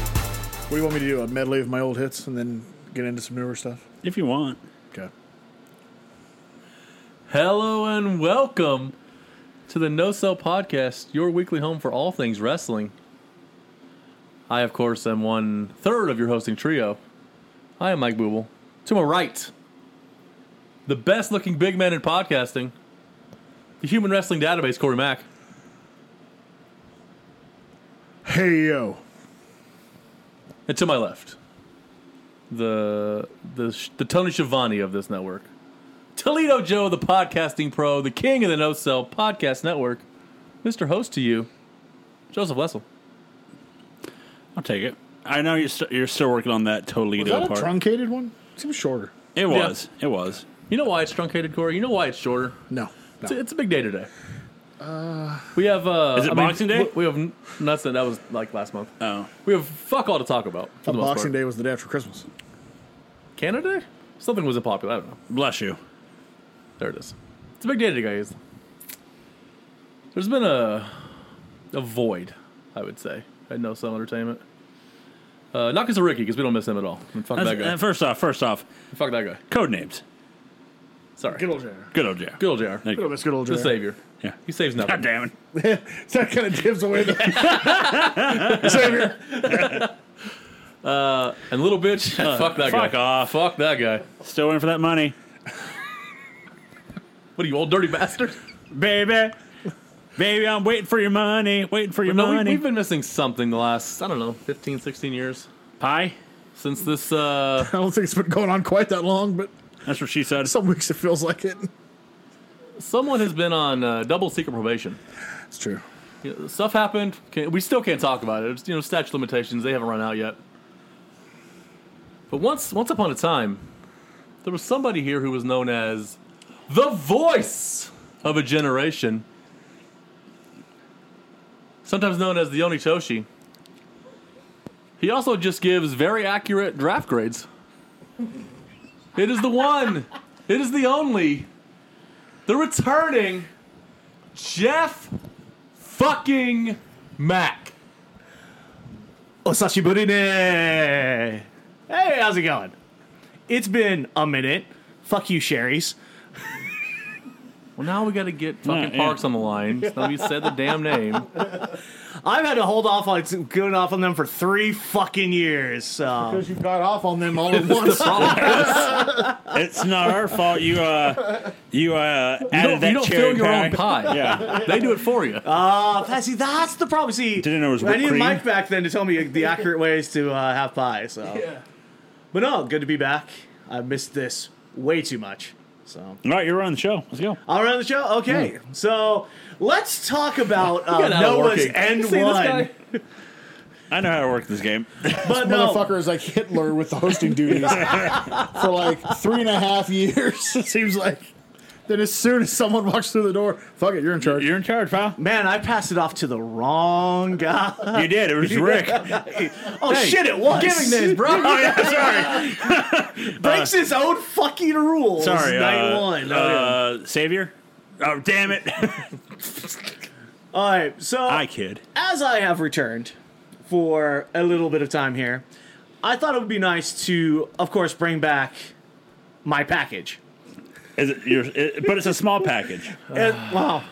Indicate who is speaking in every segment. Speaker 1: What do you want me to do? A medley of my old hits and then get into some newer stuff?
Speaker 2: if you want.
Speaker 1: Okay.
Speaker 3: Hello and welcome to the No Sell Podcast, your weekly home for all things wrestling. I, of course, am one third of your hosting trio. I am Mike Booble. To my right, the best looking big man in podcasting, the human wrestling database, Corey Mack.
Speaker 1: Hey, yo.
Speaker 3: And to my left, the the sh- the Tony Schiavone of this network, Toledo Joe, the podcasting pro, the king of the No Sell Podcast Network, Mister Host to you, Joseph Wessel.
Speaker 2: I'll take it. I know you're, st- you're still working on that
Speaker 1: Is
Speaker 2: Toledo
Speaker 1: that a
Speaker 2: part.
Speaker 1: truncated one? Seems shorter.
Speaker 2: it was. It was.
Speaker 3: You know why it's truncated, Corey? You know why it's shorter?
Speaker 1: No.
Speaker 3: It's,
Speaker 1: no.
Speaker 3: it's a big day today. we have. Uh,
Speaker 2: Is it Boxing Day?
Speaker 3: we- We have n- nuts that that was like last month.
Speaker 2: Oh,
Speaker 3: We have fuck all to talk about. For the most
Speaker 1: Boxing
Speaker 3: part.
Speaker 1: Day was the day after Christmas.
Speaker 3: Canada Day? Something was unpopular. I don't know.
Speaker 2: bless you.
Speaker 3: There it is. It's a big day today, guys. There's been a a void, I would say, at No Sell Entertainment. Uh, not because of Ricky, because we don't miss him at all. And fuck that
Speaker 2: That's-
Speaker 3: guy.
Speaker 2: uh, first off, first off,
Speaker 3: fuck that guy.
Speaker 2: code names.
Speaker 3: Sorry.
Speaker 1: Good old JR.
Speaker 2: Good old Jack.
Speaker 3: Good old JR.
Speaker 2: Thank
Speaker 1: Good old
Speaker 2: you.
Speaker 1: Miss Good old JR.
Speaker 3: The savior.
Speaker 2: Yeah.
Speaker 3: He saves
Speaker 2: God
Speaker 3: nothing.
Speaker 2: damn it.
Speaker 1: So that kind of gives away the savior.
Speaker 3: And little bitch, fuck that guy.
Speaker 2: fuck off.
Speaker 3: Fuck that guy.
Speaker 2: Still waiting for that money.
Speaker 3: What are you, old dirty bastard?
Speaker 2: Baby. Baby, I'm waiting for your money. Waiting for your
Speaker 3: No, we,
Speaker 2: money.
Speaker 3: we've been missing something the last, I don't know, 15, 16 years
Speaker 2: Pie?
Speaker 3: since this. Uh,
Speaker 1: I don't think it's been going on quite that long, but
Speaker 2: That's what she said.
Speaker 1: some weeks it feels like it.
Speaker 3: someone has been on uh, double secret probation.
Speaker 1: It's true.
Speaker 3: You know, stuff happened. Can't, we still can't talk about it. It's, you know, statute of limitations. They haven't run out yet. But once, once upon a time, there was somebody here who was known as the voice of a generation. Sometimes known as the Onitoshi. He also just gives very accurate draft grades. It is the one. It is the only. The returning Jeff fucking Mac.
Speaker 4: Osashi Burine. Hey, how's it going? It's been a minute. Fuck you, Sherry's.
Speaker 3: Well, now we got to get fucking
Speaker 2: Yeah, yeah.
Speaker 3: Parks on the line. So now you said the damn name.
Speaker 4: I've had to hold off on going off on them for three fucking years. So
Speaker 1: Because Um, you got off on them all at
Speaker 3: What's
Speaker 1: once.
Speaker 3: the problem?
Speaker 2: It's not our fault. You uh, you uh, added
Speaker 3: don't-
Speaker 2: that
Speaker 3: you don't
Speaker 2: cherry
Speaker 3: fill your
Speaker 2: pie.
Speaker 3: own pie.
Speaker 2: Yeah,
Speaker 3: They do it for you.
Speaker 4: uh, that- see, that's the problem. See,
Speaker 2: Didn't know it was
Speaker 4: I
Speaker 2: whipped
Speaker 4: needed
Speaker 2: cream.
Speaker 4: Mike back then to tell me the accurate ways to uh, have pie. So, but no, good to be back. I missed this way too much. So,
Speaker 2: all right, you're on the show. Let's go.
Speaker 4: all right, on the show. Okay,
Speaker 2: Hmm.
Speaker 4: so let's talk about uh,
Speaker 3: Get out of
Speaker 4: Noah's
Speaker 3: working.
Speaker 4: End
Speaker 3: See this
Speaker 4: One.
Speaker 3: guy?
Speaker 2: I know how to work this game.
Speaker 4: But no,
Speaker 1: Motherfucker is like Hitler with the hosting duties for like three and a half years, it seems like. Then as soon as someone walks through the door, fuck it, you're in charge.
Speaker 2: You're in charge, pal.
Speaker 4: man, I passed it off to the wrong guy.
Speaker 2: You did. It was Rick.
Speaker 4: Oh shit! It was
Speaker 3: Giving names, bro.
Speaker 2: Oh yeah, sorry,
Speaker 4: breaks his own fucking rules.
Speaker 2: sorry.
Speaker 4: night
Speaker 2: uh,
Speaker 4: one.
Speaker 2: uh, Savior. Oh damn it!
Speaker 4: All right, so
Speaker 2: I kid.
Speaker 4: as I have returned for a little bit of time here, I thought it would be nice to, of course, bring back my package.
Speaker 2: Is it your? It, but it's a small package.
Speaker 4: And, wow,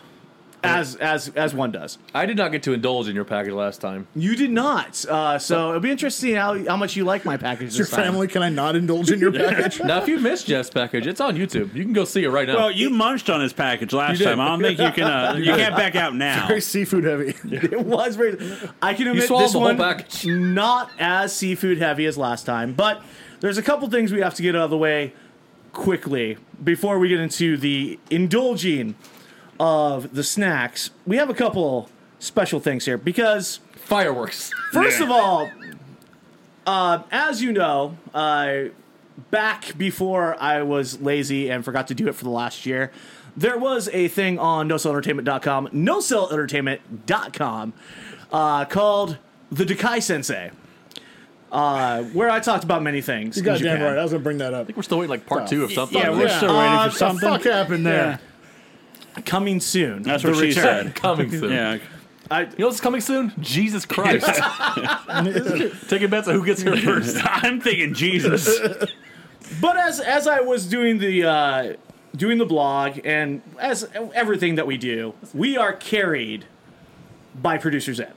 Speaker 4: as as as one does.
Speaker 3: I did not get to indulge in your package last time.
Speaker 4: You did not, uh, so it'll be interesting how how much you like my package.
Speaker 1: Is your
Speaker 4: this time.
Speaker 1: family, can I not indulge in your package?
Speaker 3: Now, if you missed Jeff's package, it's on YouTube. You can go see it right now.
Speaker 2: Well, you munched on his package last
Speaker 3: You did.
Speaker 2: time. I don't think you can. Uh, you can't back out now.
Speaker 1: Very seafood heavy.
Speaker 4: It was very. I can admit
Speaker 3: swallowed
Speaker 4: this
Speaker 3: the whole
Speaker 4: one
Speaker 3: package.
Speaker 4: not as seafood heavy as last time, but there's a couple things we have to get out of the way quickly before we get into the indulging of the snacks. We have a couple special things here because
Speaker 3: Fireworks.
Speaker 4: First
Speaker 2: Yeah.
Speaker 4: of all, uh, as you know, uh, back before I was lazy and forgot to do it for the last year, there was a thing on nocellentertainment.com, nocellentertainment.com, uh, called the Dakai Sensei, uh, where I talked about many things.
Speaker 1: You
Speaker 4: in
Speaker 1: got damn
Speaker 4: Japan.
Speaker 1: right. I was going to bring that up.
Speaker 3: We're still waiting like part two of something.
Speaker 2: Oh. Yeah, we're still
Speaker 1: Yeah.
Speaker 2: waiting
Speaker 4: Uh,
Speaker 2: for
Speaker 1: The
Speaker 2: something.
Speaker 1: fuck happened there?
Speaker 4: Coming soon.
Speaker 2: That's
Speaker 4: the
Speaker 2: what she
Speaker 4: return.
Speaker 2: said.
Speaker 3: Coming soon.
Speaker 2: Yeah,
Speaker 4: I,
Speaker 3: You know what's coming soon? Jesus Christ. Taking bets on who gets here first.
Speaker 2: I'm thinking Jesus.
Speaker 4: but as as I was doing the uh, doing the blog and as everything that we do, we are carried by producer Zen.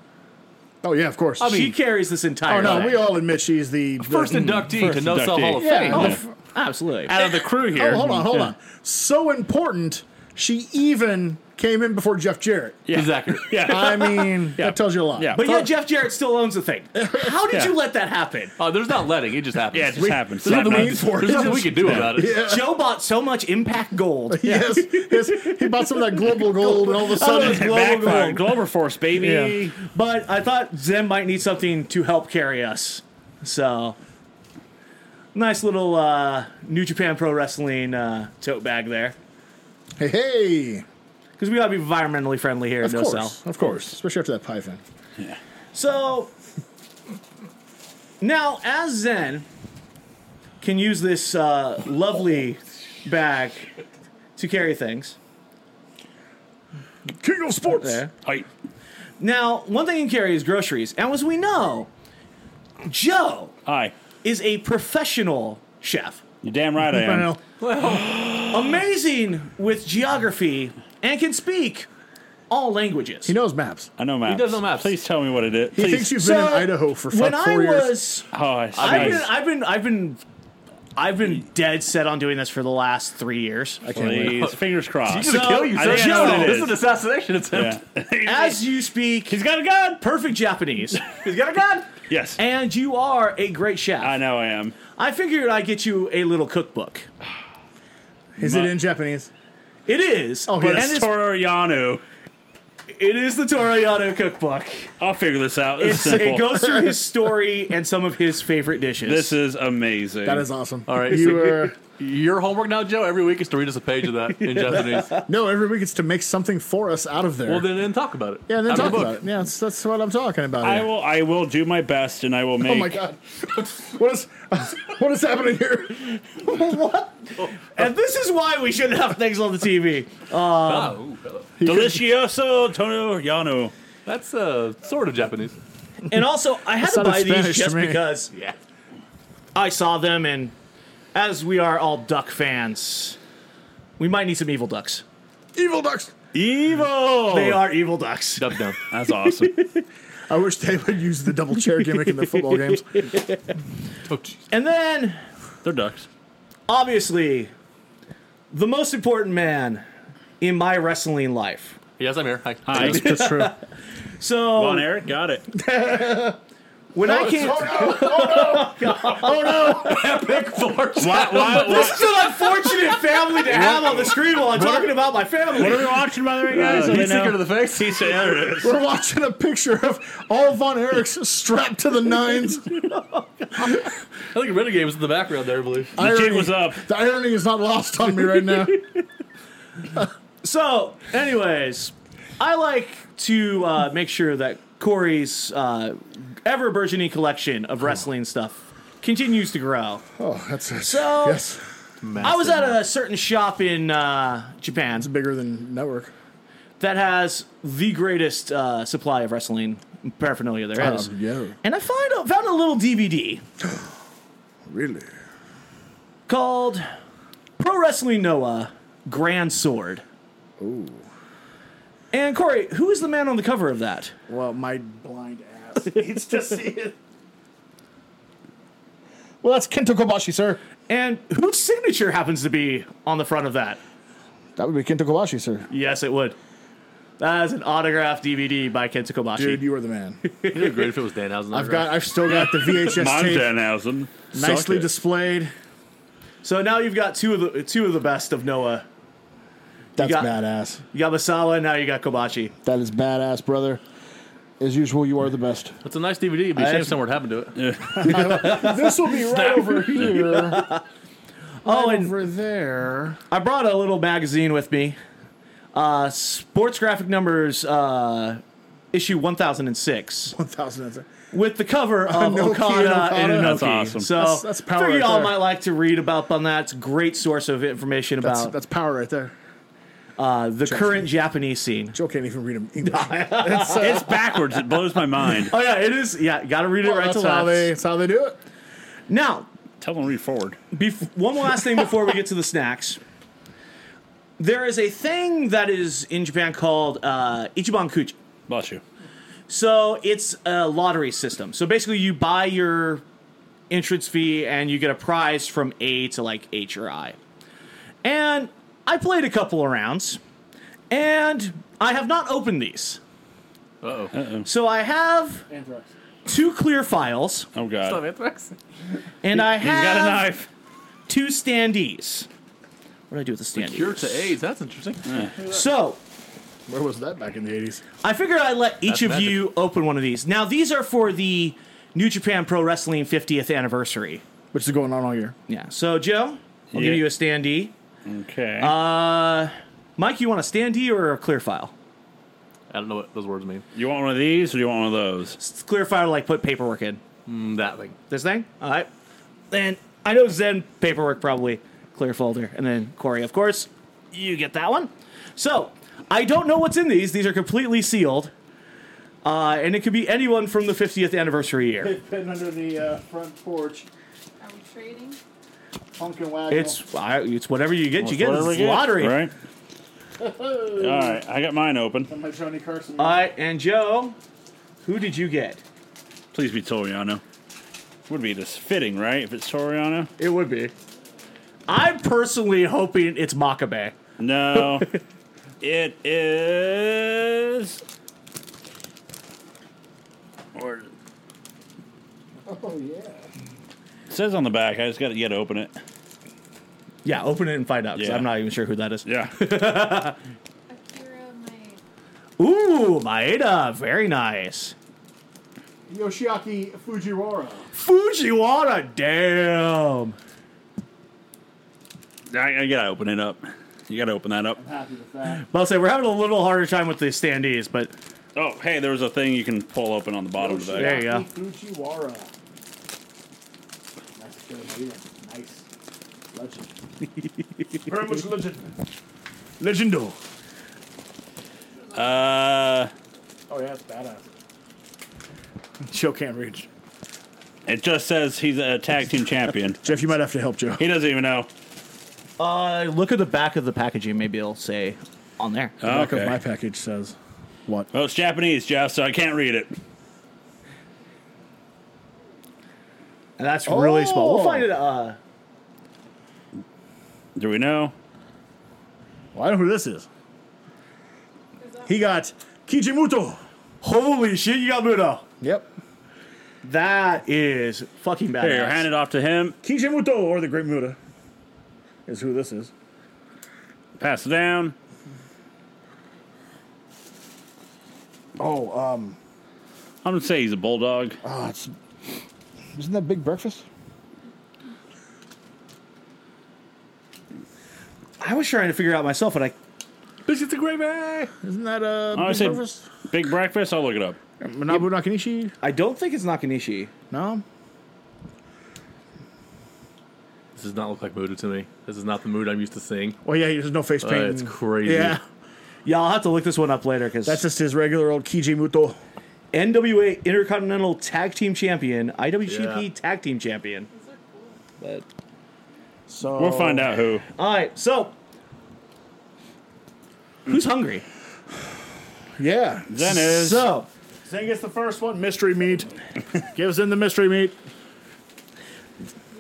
Speaker 1: Oh yeah, of course.
Speaker 4: she carries this entire.
Speaker 1: oh no,
Speaker 4: thing.
Speaker 1: we all admit she's the
Speaker 3: First
Speaker 1: the,
Speaker 3: inductee
Speaker 2: First
Speaker 3: to No Cell
Speaker 2: inductee.
Speaker 3: Hall of
Speaker 1: Yeah,
Speaker 3: Fame.
Speaker 1: oh,
Speaker 2: Yeah.
Speaker 1: f-
Speaker 4: absolutely.
Speaker 2: Out of the crew here.
Speaker 1: oh, hold on, hold on. So important, she even came in before Jeff Jarrett.
Speaker 2: Yeah.
Speaker 3: He's accurate.
Speaker 2: Yeah.
Speaker 1: I mean, that tells you a lot.
Speaker 2: Yeah.
Speaker 4: But yet Jeff Jarrett still owns the thing. How did you let that happen?
Speaker 3: Oh, there's not letting. It just happens.
Speaker 2: Yeah, it just
Speaker 3: We-
Speaker 2: happens.
Speaker 3: There's nothing,
Speaker 1: Sometimes.
Speaker 3: we, there's nothing we can do about it.
Speaker 4: Joe bought so much Impact Gold.
Speaker 1: Yes, yes, he bought some of that global gold, and all of a
Speaker 4: Oh,
Speaker 1: sudden,
Speaker 4: it's global
Speaker 2: Backfired.
Speaker 4: gold.
Speaker 2: Global Force, baby.
Speaker 4: But I thought Zen might need something to help carry us. So nice little uh, New Japan Pro Wrestling uh, tote bag there.
Speaker 1: hey, hey,
Speaker 4: Because we gotta be environmentally friendly here
Speaker 1: of
Speaker 4: at No
Speaker 1: course,
Speaker 4: Cell.
Speaker 1: of course, especially after that pie thing.
Speaker 4: So now, as Zen can use this uh, lovely bag to carry things.
Speaker 1: King of sports.
Speaker 4: There.
Speaker 2: Height.
Speaker 4: Now, one thing you can carry is groceries, and as we know, Joe
Speaker 2: Hi.
Speaker 4: is a professional chef,
Speaker 2: You're damn right I
Speaker 1: I
Speaker 2: am.
Speaker 1: know.
Speaker 4: amazing with geography, and can speak all languages.
Speaker 1: He knows maps.
Speaker 2: I know maps.
Speaker 3: does know maps.
Speaker 2: Please tell me what it is.
Speaker 1: He
Speaker 2: Please.
Speaker 1: thinks you've been in Idaho for fuck
Speaker 4: when
Speaker 1: four
Speaker 4: I
Speaker 1: years.
Speaker 4: was,
Speaker 2: Oh, I
Speaker 4: I've been,
Speaker 2: nice.
Speaker 4: I've been, I've been, I've been dead set on doing this for the last three years.
Speaker 1: I can't wait.
Speaker 2: Please. Fingers crossed.
Speaker 3: He's gonna kill you,
Speaker 2: I
Speaker 3: sir.
Speaker 2: think I know what it
Speaker 3: this
Speaker 2: is.
Speaker 3: is an assassination attempt.
Speaker 4: As you speak,
Speaker 2: He's got a gun.
Speaker 4: perfect Japanese. He's got a gun,
Speaker 2: Yes.
Speaker 4: and you are a great chef.
Speaker 2: I know I am.
Speaker 4: I figured I'd get you a little cookbook.
Speaker 1: Is it in Japanese?
Speaker 4: It is.
Speaker 1: Oh,
Speaker 4: but-
Speaker 1: yes.
Speaker 4: and
Speaker 2: It's
Speaker 4: it's
Speaker 2: Toro Yano.
Speaker 4: It is the Torayano cookbook.
Speaker 2: I'll figure this out. This
Speaker 4: It's,
Speaker 2: is simple.
Speaker 4: it goes through his story and some of his favorite dishes.
Speaker 2: this is amazing.
Speaker 1: That is awesome. All
Speaker 3: right,
Speaker 1: you
Speaker 3: so-
Speaker 1: were
Speaker 3: Your homework now, Joe, every week is to read us a page of that in Japanese.
Speaker 1: no. Every week it's to make something for us out of there.
Speaker 3: Well, then, then talk about it.
Speaker 1: yeah, and then
Speaker 3: Out of
Speaker 1: talk
Speaker 3: the book.
Speaker 1: about it. Yeah, that's, that's what I'm talking about.
Speaker 2: I
Speaker 1: here.
Speaker 2: will. I will do my best, and I will make.
Speaker 1: Oh my god, what is what is happening here?
Speaker 4: and this is why we shouldn't have things on the TV.
Speaker 1: Um,
Speaker 3: Oh, hello.
Speaker 2: Delicioso Toro Yano.
Speaker 3: that's uh, sort of Japanese.
Speaker 4: And also, I had to
Speaker 1: sounded
Speaker 4: buy these
Speaker 1: Spanish to
Speaker 4: just
Speaker 1: me.
Speaker 4: because
Speaker 3: Yeah.
Speaker 4: I saw them, and as we are all duck fans, we might need some evil ducks.
Speaker 1: Evil ducks.
Speaker 2: Evil.
Speaker 4: They are evil ducks.
Speaker 3: Dub down.
Speaker 2: That's awesome.
Speaker 1: I wish they would use the double chair gimmick in the football games.
Speaker 3: Oh, jeez.
Speaker 4: And then,
Speaker 2: They're ducks.
Speaker 4: obviously, the most important man in my wrestling life.
Speaker 3: Yes, I'm here. Hi.
Speaker 2: Hi.
Speaker 1: That's true.
Speaker 2: Von
Speaker 4: So
Speaker 2: Eric got it.
Speaker 4: when I came,
Speaker 3: Epic force.
Speaker 2: Why, why,
Speaker 4: this is an unfortunate family to have on the screen while I'm talking about my family.
Speaker 2: what are we watching, by the way,
Speaker 3: Uh,
Speaker 2: guys?
Speaker 3: heat seeker to the face.
Speaker 2: Pizza Eric.
Speaker 1: We're watching a picture of all Von Erichs strapped to the nines.
Speaker 3: I think Renegade was in the background there, I believe.
Speaker 1: Uh,
Speaker 2: The jig was up.
Speaker 1: The irony is not lost on me right now.
Speaker 4: So, anyways, I like to uh, make sure that Corey's uh, ever burgeoning collection of wrestling stuff continues to grow.
Speaker 1: Oh, that's it.
Speaker 4: So-
Speaker 1: yes,
Speaker 4: I was at a certain shop in uh, Japan
Speaker 1: bigger than network.
Speaker 4: that has the greatest uh, supply of wrestling paraphernalia there is.
Speaker 1: Um, yeah,
Speaker 4: And I find a, found a little DVD
Speaker 1: really.
Speaker 4: called Pro Wrestling Noah Grand Sword. Ooh. And Corey, who is the man on the cover of that?
Speaker 1: Well, my blind ass.
Speaker 4: Needs to see it.
Speaker 1: Well, that's Kento Kobashi, sir.
Speaker 4: And whose signature happens to be on the front of that?
Speaker 1: That would be Kento Kobashi, sir.
Speaker 4: Yes, it would. That is an autographed DVD by Kenta Kobashi.
Speaker 1: Dude, you are the man.
Speaker 3: It'd be great if it was Danhausen.
Speaker 1: I've got, I've still got the VHS tape
Speaker 2: Montanhausen.
Speaker 1: nicely displayed.
Speaker 4: so now you've got two of the two of the best of Noah.
Speaker 1: That's
Speaker 4: got-
Speaker 1: badass.
Speaker 4: You got Masawa, and now you got Kobashi.
Speaker 1: That is badass, brother. As usual, you are the best.
Speaker 3: It's a nice DVD. It'd be a shame somewhere happened to it.
Speaker 1: This will be right over here.
Speaker 4: Oh, and
Speaker 1: over there.
Speaker 4: I brought a little magazine with me. Uh, Sports Graphic Numbers uh, issue 1006
Speaker 1: One thousand.
Speaker 4: with the cover of
Speaker 1: Anoki and
Speaker 4: Okada and
Speaker 1: Okada?
Speaker 4: Anoki.
Speaker 2: That's awesome.
Speaker 4: So
Speaker 1: That's- that's power
Speaker 4: figure
Speaker 1: right
Speaker 4: y'all
Speaker 1: there.
Speaker 4: might like to read about on that. It's a great source of information
Speaker 1: That's
Speaker 4: about
Speaker 1: that's power right there.
Speaker 4: uh, the current Japanese scene.
Speaker 1: Joe can't even read him English. uh,
Speaker 2: It's backwards. It blows my mind.
Speaker 4: Oh yeah, it is. Yeah, got to read it right to
Speaker 1: that's, how they,
Speaker 4: left.
Speaker 1: that's how they do it.
Speaker 4: Now,
Speaker 2: Tell them to read forward.
Speaker 4: Bef- one last thing before we get to the snacks. There is a thing that is in Japan called uh, Ichiban Kuchi.
Speaker 2: Bless you.
Speaker 4: So it's a lottery system. So basically, you buy your entrance fee and you get a prize from A to like H or I. And I played a couple of rounds, and I have not opened these.
Speaker 3: Uh oh.
Speaker 2: Uh-oh.
Speaker 4: So I have
Speaker 5: Anthrax.
Speaker 4: two clear files,
Speaker 2: Oh God.
Speaker 5: Stop Anthrax.
Speaker 4: and I
Speaker 2: He's got a
Speaker 4: have
Speaker 2: knife.
Speaker 4: two standees. What do I do with the standees?
Speaker 3: Cure to AIDS. That's interesting.
Speaker 4: So
Speaker 1: Where was that back in the 80s?
Speaker 4: I figured I'd let each
Speaker 3: That's
Speaker 4: of
Speaker 3: magic.
Speaker 4: you open one of these. Now, these are for the New Japan Pro Wrestling 50th anniversary.
Speaker 1: Which is going on all year.
Speaker 4: Yeah. So, Joe, I'll
Speaker 2: Yeah.
Speaker 4: give you a standee.
Speaker 2: Okay.
Speaker 4: Mike, you want a standee or a clear file?
Speaker 3: I don't know what those words mean.
Speaker 2: you want one of these or do you want one of those?
Speaker 4: It's clear file, like put paperwork in.
Speaker 3: Mm, that thing.
Speaker 4: This thing? All right. And I know Zen paperwork probably, clear folder. And then Corey, of course, you get that one. So, I don't know what's in these. These are completely sealed. Uh, and it could be anyone from the 50th anniversary year.
Speaker 5: They've been under the uh, front porch.
Speaker 6: Are we trading?
Speaker 5: Pumpkin wagon.
Speaker 4: It's I, it's whatever you get, you get.
Speaker 2: Whatever
Speaker 4: It's
Speaker 2: we get,
Speaker 4: lottery.
Speaker 2: Right. All right. I got mine open.
Speaker 5: My Johnny Carson.
Speaker 4: All right, and Joe, who did you get?
Speaker 2: Please be Toriano. Would be this fitting, right? If it's Toriano.
Speaker 4: It would be. I'm personally hoping it's Makabe.
Speaker 2: No. it is. Or it
Speaker 5: oh yeah.
Speaker 2: says on the back. I just got to yet open it.
Speaker 4: Yeah, open it and find out. 'cause
Speaker 2: Yeah.
Speaker 4: I'm not even sure who that is.
Speaker 2: Yeah.
Speaker 6: Akira Mae.
Speaker 4: Ooh, Maeda, very nice.
Speaker 5: Yoshiaki Fujiwara.
Speaker 4: Fujiwara, damn.
Speaker 2: I, I gotta open it up. You gotta open that up.
Speaker 5: Happy with that.
Speaker 4: Well, I'll say we're having a little harder time with the standees, but
Speaker 2: Oh, hey, there was a thing you can pull open on the bottom of that.
Speaker 4: There you go.
Speaker 5: Fujiwara. That's a good idea. Nice. Legend. Very much legend.
Speaker 1: Legendo.
Speaker 2: Uh,
Speaker 5: Oh yeah, it's badass.
Speaker 1: Joe can't read.
Speaker 2: it just says he's a tag team champion.
Speaker 1: Jeff, you might have to help Joe.
Speaker 2: He doesn't even know.
Speaker 4: uh, look at the back of the packaging. Maybe it'll say on there.
Speaker 2: Oh,
Speaker 1: Back of my
Speaker 2: okay.
Speaker 1: package says what?
Speaker 2: Well, it's Japanese, Jeff, so I can't read it.
Speaker 4: That's really small. We'll find it. Uh,
Speaker 2: Do we know?
Speaker 1: Well, I know who this is. He got Kijimuto.
Speaker 4: holy shit, you got Muda.
Speaker 1: Yep.
Speaker 4: That is fucking badass.
Speaker 2: Here, hand it off to him.
Speaker 1: Kijimuto or the Great Muda is who this is.
Speaker 2: Pass it down.
Speaker 1: Oh, um,
Speaker 2: I'm gonna say he's a bulldog.
Speaker 1: oh, it's, isn't that Big Breakfast?
Speaker 4: I was trying to figure out myself, and I
Speaker 3: Biscuits and gravy.
Speaker 1: Isn't that uh,
Speaker 2: I
Speaker 1: Big
Speaker 2: said-
Speaker 1: Breakfast?
Speaker 2: Big breakfast. I'll look it up.
Speaker 1: Manabu Nakanishi?
Speaker 4: I don't think it's Nakanishi.
Speaker 1: No.
Speaker 3: This does not look like Muda to me. This is not the mood I'm used to seeing.
Speaker 1: Well, Oh, yeah, there's no face paint.
Speaker 3: it's crazy.
Speaker 1: Yeah,
Speaker 4: Yeah, I'll have to look this one up later because
Speaker 1: that's just his regular old Kijimuto.
Speaker 4: NWA Intercontinental Tag Team Champion, IWGP
Speaker 3: Yeah.
Speaker 4: Tag Team Champion. But
Speaker 1: So
Speaker 2: We'll find out who.
Speaker 4: all right, so who's hungry?
Speaker 1: Yeah.
Speaker 2: Zen is.
Speaker 4: So
Speaker 1: Zen gets the first one. Mystery meat. Gives in the mystery meat.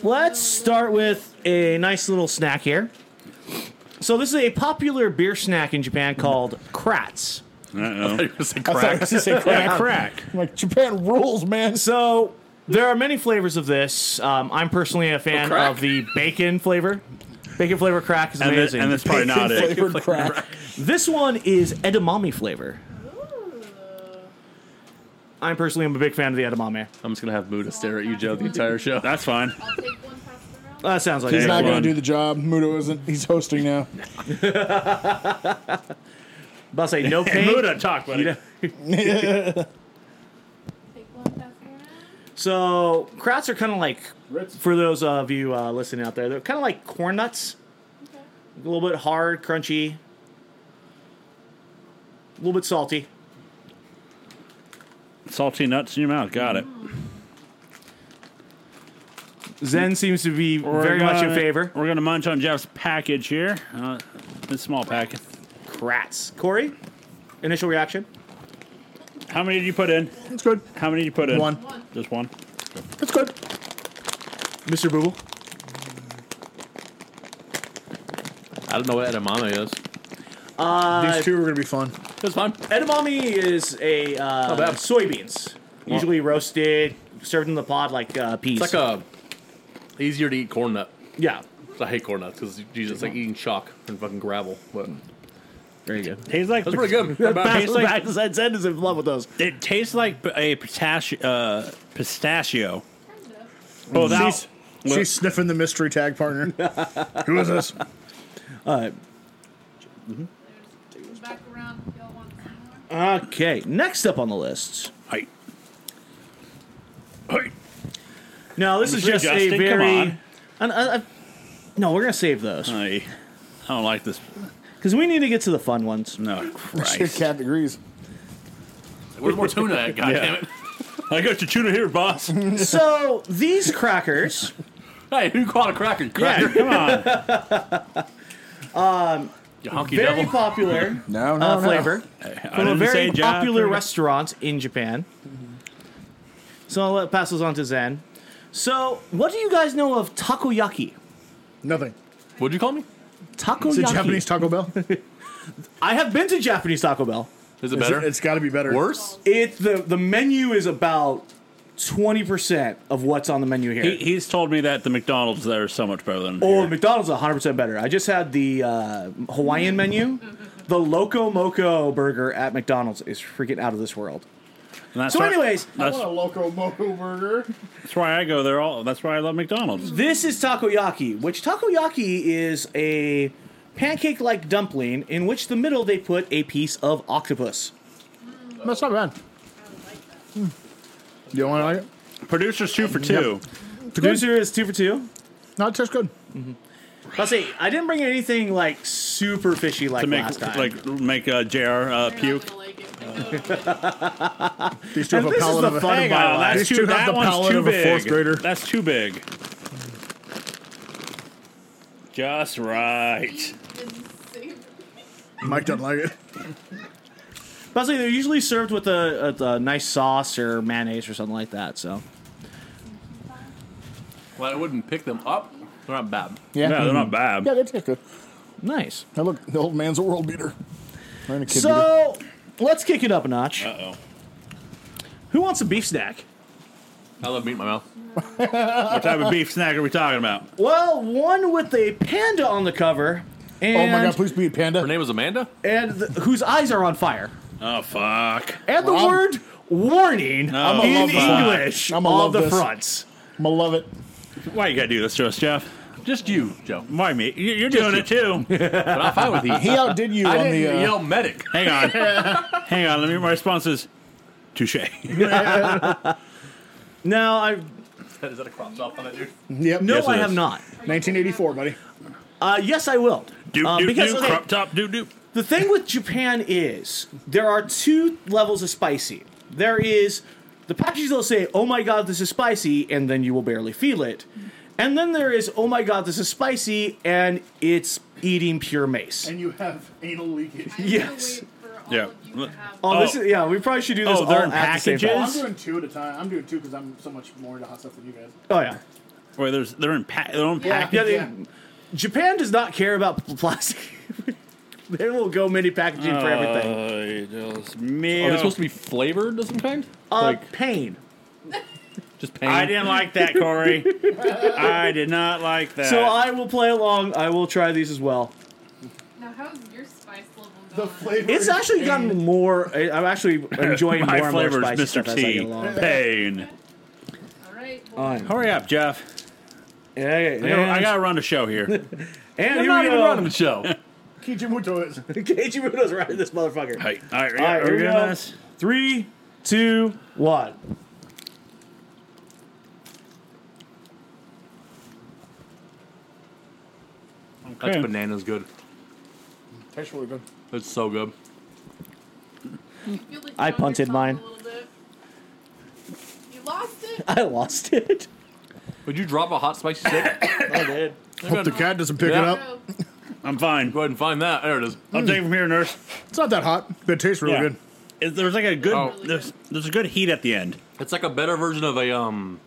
Speaker 4: let's start with a nice little snack here. So this is a popular beer snack in Japan called Kratz.
Speaker 2: Uh-oh.
Speaker 1: crack. crack. Like Japan rules, man.
Speaker 4: So there are many flavors of this. Um, I'm personally a fan
Speaker 3: crack?
Speaker 4: of the bacon flavor. Bacon flavor crack is
Speaker 2: Oh, And, this,
Speaker 4: amazing.
Speaker 2: and that's probably not it.
Speaker 1: Flavored crack.
Speaker 4: This one is edamame flavor.
Speaker 6: uh,
Speaker 4: I'm personally am a big fan of the edamame.
Speaker 3: I'm just gonna have Muda stare at you, Joe, the entire show.
Speaker 2: That's fine.
Speaker 6: I'll take one past the round.
Speaker 4: That sounds like
Speaker 1: He's
Speaker 4: it.
Speaker 1: not going
Speaker 2: one.
Speaker 1: to do the job. Muto isn't. He's hosting now.
Speaker 4: About to say no pain.
Speaker 2: Muda, talk, buddy.
Speaker 4: You know-
Speaker 6: Take one past the round.
Speaker 4: So krauts are kind of like,
Speaker 5: Ritz.
Speaker 4: for those of you uh, listening out there, they're kind of like corn nuts.
Speaker 6: Okay.
Speaker 4: A little bit hard, crunchy. a little bit salty.
Speaker 2: Salty nuts in your mouth. Got it.
Speaker 4: Zen seems to be
Speaker 2: We're
Speaker 4: very much in
Speaker 2: gonna-
Speaker 4: favor.
Speaker 2: We're gonna munch on Jeff's package here. Uh, this small packet.
Speaker 4: Crats. Corey, initial reaction?
Speaker 2: How many did you put in?
Speaker 1: It's good.
Speaker 2: How many did you put in?
Speaker 1: One.
Speaker 6: One.
Speaker 2: Just one.
Speaker 1: It's good.
Speaker 4: Mr. Booble?
Speaker 3: I don't know what edamame is.
Speaker 1: These two are going to be fun.
Speaker 3: It's fine.
Speaker 4: Edamame is a uh,
Speaker 3: bad.
Speaker 4: soybeans, usually roasted, served in the pod like uh, peas.
Speaker 3: It's like a easier to eat corn nut.
Speaker 4: yeah.
Speaker 3: I hate corn nuts because Jesus, it's like eating chalk and fucking gravel. But
Speaker 4: Very good.
Speaker 2: Tastes like
Speaker 3: that's pretty good.
Speaker 2: Tastes like-
Speaker 4: Zen Zen is in love with those.
Speaker 2: It tastes like p- a pistachio. Uh, pistachio.
Speaker 6: Kind of.
Speaker 2: Without,
Speaker 1: She's, she's sniffing the mystery tag partner. Who is this?
Speaker 6: There's back around if y'all want some more.
Speaker 4: Uh, Okay, next up on the list.
Speaker 2: Hey. Hey.
Speaker 4: Now, this is
Speaker 2: Mr.
Speaker 4: just
Speaker 2: Justin, come
Speaker 4: a very.
Speaker 2: on.
Speaker 4: An, uh, uh, no, we're going to save those
Speaker 2: Hey. I don't like this.
Speaker 4: because we need to get to the fun ones.
Speaker 2: No,
Speaker 1: Shit,
Speaker 2: Christ.
Speaker 1: cat degrees.
Speaker 3: Where's more tuna at? God damn it.
Speaker 2: I got your tuna here, boss.
Speaker 4: so, these crackers.
Speaker 3: Hey, who caught a cracker?
Speaker 2: yeah,
Speaker 3: Cracker.
Speaker 2: come on.
Speaker 3: You honky
Speaker 4: very
Speaker 3: devil.
Speaker 4: popular
Speaker 1: No, Oh, no,
Speaker 4: uh,
Speaker 1: no.
Speaker 4: flavor
Speaker 2: I
Speaker 4: from a
Speaker 2: didn't
Speaker 4: very
Speaker 2: say job
Speaker 4: popular
Speaker 2: for-
Speaker 4: restaurant in Japan. So I'll let, pass those on to Zen. So, what do you guys know of takoyaki?
Speaker 1: Nothing.
Speaker 3: What'd you call me?
Speaker 4: Takoyaki.
Speaker 1: Is it Japanese Taco Bell? Is it-
Speaker 4: I have been to Japanese Taco Bell.
Speaker 3: Is it better?
Speaker 1: it's got to be better.
Speaker 3: Worse?
Speaker 4: It the the menu is about twenty percent of what's on the menu here.
Speaker 2: He, he's told me that the McDonald's there is so much better than.
Speaker 4: oh,
Speaker 2: here.
Speaker 4: McDonald's one hundred percent better. I just had the uh, Hawaiian menu. The Loco Moco burger at McDonald's is freaking out of this world.
Speaker 2: And that's
Speaker 4: So,
Speaker 2: why-
Speaker 4: anyways,
Speaker 1: I
Speaker 2: that's,
Speaker 1: want a Loco Moco burger.
Speaker 2: that's why I go there. All that's why I love McDonald's.
Speaker 4: This is takoyaki, which takoyaki is a pancake-like dumpling in which the middle they put a piece of octopus.
Speaker 1: That's not bad. Hmm. You don't want to like it?
Speaker 2: Producers two for two.
Speaker 4: Producer is two for two.
Speaker 1: Not tastes good.
Speaker 4: I'll say I didn't bring anything like super fishy like
Speaker 2: To make
Speaker 4: last time.
Speaker 2: like make uh, Jr. Uh,
Speaker 6: They're
Speaker 2: puke.
Speaker 6: not gonna like it. I know it
Speaker 4: Uh.
Speaker 6: already.
Speaker 1: These two
Speaker 4: And
Speaker 1: have a
Speaker 4: this is
Speaker 1: palate
Speaker 4: the
Speaker 1: of a
Speaker 4: fun
Speaker 2: Hang
Speaker 4: By
Speaker 2: on,
Speaker 4: the way.
Speaker 2: that's
Speaker 1: These
Speaker 2: too.
Speaker 1: two
Speaker 2: That
Speaker 1: have the
Speaker 2: one's
Speaker 1: palate
Speaker 2: too
Speaker 1: of a
Speaker 2: big.
Speaker 1: fourth grader.
Speaker 2: That's too big. Just right.
Speaker 6: Didn't save
Speaker 1: Mike doesn't like it.
Speaker 4: But I'll say they're usually served with a, a, a nice sauce or mayonnaise or something like that. So
Speaker 3: Well, I wouldn't pick them up. They're not bad.
Speaker 1: Yeah,
Speaker 2: No, they're not bad.
Speaker 1: Yeah, they taste good.
Speaker 4: nice.
Speaker 1: Now look, the old man's a world beater. And a kid beater.
Speaker 4: So let's kick it up a notch.
Speaker 2: Uh oh.
Speaker 4: Who wants a beef snack?
Speaker 3: I love meat in my mouth.
Speaker 2: What type of beef snack are we talking about?
Speaker 4: Well, one with a panda on the cover, and
Speaker 1: Oh my god, please be a panda.
Speaker 3: Her name was Amanda?
Speaker 4: and th- whose eyes are on fire.
Speaker 2: Oh fuck.
Speaker 4: and the
Speaker 1: Rob?
Speaker 4: word warning
Speaker 2: I'ma
Speaker 4: in
Speaker 1: love that.
Speaker 4: English
Speaker 1: I'ma
Speaker 4: on
Speaker 1: love
Speaker 4: the
Speaker 1: this.
Speaker 4: fronts.
Speaker 1: I'm gonna love it.
Speaker 2: Why you gotta do this to us, Jeff?
Speaker 3: Just you, Joe.
Speaker 2: Why me? You- You're doing it too.
Speaker 3: But I'm fine with you.
Speaker 1: He outdid you
Speaker 3: I
Speaker 1: on
Speaker 3: didn't
Speaker 1: the. Uh,
Speaker 3: yell medic.
Speaker 2: Hang on. Hang on. Let me. My response is touche.
Speaker 4: No, I
Speaker 3: Is that a crop top on that dude?
Speaker 1: Yep.
Speaker 4: no,
Speaker 2: Yes, it
Speaker 4: I
Speaker 2: is.
Speaker 4: have not.
Speaker 1: 1984, buddy.
Speaker 4: Uh, yes, I will.
Speaker 2: Doop
Speaker 4: Uh,
Speaker 2: doop
Speaker 4: because
Speaker 2: doop.
Speaker 4: okay,
Speaker 2: Crop top doop doop.
Speaker 4: the thing with Japan is there are two levels of spicy. There is the packages will say, "Oh my god, this is spicy," and then you will barely feel it. And then there is, "Oh my god, this is spicy," and it's eating pure mace.
Speaker 1: you have anal leakage.
Speaker 6: it.
Speaker 4: Yes.
Speaker 2: Yeah.
Speaker 6: Yeah.
Speaker 4: Oh,
Speaker 2: Oh.
Speaker 4: this is, yeah, we probably should do this
Speaker 2: Oh,
Speaker 4: all
Speaker 2: they're in
Speaker 4: at the same time.
Speaker 2: packages?
Speaker 1: two at a time. I'm doing two because I'm so much more into hot stuff than you guys.
Speaker 4: Oh yeah.
Speaker 2: Wait, there's they're in pack. They're on pack.
Speaker 4: Yeah, they,
Speaker 1: Yeah.
Speaker 4: Japan does not care about pl- plastic. they will go mini packaging for everything.
Speaker 3: Are they supposed to be flavored of some kind?
Speaker 4: Uh,
Speaker 3: like
Speaker 4: pain.
Speaker 3: just pain?
Speaker 2: I didn't like that, Corey. I did not like that.
Speaker 4: So I will play along. I will try these as well. Um,
Speaker 6: Now, how's your spice level going?
Speaker 4: It's actually gotten more. I- I'm actually enjoying
Speaker 2: my
Speaker 4: more and more
Speaker 2: flavors,
Speaker 4: spicy
Speaker 2: Mr.
Speaker 4: stuff as I get along.
Speaker 2: T. Pain.
Speaker 6: All right. Well,
Speaker 4: All right.
Speaker 2: Hurry up, Jeff.
Speaker 4: Yeah, yeah,
Speaker 2: I gotta,
Speaker 4: and-
Speaker 2: I gotta run the show here.
Speaker 4: and
Speaker 3: I'm
Speaker 4: here
Speaker 3: not
Speaker 4: we
Speaker 3: even running the
Speaker 4: go.
Speaker 3: show.
Speaker 1: Kijimuto is.
Speaker 4: Keijimuto's riding this motherfucker.
Speaker 2: Hey, all right,
Speaker 4: All right,
Speaker 2: are
Speaker 4: here
Speaker 2: we
Speaker 4: we
Speaker 2: doing
Speaker 4: go.
Speaker 2: this?
Speaker 4: Three, two, one.
Speaker 3: That's
Speaker 2: Okay.
Speaker 3: bananas good.
Speaker 1: Tastes really good.
Speaker 3: That's so good.
Speaker 6: You feel like you
Speaker 4: I
Speaker 6: know
Speaker 4: punted
Speaker 6: yourself a
Speaker 4: mine.
Speaker 6: little bit. You lost it.
Speaker 4: I lost it.
Speaker 3: Would you drop a hot spicy stick?
Speaker 4: I did.
Speaker 1: Hope the cat doesn't pick it
Speaker 3: Yeah.
Speaker 1: up.
Speaker 2: I'm fine.
Speaker 3: Go ahead and find that. There it is.
Speaker 2: I'll take it from here, nurse.
Speaker 1: It's not that hot. That tastes really
Speaker 2: Yeah.
Speaker 1: good.
Speaker 2: It- There's like a good.
Speaker 3: Oh.
Speaker 2: There's there's a good heat at the end.
Speaker 3: It's like a better version of a um,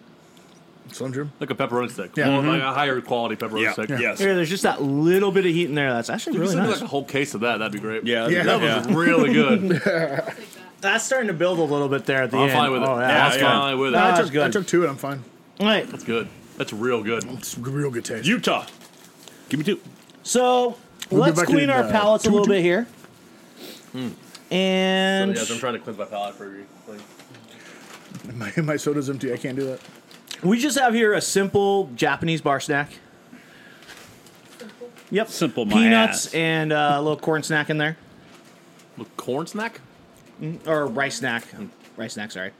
Speaker 1: Slim Jim.
Speaker 3: like a pepperoni stick.
Speaker 1: Yeah.
Speaker 3: Well, like a higher quality pepperoni
Speaker 2: Yeah.
Speaker 3: stick.
Speaker 2: Yes.
Speaker 4: Here, there's just that little bit of heat in there. That's actually
Speaker 3: If you
Speaker 4: really
Speaker 3: send me
Speaker 4: nice.
Speaker 3: like a whole case of that, that'd be great.
Speaker 2: Yeah.
Speaker 1: Yeah.
Speaker 3: That was really good.
Speaker 6: I'll take that.
Speaker 4: That's starting to build a little bit there at the
Speaker 3: I'm
Speaker 4: end.
Speaker 3: fine with it.
Speaker 4: Oh,
Speaker 2: Yeah,
Speaker 4: yeah, that's
Speaker 2: yeah.
Speaker 4: fine.
Speaker 3: Fine with it.
Speaker 4: Nah,
Speaker 1: I
Speaker 4: That's
Speaker 1: took,
Speaker 4: good.
Speaker 1: I took two and I'm fine.
Speaker 4: All right.
Speaker 3: That's good. That's real good.
Speaker 1: It's real good taste.
Speaker 2: Utah. Give me two.
Speaker 4: So
Speaker 1: We'll get
Speaker 4: let's
Speaker 1: back
Speaker 4: clean
Speaker 1: in,
Speaker 4: our
Speaker 1: uh,
Speaker 4: palettes a
Speaker 1: two-
Speaker 4: little
Speaker 1: two-
Speaker 4: bit here. Hmm.
Speaker 3: So,
Speaker 4: And
Speaker 3: yes, I'm trying to cleanse my palate for you. Like,
Speaker 1: my, my soda's empty. I can't do that.
Speaker 4: we just have here a simple Japanese bar snack. Yep.
Speaker 2: Simple, my
Speaker 4: Peanuts
Speaker 2: ass.
Speaker 4: and uh, a little corn snack in there.
Speaker 3: look, corn snack?
Speaker 4: Or rice snack. Rice snack, sorry.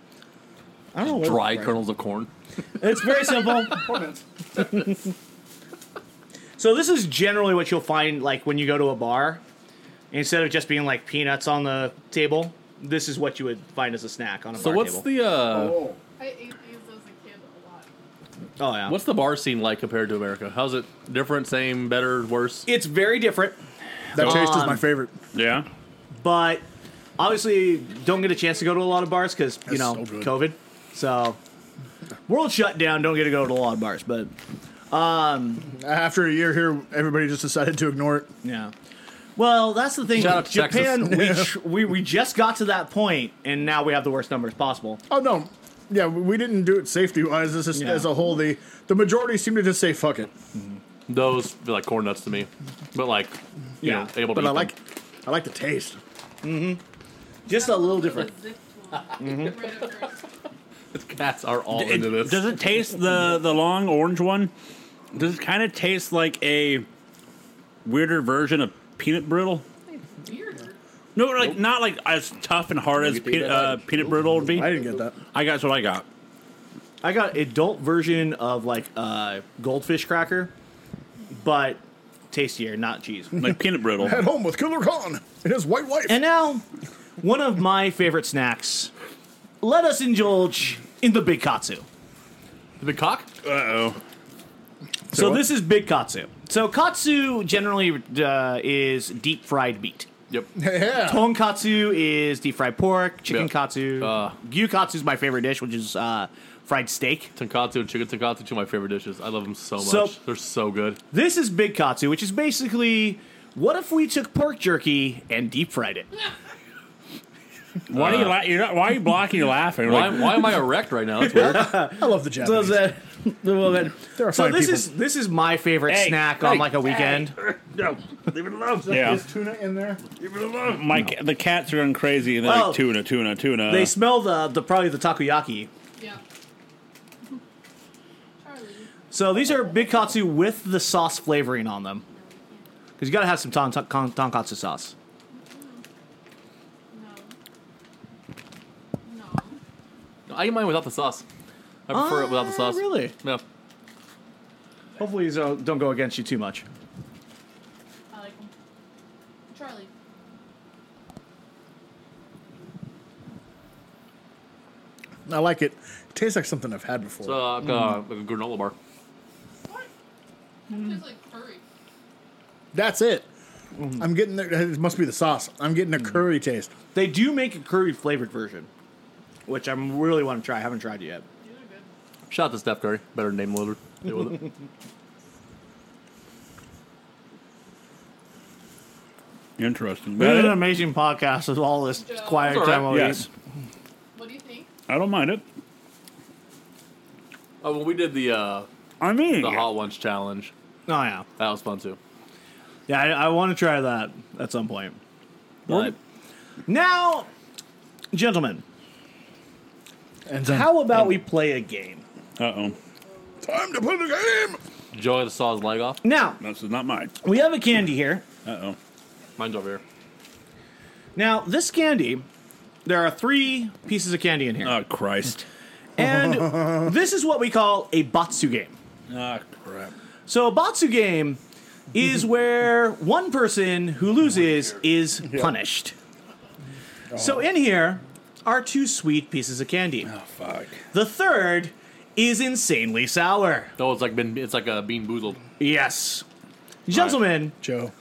Speaker 4: I don't know. what-
Speaker 3: Dry kernels of corn.
Speaker 4: It's very simple.
Speaker 5: Four minutes.
Speaker 4: So this is generally what you'll find like when you go to a bar. Instead of just being like peanuts on the table, this is what you would find as a snack on a
Speaker 3: So
Speaker 4: bar
Speaker 3: what's
Speaker 4: table.
Speaker 3: the uh,
Speaker 5: Oh,
Speaker 6: I ate these as a kid a lot.
Speaker 4: oh yeah.
Speaker 3: what's the bar scene like compared to America? How's it different, same, better, worse?
Speaker 4: it's very different.
Speaker 1: That taste is
Speaker 4: Um,
Speaker 1: my favorite.
Speaker 2: Yeah.
Speaker 4: but obviously don't get a chance to go to a lot of bars because you
Speaker 1: That's
Speaker 4: know
Speaker 1: so good.
Speaker 4: COVID. So world shutdown, don't get to go to a lot of bars, but
Speaker 1: After a year here, everybody just decided to ignore it.
Speaker 4: yeah. Well, that's the thing.
Speaker 3: Shout out to
Speaker 4: Japan, we, tr- we we just got to that point, and now we have the worst numbers possible.
Speaker 1: Oh no, yeah, we didn't do it safety wise. This is
Speaker 4: Yeah.
Speaker 1: as a whole. The the majority seem to just say fuck it.
Speaker 3: Those feel like corn nuts to me, but like, you
Speaker 4: Yeah,
Speaker 3: know, able to.
Speaker 1: But I
Speaker 3: eat them.
Speaker 1: like I like the taste.
Speaker 4: Just a little different.
Speaker 6: The zipped one.
Speaker 4: Mm-hmm.
Speaker 6: Right up first.
Speaker 3: cats are all
Speaker 2: It-
Speaker 3: into this.
Speaker 2: Does it taste the the long orange one? Does it kind of taste like a weirder version of peanut brittle?
Speaker 6: It's weirder.
Speaker 2: No, like not like as tough and hard as
Speaker 3: get to eat
Speaker 2: pe-
Speaker 3: that
Speaker 2: uh,
Speaker 3: bite.
Speaker 2: peanut brittle would be.
Speaker 1: I didn't get that.
Speaker 2: I got what I got.
Speaker 4: I got adult version of like uh, goldfish cracker, but tastier, not cheese.
Speaker 2: Like peanut brittle.
Speaker 1: At home with Killer Khan and his white wife.
Speaker 4: And now, one of my favorite snacks. Let us indulge in the big katsu.
Speaker 3: the big cock?
Speaker 2: Uh oh.
Speaker 4: So
Speaker 1: what?
Speaker 4: this is big katsu. So katsu generally uh, is deep fried meat.
Speaker 3: Yep.
Speaker 1: yeah,
Speaker 4: Tonkatsu is deep fried pork.
Speaker 3: Yeah.
Speaker 4: Chicken katsu.
Speaker 3: Uh.
Speaker 4: gyukatsu is my favorite dish, which is uh, fried steak.
Speaker 3: Tonkatsu and chicken tonkatsu, two of my favorite dishes. I love them so much.
Speaker 4: So-
Speaker 3: They're so good.
Speaker 4: This is big katsu, which is basically what if we took pork jerky and deep fried it?
Speaker 2: Why are you la- you're not, why are you blocking? You're laughing. You're
Speaker 3: Why,
Speaker 2: like,
Speaker 3: why am I erect right now? That's weird.
Speaker 1: I love the Japanese. There are
Speaker 4: So
Speaker 1: fine
Speaker 4: this
Speaker 1: people.
Speaker 4: is this is my favorite
Speaker 2: Hey,
Speaker 4: snack
Speaker 2: hey,
Speaker 4: on like a weekend.
Speaker 2: no, leave it alone.
Speaker 1: yeah.
Speaker 2: Yeah,
Speaker 1: Is tuna in there?
Speaker 2: leave it alone. My ca- the cats are going crazy and they're
Speaker 4: Well,
Speaker 2: like tuna, tuna,
Speaker 3: Uh.
Speaker 2: tuna.
Speaker 4: They smell the, the probably the takoyaki.
Speaker 6: Yeah. Charlie.
Speaker 4: So these are big katsu with the sauce flavoring on them. Because you got to have some ton, ton, ton, tonkatsu sauce.
Speaker 6: No. No.
Speaker 3: I eat mine without the sauce. I prefer it without the
Speaker 4: Ah,
Speaker 3: sauce.
Speaker 4: Really?
Speaker 3: Yeah.
Speaker 4: Hopefully these don't, don't go against you too much.
Speaker 6: I like them. Charlie.
Speaker 1: I like it. It tastes like something I've had before.
Speaker 3: It's uh, like, a, like a granola bar.
Speaker 6: What? It tastes like curry.
Speaker 1: That's it. I'm getting the, it must be the sauce. I'm getting a curry taste.
Speaker 4: They do make a curry flavored version, which I am really want to try. I haven't tried it yet.
Speaker 6: These are good.
Speaker 3: Shout out to Steph Curry. Better name Lillard. Deal with it.
Speaker 2: Interesting.
Speaker 4: This is an
Speaker 2: But
Speaker 4: amazing podcast with all this
Speaker 6: Yeah.
Speaker 4: quiet
Speaker 3: It's all
Speaker 4: time
Speaker 3: right.
Speaker 4: while
Speaker 2: I,
Speaker 4: we
Speaker 2: yes,
Speaker 4: eat.
Speaker 6: What do you think?
Speaker 2: I don't mind it.
Speaker 3: Oh, when we did the uh,
Speaker 2: I mean,
Speaker 3: the hot lunch challenge,
Speaker 4: Oh, yeah.
Speaker 3: that was fun too.
Speaker 4: Yeah, I, I want to try that at some point.
Speaker 3: But
Speaker 4: Now, gentlemen,
Speaker 1: And
Speaker 4: how about we play a game?
Speaker 2: uh oh,
Speaker 1: time to play the game?
Speaker 3: Joey just saw his leg off.
Speaker 4: Now,
Speaker 2: this is not mine.
Speaker 4: we have a candy here.
Speaker 2: Uh oh.
Speaker 3: Mine's over here.
Speaker 4: Now, this candy, there are three pieces of candy in here.
Speaker 2: Oh Christ.
Speaker 4: And this is what we call a batsu game.
Speaker 2: Ah crap.
Speaker 4: So, a batsu game is where one person who loses is punished.
Speaker 1: Oh.
Speaker 4: So in here are two sweet pieces of candy.
Speaker 2: Oh, fuck.
Speaker 4: The third is insanely sour.
Speaker 3: Oh, it's like been it's like a bean boozled.
Speaker 4: Yes. Gentlemen,
Speaker 1: Joe.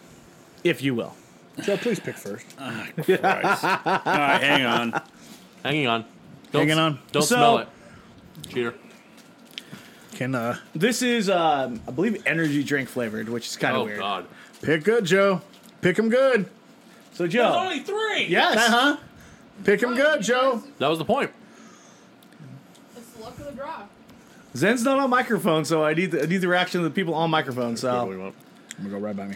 Speaker 4: if you will.
Speaker 1: Joe, please pick first.
Speaker 2: Christ. All right, hang on.
Speaker 4: Oh.
Speaker 3: Hanging on. Don't
Speaker 1: Hanging
Speaker 3: s-
Speaker 1: on.
Speaker 3: Don't
Speaker 4: So-
Speaker 3: smell it. Cheater.
Speaker 1: Can uh,
Speaker 4: This is, um, I believe, energy drink flavored, which is kind of
Speaker 3: Oh
Speaker 4: weird.
Speaker 3: God.
Speaker 1: pick good, Joe. Pick him good.
Speaker 4: So, Joe.
Speaker 3: three.
Speaker 4: yes. Uh-huh.
Speaker 1: Uh huh. Pick him good, Joe.
Speaker 3: That was the point.
Speaker 6: It's the luck of the draw.
Speaker 4: Zen's not on microphone, so I need the, I need the reaction of the people on microphone.
Speaker 3: We
Speaker 4: So Ah.
Speaker 3: won't.
Speaker 1: I'm gonna go right by me.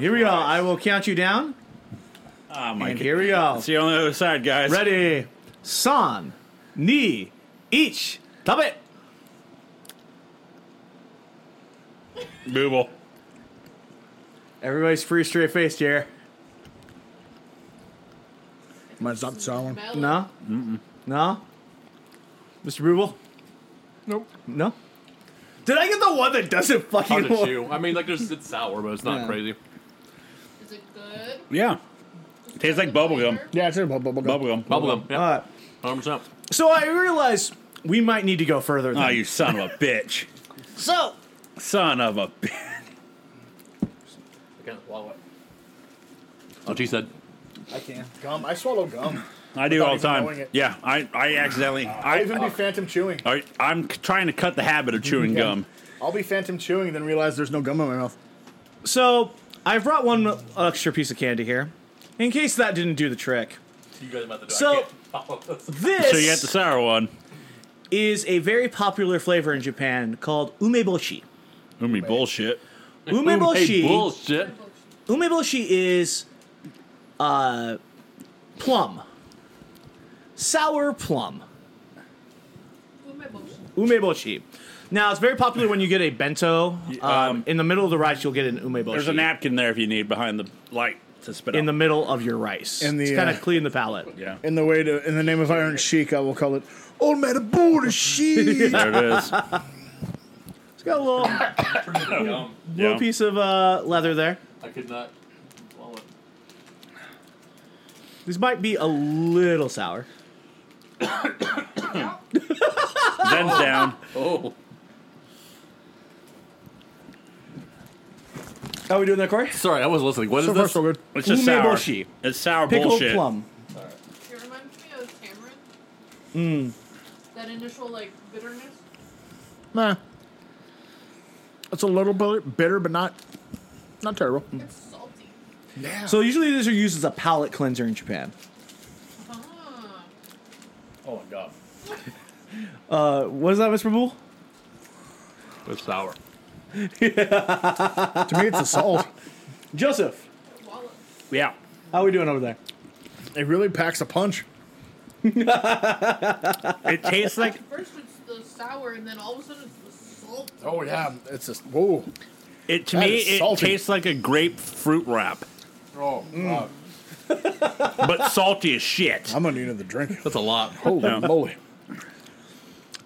Speaker 4: here we go. I will count you down.
Speaker 2: Oh, my God.
Speaker 4: And here we go.
Speaker 2: See you on the other side, guys.
Speaker 4: Ready, san, ni, ich, tabe.
Speaker 2: Booble.
Speaker 4: Everybody's free straight faced here.
Speaker 1: Mine's not the sour one.
Speaker 6: Mellow.
Speaker 4: No? Mm-mm. No? Mr. Booble?
Speaker 3: Nope.
Speaker 4: No? Did I get the one that doesn't
Speaker 3: Hard
Speaker 4: fucking
Speaker 3: to
Speaker 4: work?
Speaker 3: chew. I mean, like there's it's sour, but it's not
Speaker 4: Yeah.
Speaker 3: crazy.
Speaker 6: Is it good?
Speaker 2: Yeah. Tastes like bubble gum.
Speaker 1: Yeah, it's a bubble bubble gum.
Speaker 2: Bubblegum.
Speaker 3: Bubblegum. Yeah.
Speaker 4: Alright.
Speaker 3: Hundred percent.
Speaker 4: So I realized we might need to go further.
Speaker 2: Oh,
Speaker 4: Than
Speaker 2: you son of a bitch.
Speaker 4: So
Speaker 2: Son of a bitch.
Speaker 3: Oh, she said.
Speaker 1: I can gum. I swallow gum.
Speaker 2: I do all the
Speaker 1: even knowing
Speaker 2: time.
Speaker 1: it.
Speaker 2: Yeah, I, I accidentally.
Speaker 1: I
Speaker 2: I,
Speaker 1: Uh,
Speaker 2: uh,
Speaker 1: even be phantom chewing.
Speaker 2: I, I'm c- trying to cut the habit of chewing gum.
Speaker 1: I'll be phantom chewing and then realize there's no gum in my mouth.
Speaker 4: so I brought one extra piece of candy here. In case that didn't do the trick.
Speaker 3: You guys about to do.
Speaker 4: So- This
Speaker 2: So you got the sour one.
Speaker 4: is a very popular flavor in Japan called umeboshi.
Speaker 2: Umi bullshit.
Speaker 3: Hey,
Speaker 4: Umeboshi.
Speaker 3: bullshit.
Speaker 4: Umeboshi is uh, plum. Sour plum.
Speaker 6: With my bullshit.
Speaker 4: Umeboshi. Now, it's very popular when you get a bento. Um,
Speaker 2: um,
Speaker 4: in the middle of the rice, you'll get an umeboshi.
Speaker 2: There's a napkin there if you need behind the light to spit
Speaker 4: In the
Speaker 2: out.
Speaker 4: middle of your rice.
Speaker 1: In the,
Speaker 4: it's kind of
Speaker 1: uh,
Speaker 4: clean the palate.
Speaker 2: yeah.
Speaker 1: In the way to, in the name of Iron Sheik, I will call it Old Man Aboard a Sheik.
Speaker 2: There it is.
Speaker 4: It's got a little,
Speaker 3: Yum.
Speaker 2: yeah.
Speaker 4: little piece of uh, leather there.
Speaker 3: I could not. swallow it.
Speaker 4: This might be a little sour.
Speaker 2: Zen's down.
Speaker 3: Oh.
Speaker 4: How are we doing there, Corey?
Speaker 3: Sorry, I was listening. What is
Speaker 1: so far,
Speaker 3: this?
Speaker 1: so good.
Speaker 2: It's just sour.
Speaker 4: Umeboshi.
Speaker 2: It's sour
Speaker 4: Pickled
Speaker 2: bullshit.
Speaker 4: plum.
Speaker 6: It reminds me of tamarind.
Speaker 1: Hmm.
Speaker 6: Mmm. That initial like bitterness.
Speaker 1: Nah. It's a little bit bitter, but not not terrible.
Speaker 6: It's salty.
Speaker 4: So usually these are used as a palate cleanser in Japan.
Speaker 6: Ah.
Speaker 2: Oh my god.
Speaker 4: Uh, what is that, Mr. Bull?
Speaker 3: It's sour.
Speaker 1: to me, it's a salt.
Speaker 4: Joseph,
Speaker 6: Wallet.
Speaker 2: Yeah.
Speaker 4: how are we doing over there?
Speaker 1: It really packs a punch.
Speaker 2: It tastes like
Speaker 6: First it's the sour and then all of a sudden it's the salt.
Speaker 1: Oh yeah, it's just whoa.
Speaker 2: it to
Speaker 1: That
Speaker 2: me
Speaker 1: is
Speaker 2: it
Speaker 1: salty.
Speaker 2: tastes like a grapefruit wrap.
Speaker 1: Oh, God.
Speaker 2: But salty as shit.
Speaker 1: I'm gonna need another drink.
Speaker 3: That's a lot.
Speaker 1: Holy moly!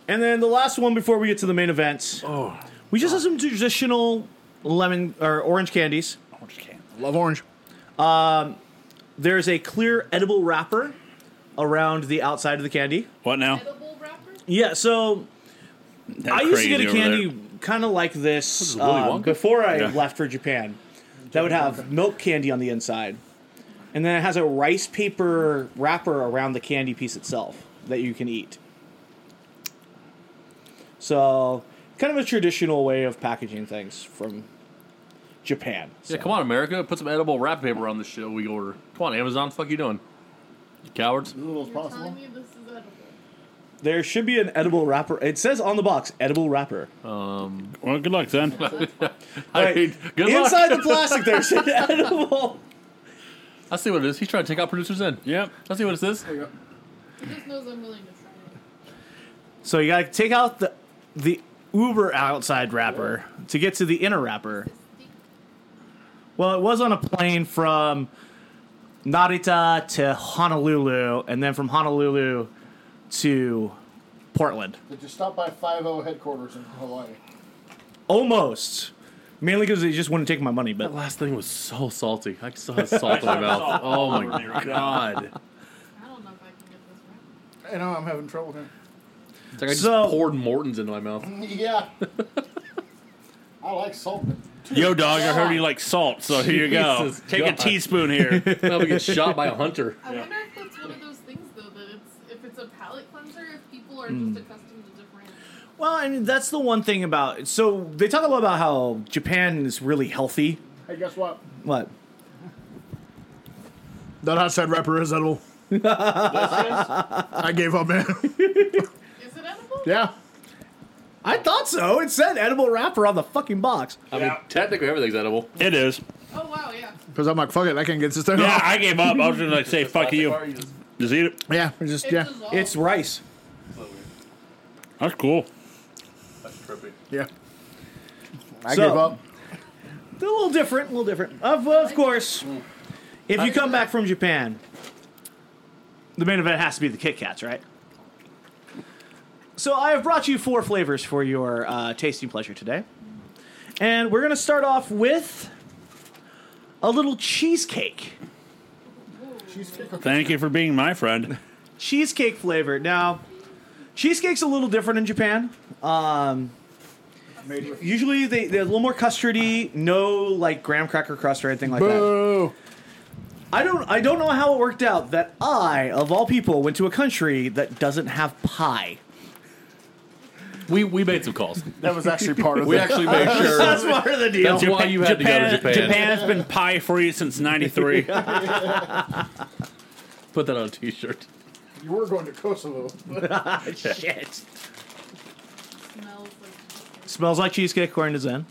Speaker 4: And then the last one before we get to the main event. Oh, we just have some traditional lemon or orange candies.
Speaker 1: Love orange.
Speaker 4: There's a clear edible wrapper around the outside of the candy.
Speaker 2: What now?
Speaker 6: Edible wrapper?
Speaker 4: Yeah, so
Speaker 2: That
Speaker 4: I used
Speaker 2: crazy
Speaker 4: to get a
Speaker 2: over there.
Speaker 4: candy kind of like this,
Speaker 3: is Willy
Speaker 4: um,
Speaker 3: Wonka?
Speaker 4: before I
Speaker 2: Yeah.
Speaker 4: left for Japan. That would have milk candy on the inside, and then it has a rice paper wrapper around the candy piece itself that you can eat. So, kind of a traditional way of packaging things from Japan.
Speaker 3: Yeah, come on, America. Put some edible wrap paper on this shit we order. Come on, Amazon. Fuck you doing? You cowards.
Speaker 6: You're telling me this is edible.
Speaker 4: There should be an edible wrapper. It says on the box, edible wrapper.
Speaker 2: Well, good luck, Zen.
Speaker 3: I
Speaker 4: Right.
Speaker 3: mean, good
Speaker 4: Inside
Speaker 3: luck.
Speaker 4: the plastic, there's an edible.
Speaker 3: I see what it is. He's trying to take out producers in.
Speaker 2: yep.
Speaker 3: I see what it is.
Speaker 6: He just knows I'm willing to try
Speaker 4: So you gotta take out the the uber outside wrapper to get to the inner wrapper.
Speaker 6: it.
Speaker 4: Well, it was on a plane from Narita to Honolulu, and then from Honolulu to Portland.
Speaker 1: Did you stop by Five O headquarters in Hawaii?
Speaker 4: Almost, mainly because they just wouldn't take my money.
Speaker 3: That
Speaker 4: But
Speaker 3: last thing was so salty. I still have salt in my mouth. Oh my god.
Speaker 1: I know I'm having trouble here.
Speaker 3: It's like I just
Speaker 4: So-
Speaker 3: poured Morton's into my mouth.
Speaker 1: Yeah. I like salt.
Speaker 2: Yo, dog, I heard you like salt, so here you go.
Speaker 3: Jesus
Speaker 2: Take
Speaker 3: God.
Speaker 2: a teaspoon here.
Speaker 3: Now we get shot by a hunter.
Speaker 6: I wonder if that's one of those things though that it's if it's a palate cleanser if people are
Speaker 1: Hmm.
Speaker 6: just accustomed to different.
Speaker 4: Well, and that's the one thing about. So they talk a lot about how Japan is really healthy.
Speaker 1: Hey, guess what?
Speaker 4: What?
Speaker 1: That outside wrapper is edible. I gave up, man.
Speaker 6: Is it edible?
Speaker 1: yeah.
Speaker 4: I thought so. It said edible wrapper on the fucking box.
Speaker 3: I mean, technically everything's edible.
Speaker 2: it is.
Speaker 6: Oh wow, yeah.
Speaker 1: Because I'm like, fuck it, I can't get this thing
Speaker 2: Yeah,
Speaker 1: off.
Speaker 2: I gave up. I was gonna like say fuck you. Just eat it.
Speaker 1: Yeah, it's just,
Speaker 6: It's
Speaker 1: yeah.
Speaker 6: dissolved.
Speaker 4: It's rice.
Speaker 2: That's cool.
Speaker 5: That's trippy.
Speaker 1: Yeah. I
Speaker 4: So-
Speaker 1: gave up.
Speaker 4: A little different. A little different. Of, of course, if you come back from Japan, the main event has to be the Kit Kats, right? So I have brought you four flavors for your uh, tasting pleasure today, and we're gonna start off with a little cheesecake.
Speaker 2: Thank you for being my friend.
Speaker 4: cheesecake flavor. Now, cheesecake's a little different in Japan. Um, usually they, they're a little more custardy, no like graham cracker crust or anything like that.
Speaker 1: Boo.
Speaker 4: I don't I don't know how it worked out that I, of all people, went to a country that doesn't have pie.
Speaker 3: We we made some calls.
Speaker 1: That was actually part of
Speaker 3: We
Speaker 1: it.
Speaker 3: actually made sure.
Speaker 4: That's part of the deal.
Speaker 3: That's why you had to go to Japan.
Speaker 2: Japan has been pie free since '93.
Speaker 3: Put that on a T-shirt.
Speaker 1: You were going to Kosovo.
Speaker 4: Shit.
Speaker 6: smells like
Speaker 4: Smells like cheesecake according to Zen.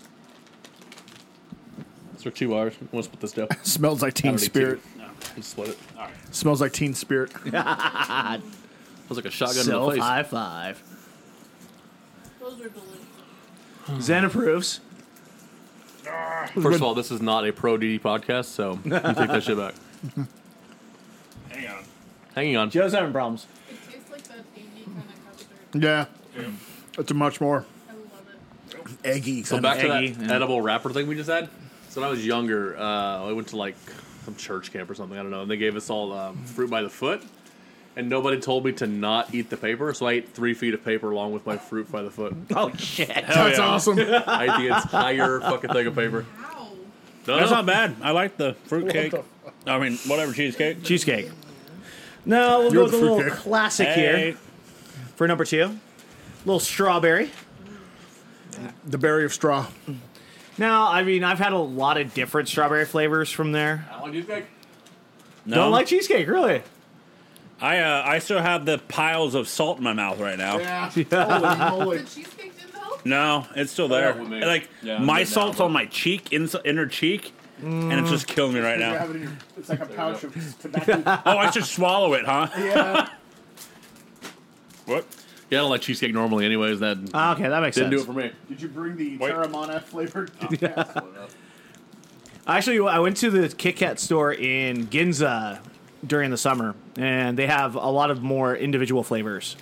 Speaker 3: It's for two hours. I'm gonna split this down.
Speaker 1: Smells like
Speaker 3: I
Speaker 1: Teen
Speaker 3: don't need
Speaker 1: Spirit.
Speaker 3: two. Just Split it.
Speaker 1: Smells like Teen Spirit.
Speaker 3: It was like a shotgun
Speaker 4: Self
Speaker 3: in the face.
Speaker 4: high five.
Speaker 6: those are delicious.
Speaker 4: Zen approves.
Speaker 3: First of all, this is not a pro DD podcast, so you take that shit back.
Speaker 2: Hang on.
Speaker 3: Hanging on.
Speaker 4: Joe's having problems.
Speaker 6: It tastes like that tangy kind of custard.
Speaker 1: Yeah. It's a much more
Speaker 6: I love it.
Speaker 1: eggy.
Speaker 3: So back to
Speaker 4: eggy,
Speaker 3: that
Speaker 4: yeah.
Speaker 3: edible wrapper thing we just had. So when I was younger, uh, I went to like some church camp or something. I don't know, and they gave us all um, fruit by the foot, and nobody told me to not eat the paper. So I ate three feet of paper along with my fruit by the foot.
Speaker 4: Oh shit.
Speaker 1: That's
Speaker 2: yeah.
Speaker 1: awesome.
Speaker 3: I ate the entire fucking thing of paper.
Speaker 6: Ow.
Speaker 3: No,
Speaker 2: That's
Speaker 3: no.
Speaker 2: not bad. I like the fruitcake. I mean, whatever cheesecake.
Speaker 4: Cheesecake. Now
Speaker 1: You're
Speaker 4: we'll go with a
Speaker 1: the
Speaker 4: little
Speaker 1: fruitcake.
Speaker 4: classic here.
Speaker 2: Hey,
Speaker 4: for number two. Little strawberry.
Speaker 1: The berry of straw.
Speaker 4: Now, I mean, I've had a lot of different strawberry flavors from there.
Speaker 3: I don't like cheesecake.
Speaker 2: no,
Speaker 4: Don't like cheesecake, really.
Speaker 2: I uh, I still have the piles of salt in my mouth right now.
Speaker 1: Yeah. Oh, Holy
Speaker 6: The
Speaker 1: moly.
Speaker 6: cheesecake didn't help.
Speaker 2: No, it's still there.
Speaker 3: Yeah, with me.
Speaker 2: Like
Speaker 3: Yeah, I'm
Speaker 2: my
Speaker 3: good now,
Speaker 2: salt's
Speaker 3: but-
Speaker 2: on my cheek, ins- inner cheek, and it's just killing me right
Speaker 1: You
Speaker 3: Mm.
Speaker 2: now.
Speaker 1: have it in your- It's like a pouch of tobacco.
Speaker 2: oh, I should swallow it, huh?
Speaker 1: yeah.
Speaker 2: What?
Speaker 3: Yeah, I don't like cheesecake normally. Anyways, that didn't
Speaker 4: Ah, okay, that makes
Speaker 3: do
Speaker 4: sense.
Speaker 3: it for me.
Speaker 1: Did you bring the
Speaker 2: Wait.
Speaker 1: Terramana flavored?
Speaker 4: Actually, I went to the Kit Kat store in Ginza during the summer, and they have a lot of more individual flavors,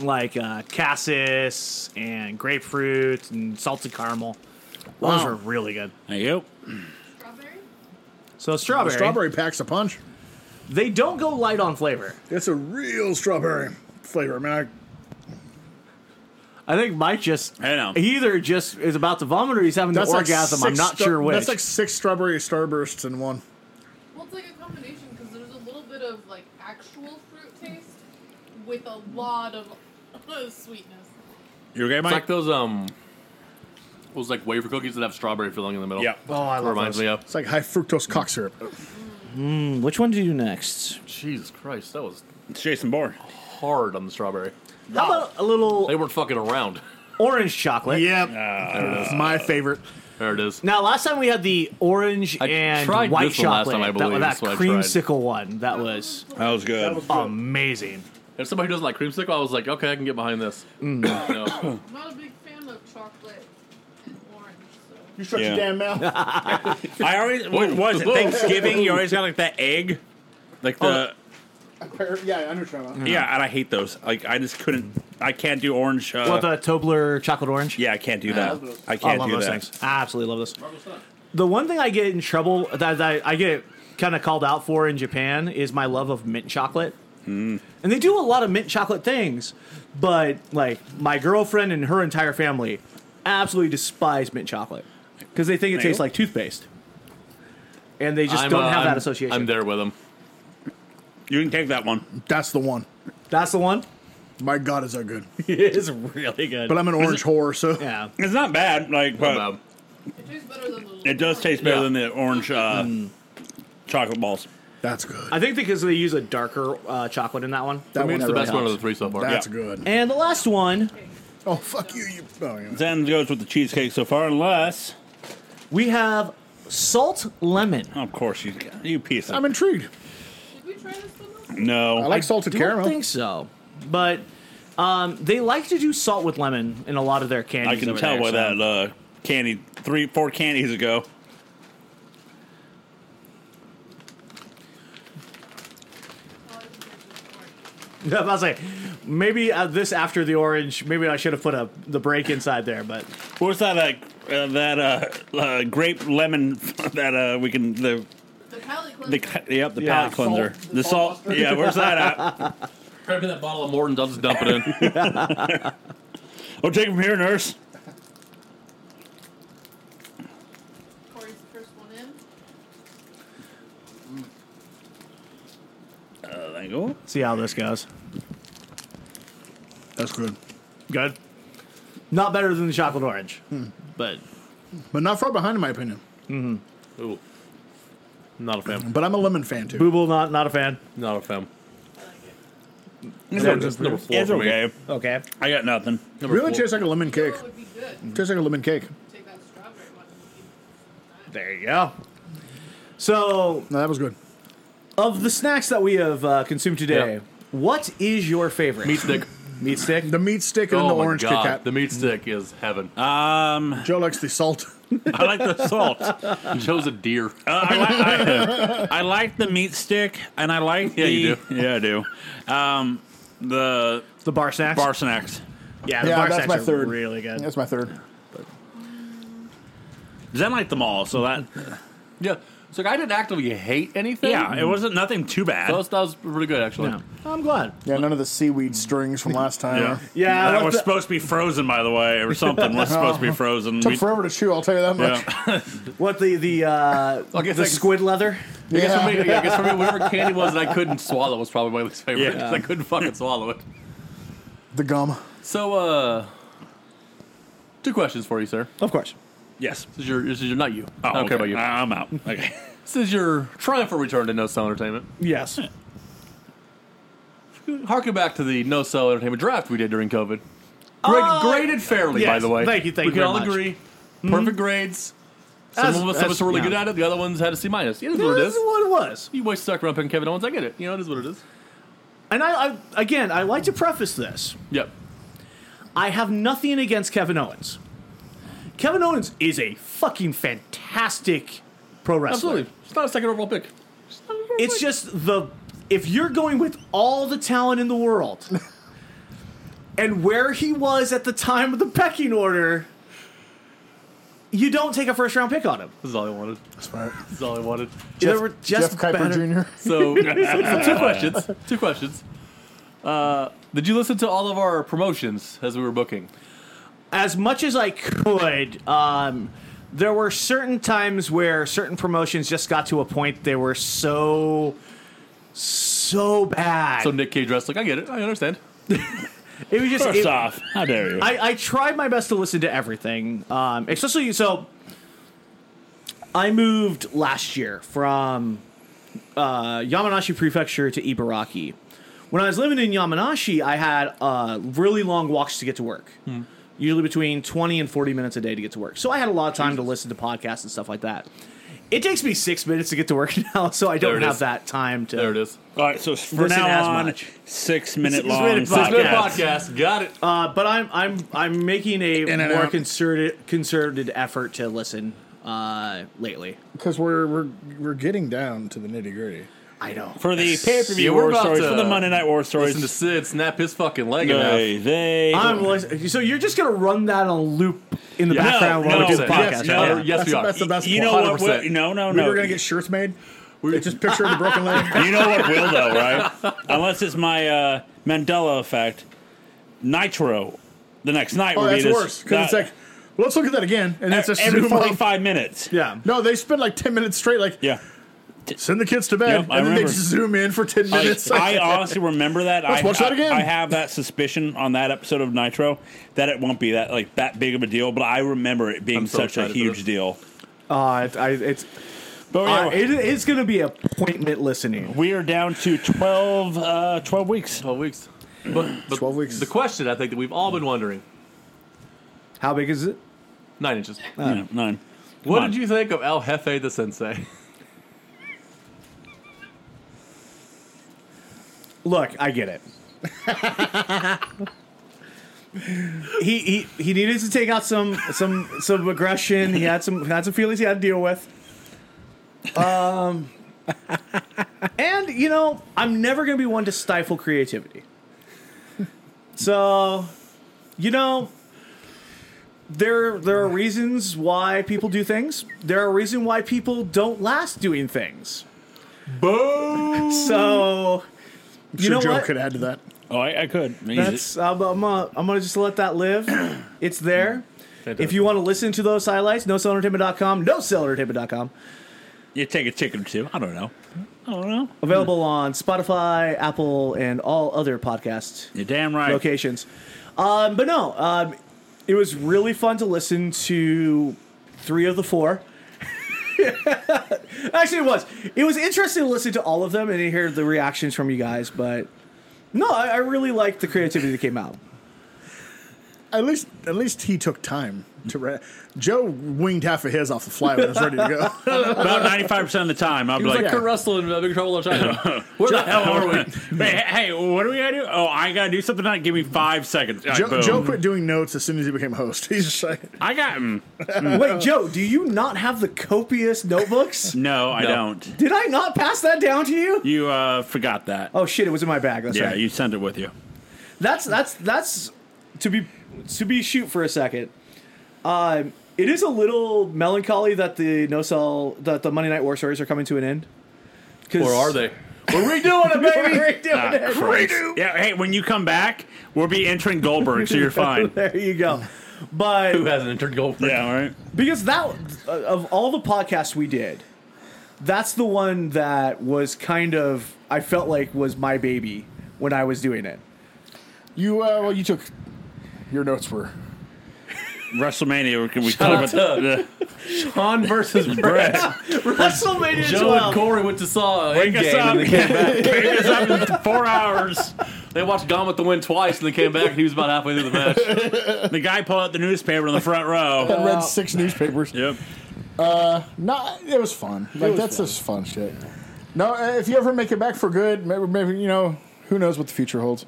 Speaker 4: like uh, cassis and grapefruit and salted caramel. Those
Speaker 1: Wow.
Speaker 4: were really good.
Speaker 2: Thank you.
Speaker 6: Strawberry?
Speaker 4: So strawberry,
Speaker 1: Strawberry packs a punch.
Speaker 4: they don't go light on flavor.
Speaker 1: It's a real strawberry flavor. I mean,
Speaker 4: I think Mike just
Speaker 2: I know.
Speaker 4: he either just is about to vomit or he's having
Speaker 1: that's
Speaker 4: an
Speaker 1: like
Speaker 4: orgasm. I'm
Speaker 1: six
Speaker 4: not
Speaker 1: stra-
Speaker 4: sure which.
Speaker 1: That's like six strawberry starbursts in one.
Speaker 6: Well, it's like a combination because there's a little bit of like actual fruit taste with a lot of sweetness.
Speaker 2: You okay,
Speaker 3: It's
Speaker 2: Mike?
Speaker 3: like those um, those like wafer cookies that have strawberry filling in the middle.
Speaker 2: Yeah.
Speaker 4: oh, I love
Speaker 3: reminds
Speaker 4: those.
Speaker 3: me of.
Speaker 1: It's like high fructose cock syrup.
Speaker 4: Which one do you do next?
Speaker 3: Jesus Christ, that was
Speaker 2: It's Jason Bourne.
Speaker 3: hard on the strawberry.
Speaker 4: How about a little
Speaker 3: They weren't fucking around.
Speaker 4: orange chocolate?
Speaker 1: Yep. It's my favorite.
Speaker 3: There it is.
Speaker 4: Now, last time we had the orange
Speaker 3: I
Speaker 4: and
Speaker 3: tried
Speaker 4: white
Speaker 3: this one last
Speaker 4: chocolate.
Speaker 3: time, I believe.
Speaker 4: that
Speaker 3: That's
Speaker 4: that
Speaker 3: what I
Speaker 4: creamsicle one. That was
Speaker 2: That was good.
Speaker 1: Um,
Speaker 4: amazing.
Speaker 3: If somebody who doesn't like creamsicle, I was like, okay, I can get behind this.
Speaker 4: Mm.
Speaker 3: No.
Speaker 6: I'm not a big fan of chocolate and orange, so.
Speaker 1: You shut
Speaker 2: Yeah.
Speaker 1: your damn mouth.
Speaker 2: I always what was it
Speaker 3: Whoa.
Speaker 2: Thanksgiving? You always got like that egg, like the
Speaker 1: yeah, I understand that.
Speaker 2: yeah. And I hate those. Like I just couldn't. I can't do orange. Uh,
Speaker 4: what the Tobler chocolate orange?
Speaker 2: yeah, I can't do that.
Speaker 1: those.
Speaker 2: I
Speaker 4: I
Speaker 2: can't
Speaker 4: love
Speaker 2: do
Speaker 4: those
Speaker 2: that.
Speaker 4: things. I absolutely love this. The one thing I get in trouble that, that I get kind of called out for in Japan is my love of mint chocolate.
Speaker 3: Hmm.
Speaker 4: And they do a lot of mint chocolate things, but like my girlfriend and her entire family absolutely despise mint chocolate because they think it tastes like toothpaste. And they just
Speaker 3: I'm,
Speaker 4: don't
Speaker 3: uh,
Speaker 4: have
Speaker 3: I'm-
Speaker 4: that association.
Speaker 3: I'm there with him.
Speaker 2: You can take that one.
Speaker 1: That's the one.
Speaker 4: That's the one.
Speaker 1: My God, is that good?
Speaker 4: it is really good.
Speaker 1: But I'm an orange whore, so
Speaker 4: yeah.
Speaker 2: It's not bad, like, but
Speaker 3: Um,
Speaker 6: It tastes better than the.
Speaker 2: it does taste better than the orange uh, chocolate balls.
Speaker 1: that's good.
Speaker 4: I think because they use a darker uh, chocolate in that one.
Speaker 1: that
Speaker 3: I mean, it's the
Speaker 1: really
Speaker 3: best one of the
Speaker 1: helps.
Speaker 3: three so far.
Speaker 1: That's
Speaker 2: Yeah.
Speaker 1: good.
Speaker 4: And the last one,
Speaker 1: Oh fuck you! You. Oh, yeah.
Speaker 2: Zen goes with the cheesecake so far, unless,
Speaker 4: we have salt lemon.
Speaker 1: Oh,
Speaker 2: of course, you you piece of
Speaker 1: I'm intrigued.
Speaker 6: Did we try this one? Last?
Speaker 2: no.
Speaker 1: I like salted
Speaker 4: don't
Speaker 1: caramel.
Speaker 4: think so. But um, they like to do salt with lemon in a lot of their candies.
Speaker 2: I can
Speaker 4: over
Speaker 2: tell
Speaker 4: there,
Speaker 2: by
Speaker 4: so-
Speaker 2: that uh, candy three, four candies ago.
Speaker 6: Oh, I think it's just orange.
Speaker 4: I was like, maybe uh, this after the orange. Maybe I should have put a the break inside there, but
Speaker 2: What was that? Uh, uh, that uh, uh, grape lemon that uh, we can the
Speaker 6: The palate cleanser.
Speaker 2: the ca- yep the
Speaker 4: Yeah.
Speaker 2: palate cleanser
Speaker 5: Salt.
Speaker 2: the salt yeah where's that at?
Speaker 3: Grab me that bottle of Morton's. I'll just dump it in.
Speaker 2: Oh, take it from here, nurse.
Speaker 6: Corey's the first one in.
Speaker 2: Uh, there you go.
Speaker 4: see how this goes.
Speaker 1: That's good,
Speaker 4: Good. Not better than the chocolate orange, but
Speaker 1: but not far behind in my opinion.
Speaker 3: Ooh. Not a fan.
Speaker 1: But I'm a lemon fan too.
Speaker 4: Booble not not a fan.
Speaker 3: Not a fan.
Speaker 6: I like it.
Speaker 3: Number, number four
Speaker 2: It's
Speaker 3: for me.
Speaker 2: okay.
Speaker 4: Okay.
Speaker 2: I got nothing.
Speaker 3: Number
Speaker 1: Really
Speaker 3: four.
Speaker 1: tastes like a lemon cake.
Speaker 6: That would be good.
Speaker 1: Tastes like a lemon cake.
Speaker 6: Take that strawberry one.
Speaker 4: There you go. So,
Speaker 1: No, that was good.
Speaker 4: of the snacks that we have uh, consumed today,
Speaker 3: Yep.
Speaker 4: what is your favorite?
Speaker 3: meat stick.
Speaker 4: meat stick.
Speaker 1: The meat stick and
Speaker 3: Oh
Speaker 1: the
Speaker 3: my
Speaker 1: orange
Speaker 3: god,
Speaker 1: Kit Kat.
Speaker 3: the meat stick is heaven.
Speaker 2: Um,
Speaker 1: Joe likes the salt.
Speaker 2: I like the salt. Uh,
Speaker 3: I chose a deer.
Speaker 2: I, li- I, I like the meat stick, and I like
Speaker 3: Yeah,
Speaker 2: the
Speaker 3: you
Speaker 2: yeah I do. Um, the
Speaker 4: The bar snacks.
Speaker 2: bar snacks.
Speaker 4: Yeah, the
Speaker 1: Yeah,
Speaker 4: bar
Speaker 1: that's
Speaker 4: snacks
Speaker 1: my
Speaker 4: are
Speaker 1: third.
Speaker 4: really good.
Speaker 1: That's my third.
Speaker 2: Zen liked them all, so that
Speaker 3: yeah. So like, I didn't actively hate anything.
Speaker 2: yeah, it wasn't nothing too bad.
Speaker 3: That was, that was really good actually.
Speaker 4: Yeah. I'm glad.
Speaker 1: Yeah, none of the seaweed strings from last time.
Speaker 2: Yeah.
Speaker 4: Yeah, I
Speaker 2: that
Speaker 4: left
Speaker 2: was
Speaker 4: the-
Speaker 2: supposed to be frozen, by the way, or something. was supposed to be frozen.
Speaker 1: Took
Speaker 2: We-
Speaker 1: forever to chew. I'll tell you that much.
Speaker 2: yeah.
Speaker 4: What the the uh,
Speaker 3: I guess
Speaker 4: the
Speaker 3: I can-
Speaker 4: squid leather?
Speaker 3: I guess,
Speaker 1: Yeah.
Speaker 3: for me, yeah, I guess for me, whatever candy was that I couldn't swallow was probably my least favorite.
Speaker 2: Yeah.
Speaker 3: 'cause I couldn't fucking swallow it.
Speaker 1: The gum.
Speaker 3: So, uh, two questions for you, sir.
Speaker 4: Of course.
Speaker 2: Yes.
Speaker 3: This is your, this is your not you.
Speaker 2: Oh,
Speaker 3: I don't care about
Speaker 2: okay.
Speaker 3: you.
Speaker 2: I- I'm out. Okay.
Speaker 3: This is your triumphant return to No Cell Entertainment.
Speaker 4: Yes.
Speaker 3: Harken back to the No Cell Entertainment draft we did during COVID. Grade, graded fairly, by
Speaker 4: Uh, yes.
Speaker 3: the way.
Speaker 4: Thank you, thank
Speaker 3: we can
Speaker 4: you very
Speaker 3: all
Speaker 4: much. Mm-hmm.
Speaker 3: agree. Perfect grades. Some of us,
Speaker 4: That's-
Speaker 3: some of
Speaker 4: that's-
Speaker 3: us are really
Speaker 4: yeah.
Speaker 3: good at it. The other ones had a C minus. It is what it
Speaker 4: That's
Speaker 3: is.
Speaker 4: what it was.
Speaker 3: You boys stuck around picking Kevin Owens. I get it. You know, it is what it is.
Speaker 4: And I, I again, I like to preface this.
Speaker 3: Yep.
Speaker 4: I have nothing against Kevin Owens. Kevin Owens is a fucking fantastic pro wrestler.
Speaker 3: Absolutely. It's not a second overall pick.
Speaker 4: It's just the if you're going with all the talent in the world and where he was at the time of the pecking order, you don't take a first round pick on him.
Speaker 3: This is all I wanted.
Speaker 1: That's right.
Speaker 3: This is all I wanted.
Speaker 4: There
Speaker 1: Jeff,
Speaker 4: were just
Speaker 1: Jeff Kuiper
Speaker 4: better-
Speaker 1: Jr.
Speaker 3: So, so- so two questions. Two questions. Uh, did you listen to all of our promotions as we were booking?
Speaker 4: as much as I could, um, there were certain times where certain promotions just got to a point they were so so bad.
Speaker 3: So Nick Cage wrestling. I get it. I understand.
Speaker 4: it was just
Speaker 2: First
Speaker 4: it-
Speaker 2: off, how dare you?
Speaker 4: I, I tried my best to listen to everything, um, especially so. I moved last year from uh, Yamanashi Prefecture to Ibaraki. When I was living in Yamanashi, I had uh, really long walks to get to work,
Speaker 3: Hmm.
Speaker 4: usually between 20 and 40 minutes a day to get to work. So I had a lot of time to listen to podcasts and stuff like that. It takes me six minutes to get to work now, so I
Speaker 3: There
Speaker 4: don't
Speaker 3: it
Speaker 4: have
Speaker 3: is.
Speaker 4: that time to.
Speaker 3: There it is.
Speaker 2: All right. So for
Speaker 4: Listen as
Speaker 2: now on,
Speaker 4: much.
Speaker 2: six minute
Speaker 4: Six
Speaker 2: long
Speaker 4: minute podcast.
Speaker 3: Good
Speaker 2: podcast.
Speaker 3: podcast. Got it.
Speaker 4: Uh, but I'm I'm I'm making a
Speaker 1: In and
Speaker 4: more
Speaker 1: out.
Speaker 4: concerted concerted effort to listen uh, lately.
Speaker 1: Because we're, we're we're getting down to the nitty gritty.
Speaker 4: I know.
Speaker 2: For the pay per
Speaker 3: Yeah,
Speaker 2: view
Speaker 3: we're
Speaker 2: war
Speaker 3: about
Speaker 2: stories,
Speaker 3: to
Speaker 2: for the Monday Night War stories.
Speaker 3: Listen to Sid snap his fucking leg in half.
Speaker 2: they, they-
Speaker 4: I'm listening. So you're just gonna run that on loop in the
Speaker 2: Yeah.
Speaker 4: background
Speaker 2: No,
Speaker 4: while we do the
Speaker 2: no,
Speaker 4: podcast.
Speaker 3: Yes,
Speaker 4: right?
Speaker 3: no, yes, we
Speaker 1: the
Speaker 3: are.
Speaker 1: best- that's the best
Speaker 2: you
Speaker 1: part.
Speaker 2: know what?
Speaker 3: 100%.
Speaker 2: we- No, no,
Speaker 1: We
Speaker 2: no.
Speaker 1: were gonna get shirts made. It's just picture of the broken leg.
Speaker 2: You know what will though, right? Unless it's my uh, Mandela effect, Nitro. The next night
Speaker 1: Oh,
Speaker 2: will
Speaker 1: that's
Speaker 2: be this.
Speaker 1: worse because it's
Speaker 2: that-
Speaker 1: like, let's look at that again, and it's a
Speaker 2: every
Speaker 1: zoom of-
Speaker 2: forty-five minutes.
Speaker 4: Yeah.
Speaker 1: No, they spend like ten minutes straight. Like,
Speaker 2: Yeah,
Speaker 1: send the kids to bed,
Speaker 2: Yep,
Speaker 1: and
Speaker 2: I
Speaker 1: then they
Speaker 2: remember.
Speaker 1: just zoom in for ten
Speaker 2: I,
Speaker 1: minutes.
Speaker 2: I honestly remember that.
Speaker 1: Let's
Speaker 2: I,
Speaker 1: watch that
Speaker 2: I-
Speaker 1: again.
Speaker 2: I have that suspicion on that episode of Nitro that it won't be that like that big of a deal, but I remember it being
Speaker 3: I'm so
Speaker 2: such a
Speaker 3: excited for
Speaker 2: huge
Speaker 3: this.
Speaker 2: deal.
Speaker 4: Uh, it, I, it's
Speaker 2: But yeah,
Speaker 4: uh, it, it's going to be appointment listening.
Speaker 2: we are down to 12, uh, 12 weeks.
Speaker 3: 12 weeks. But, but
Speaker 1: 12 weeks.
Speaker 3: The question I think that we've all been wondering
Speaker 4: How big is it?
Speaker 3: nine inches.
Speaker 2: Yeah, nine.
Speaker 3: What
Speaker 2: on.
Speaker 3: did you think of El Jefe the Sensei?
Speaker 4: Look, I get it. he, he he needed to take out some some some aggression. He had some had some feelings he had to deal with. Um, and you know, I'm never gonna be one to stifle creativity. So, you know, there there are reasons why people do things. There are reasons why people don't last doing things.
Speaker 3: Boom!
Speaker 4: So, you
Speaker 1: Sure
Speaker 4: know
Speaker 1: Joe
Speaker 4: what?
Speaker 1: could add to that.
Speaker 2: Oh, I, I could.
Speaker 4: That's I'm, I'm, uh, I'm gonna just let that live. It's there. if you want to listen to those highlights, nocellentertainment.com, nocellentertainment.com.
Speaker 2: you take a ticket or two. I don't know. I don't know.
Speaker 4: Available on Spotify, Apple, and all other podcast
Speaker 2: You're damn right.
Speaker 4: locations. Um, but no, um, it was really fun to listen to three of the four. Actually, it was. It was interesting to listen to all of them and to hear the reactions from you guys. But no, I, I really liked the creativity that came out.
Speaker 1: At least, at least he took time to. Re- Joe winged half of his off the fly when it was ready to go.
Speaker 2: About ninety-five percent of the time, I'll be
Speaker 3: He was
Speaker 2: like,
Speaker 3: like
Speaker 1: Yeah.
Speaker 3: Kurt Russell in uh, Big Trouble in Little China. Where the hell are we?
Speaker 2: Wait, hey, what do we gotta do? Oh, I gotta do something. Like, give me five seconds. All right,
Speaker 1: Joe,
Speaker 2: boom.
Speaker 1: Joe quit doing notes as soon as he became host. He's just like,
Speaker 2: I got. mm,
Speaker 4: Wait, Joe, do you not have the copious notebooks?
Speaker 2: no, I
Speaker 3: No.
Speaker 2: don't.
Speaker 4: Did I not pass that down to you?
Speaker 2: You uh, forgot that.
Speaker 4: Oh shit, it was in my bag. That's
Speaker 2: yeah,
Speaker 4: right.
Speaker 2: you sent it with you.
Speaker 4: that's that's that's to be to be shoot for a second. Um, it is a little melancholy that the no cell that the Monday Night War stories are coming to an end. 'Cause-
Speaker 3: Or are they?
Speaker 4: We're redoing it, baby. We're
Speaker 2: Ah,
Speaker 4: redoing it.
Speaker 2: Christ. Yeah, hey, when you come back, we'll be entering Goldberg, so you're fine.
Speaker 4: There you go.
Speaker 3: Who
Speaker 4: But
Speaker 3: hasn't entered gold?
Speaker 2: yeah, all right.
Speaker 4: because that of all the podcasts we did, that's the one that was kind of I felt like was my baby when I was doing it.
Speaker 1: you, uh, well, you took. Your notes were.
Speaker 2: WrestleMania. Can we
Speaker 3: out
Speaker 2: talk about that?
Speaker 3: Han versus Brett.
Speaker 4: WrestleMania
Speaker 3: Joe and Corey went to saw
Speaker 2: Wake us
Speaker 3: Endgame
Speaker 2: up.
Speaker 3: and they came back.
Speaker 2: Wake us up in four hours.
Speaker 3: They watched Gone with the Wind twice and they came back and he was about halfway through the match.
Speaker 2: The guy pulled out the newspaper in the front
Speaker 1: I
Speaker 2: row.
Speaker 1: read six newspapers.
Speaker 2: Yep.
Speaker 1: No, uh, it was fun. Like that's just fun shit. No, uh, if you ever make it back for good, maybe, maybe you know who knows what the future holds.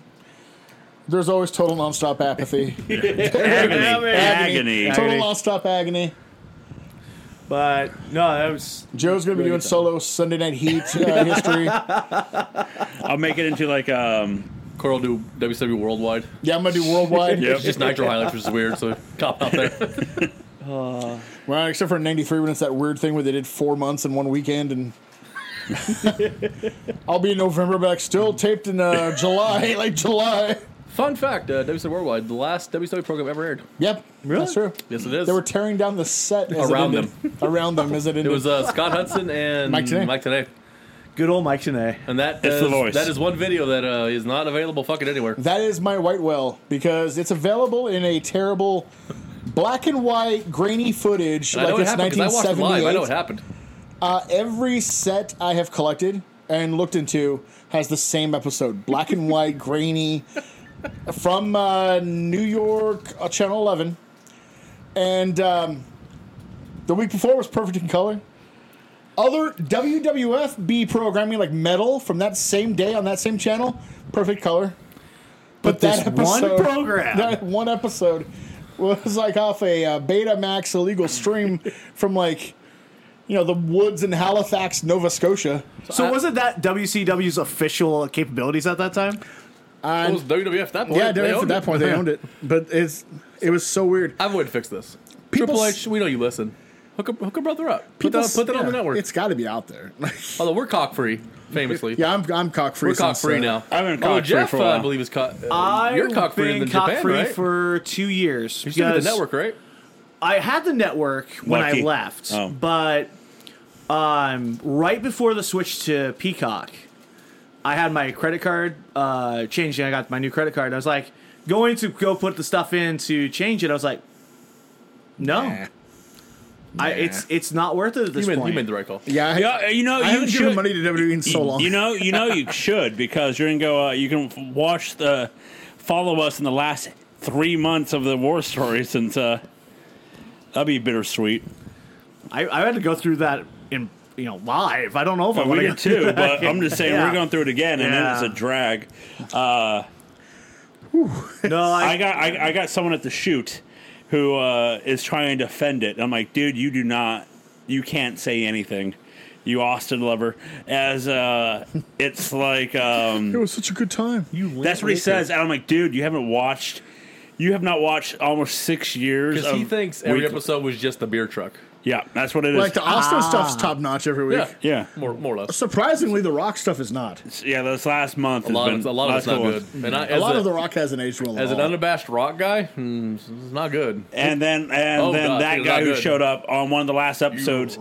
Speaker 1: There's always total nonstop apathy,
Speaker 2: Agony. Agony.
Speaker 1: total nonstop agony.
Speaker 4: But no, that was
Speaker 1: Joe's gonna be doing solo Sunday Night Heat uh, history. Yeah,
Speaker 2: I'll make it into like um.
Speaker 3: Corey will do WCW Worldwide.
Speaker 1: I'm gonna do worldwide.
Speaker 2: Yep.
Speaker 3: It's just Nitro highlights, which is weird, so cop out there.
Speaker 1: Well, except for '93 when it's that weird thing where they did four months in one weekend, and I'll be in November back still taped in uh, July, late July.
Speaker 3: Fun fact uh, WCW Worldwide, the last WCW program ever aired.
Speaker 1: Yep, that's true.
Speaker 3: Yes, it is.
Speaker 1: They were tearing down the set as it
Speaker 3: Around
Speaker 1: ended. around them as it ended.
Speaker 3: it was uh, Scott Hudson and
Speaker 1: Mike Tenay.
Speaker 4: good old Mike Tanay.
Speaker 3: And that
Speaker 2: It's
Speaker 3: is,
Speaker 2: the voice.
Speaker 3: that is one video that uh, is not available fucking anywhere.
Speaker 1: That is my white well because it's available in a terrible black and white grainy footage
Speaker 3: I know
Speaker 1: like
Speaker 3: it
Speaker 1: it's
Speaker 3: happened 'cause I watched it live. I know it
Speaker 1: 1978.
Speaker 3: happened.
Speaker 1: Uh, every set I have collected and looked into has the same episode, black and white grainy from uh, New York uh, Channel 11. And um, the week before was perfect in color. Other WWFB programming like metal from that same day on that same channel, perfect color. But,
Speaker 4: this one program.
Speaker 1: that one episode was like off a uh, Betamax illegal stream from like, you know, the woods in Halifax, Nova Scotia.
Speaker 4: So wasn't that WCW's official capabilities at that time?
Speaker 3: It was WWF at that point.
Speaker 1: Yeah, E
Speaker 3: They
Speaker 1: at
Speaker 3: owned
Speaker 1: that
Speaker 3: it.
Speaker 1: point they owned it, but it's it was so weird.
Speaker 3: I would fix this.
Speaker 1: People
Speaker 3: Triple
Speaker 1: s-
Speaker 3: H, we know you listen. Hook a, hook a brother up. Put that,
Speaker 1: this-
Speaker 3: put that on
Speaker 1: yeah,
Speaker 3: the network.
Speaker 1: It's got to be out there.
Speaker 3: Although we're cock free, famously.
Speaker 1: yeah, I'm, uh, I'm cock free.
Speaker 3: we're cock free now.
Speaker 2: I've been
Speaker 3: oh,
Speaker 2: cock-free
Speaker 3: Jeff,
Speaker 2: for a
Speaker 3: uh, I
Speaker 2: while.
Speaker 3: believe is cock. Uh,
Speaker 4: I've
Speaker 3: you're cock free in
Speaker 4: been
Speaker 3: the
Speaker 4: cock
Speaker 3: Japan,
Speaker 4: free
Speaker 3: right?
Speaker 4: for two years.
Speaker 3: You're still with
Speaker 4: because
Speaker 3: the network, right?
Speaker 4: I had the network when
Speaker 2: Lucky.
Speaker 4: I left,
Speaker 2: Oh.
Speaker 4: but um, right before the switch to Peacock, I had my credit card uh, changed, and I got my new credit card. I was like going to go put the stuff in to change it. I was like, no, I, it's it's not worth it at
Speaker 3: You
Speaker 4: Oh, this
Speaker 3: made,
Speaker 4: point.
Speaker 3: you made the right call.
Speaker 1: Yeah, I,
Speaker 2: Yeah, uh, you know,
Speaker 1: I
Speaker 2: you
Speaker 1: haven't
Speaker 2: should.
Speaker 1: given money to WWE in so long.
Speaker 2: You know, you know, you should because you're gonna go. Uh, you can f- watch the, follow us in the last three months of the war story since. Uh, that'd be bittersweet.
Speaker 4: I, I had to go through that in you know live. I don't know if I
Speaker 2: Oh, we
Speaker 4: want to
Speaker 2: did too, but I'm just saying
Speaker 4: Yeah.
Speaker 2: we're going through it again, and
Speaker 4: Yeah.
Speaker 2: it was a drag.
Speaker 4: No, I,
Speaker 2: I got I, I got someone at the shoot who uh, is trying to defend it. I'm like, dude, you do not, you can't say anything, you Austin lover. As uh, it's like, um,
Speaker 1: it was such a good time.
Speaker 3: You
Speaker 2: that's what he says, and I'm like, dude, you haven't watched. You have not watched almost six years.
Speaker 3: Because he
Speaker 2: of
Speaker 3: thinks every
Speaker 2: week-
Speaker 3: episode was just the beer truck.
Speaker 2: Yeah, that's what it is.
Speaker 1: Like the Austin stuff's top notch every week.
Speaker 3: Ah. Yeah.
Speaker 2: yeah,
Speaker 3: More, more or less.
Speaker 1: Surprisingly, the Rock stuff is not.
Speaker 2: yeah. This last month,
Speaker 3: A lot,
Speaker 2: has
Speaker 3: of,
Speaker 2: been,
Speaker 3: a lot of
Speaker 2: last
Speaker 3: it's not
Speaker 2: couple
Speaker 3: good.
Speaker 2: months.
Speaker 3: And I,
Speaker 1: A
Speaker 3: as
Speaker 1: lot
Speaker 3: a-
Speaker 1: of the Rock hasn't aged well. at
Speaker 3: As an
Speaker 1: all.
Speaker 3: unabashed rock guy, hmm, it's not good.
Speaker 2: And then and
Speaker 3: Oh,
Speaker 2: then
Speaker 3: God,
Speaker 2: that
Speaker 3: dude,
Speaker 2: guy
Speaker 3: not
Speaker 2: who
Speaker 3: good.
Speaker 2: showed up on one of the last episodes.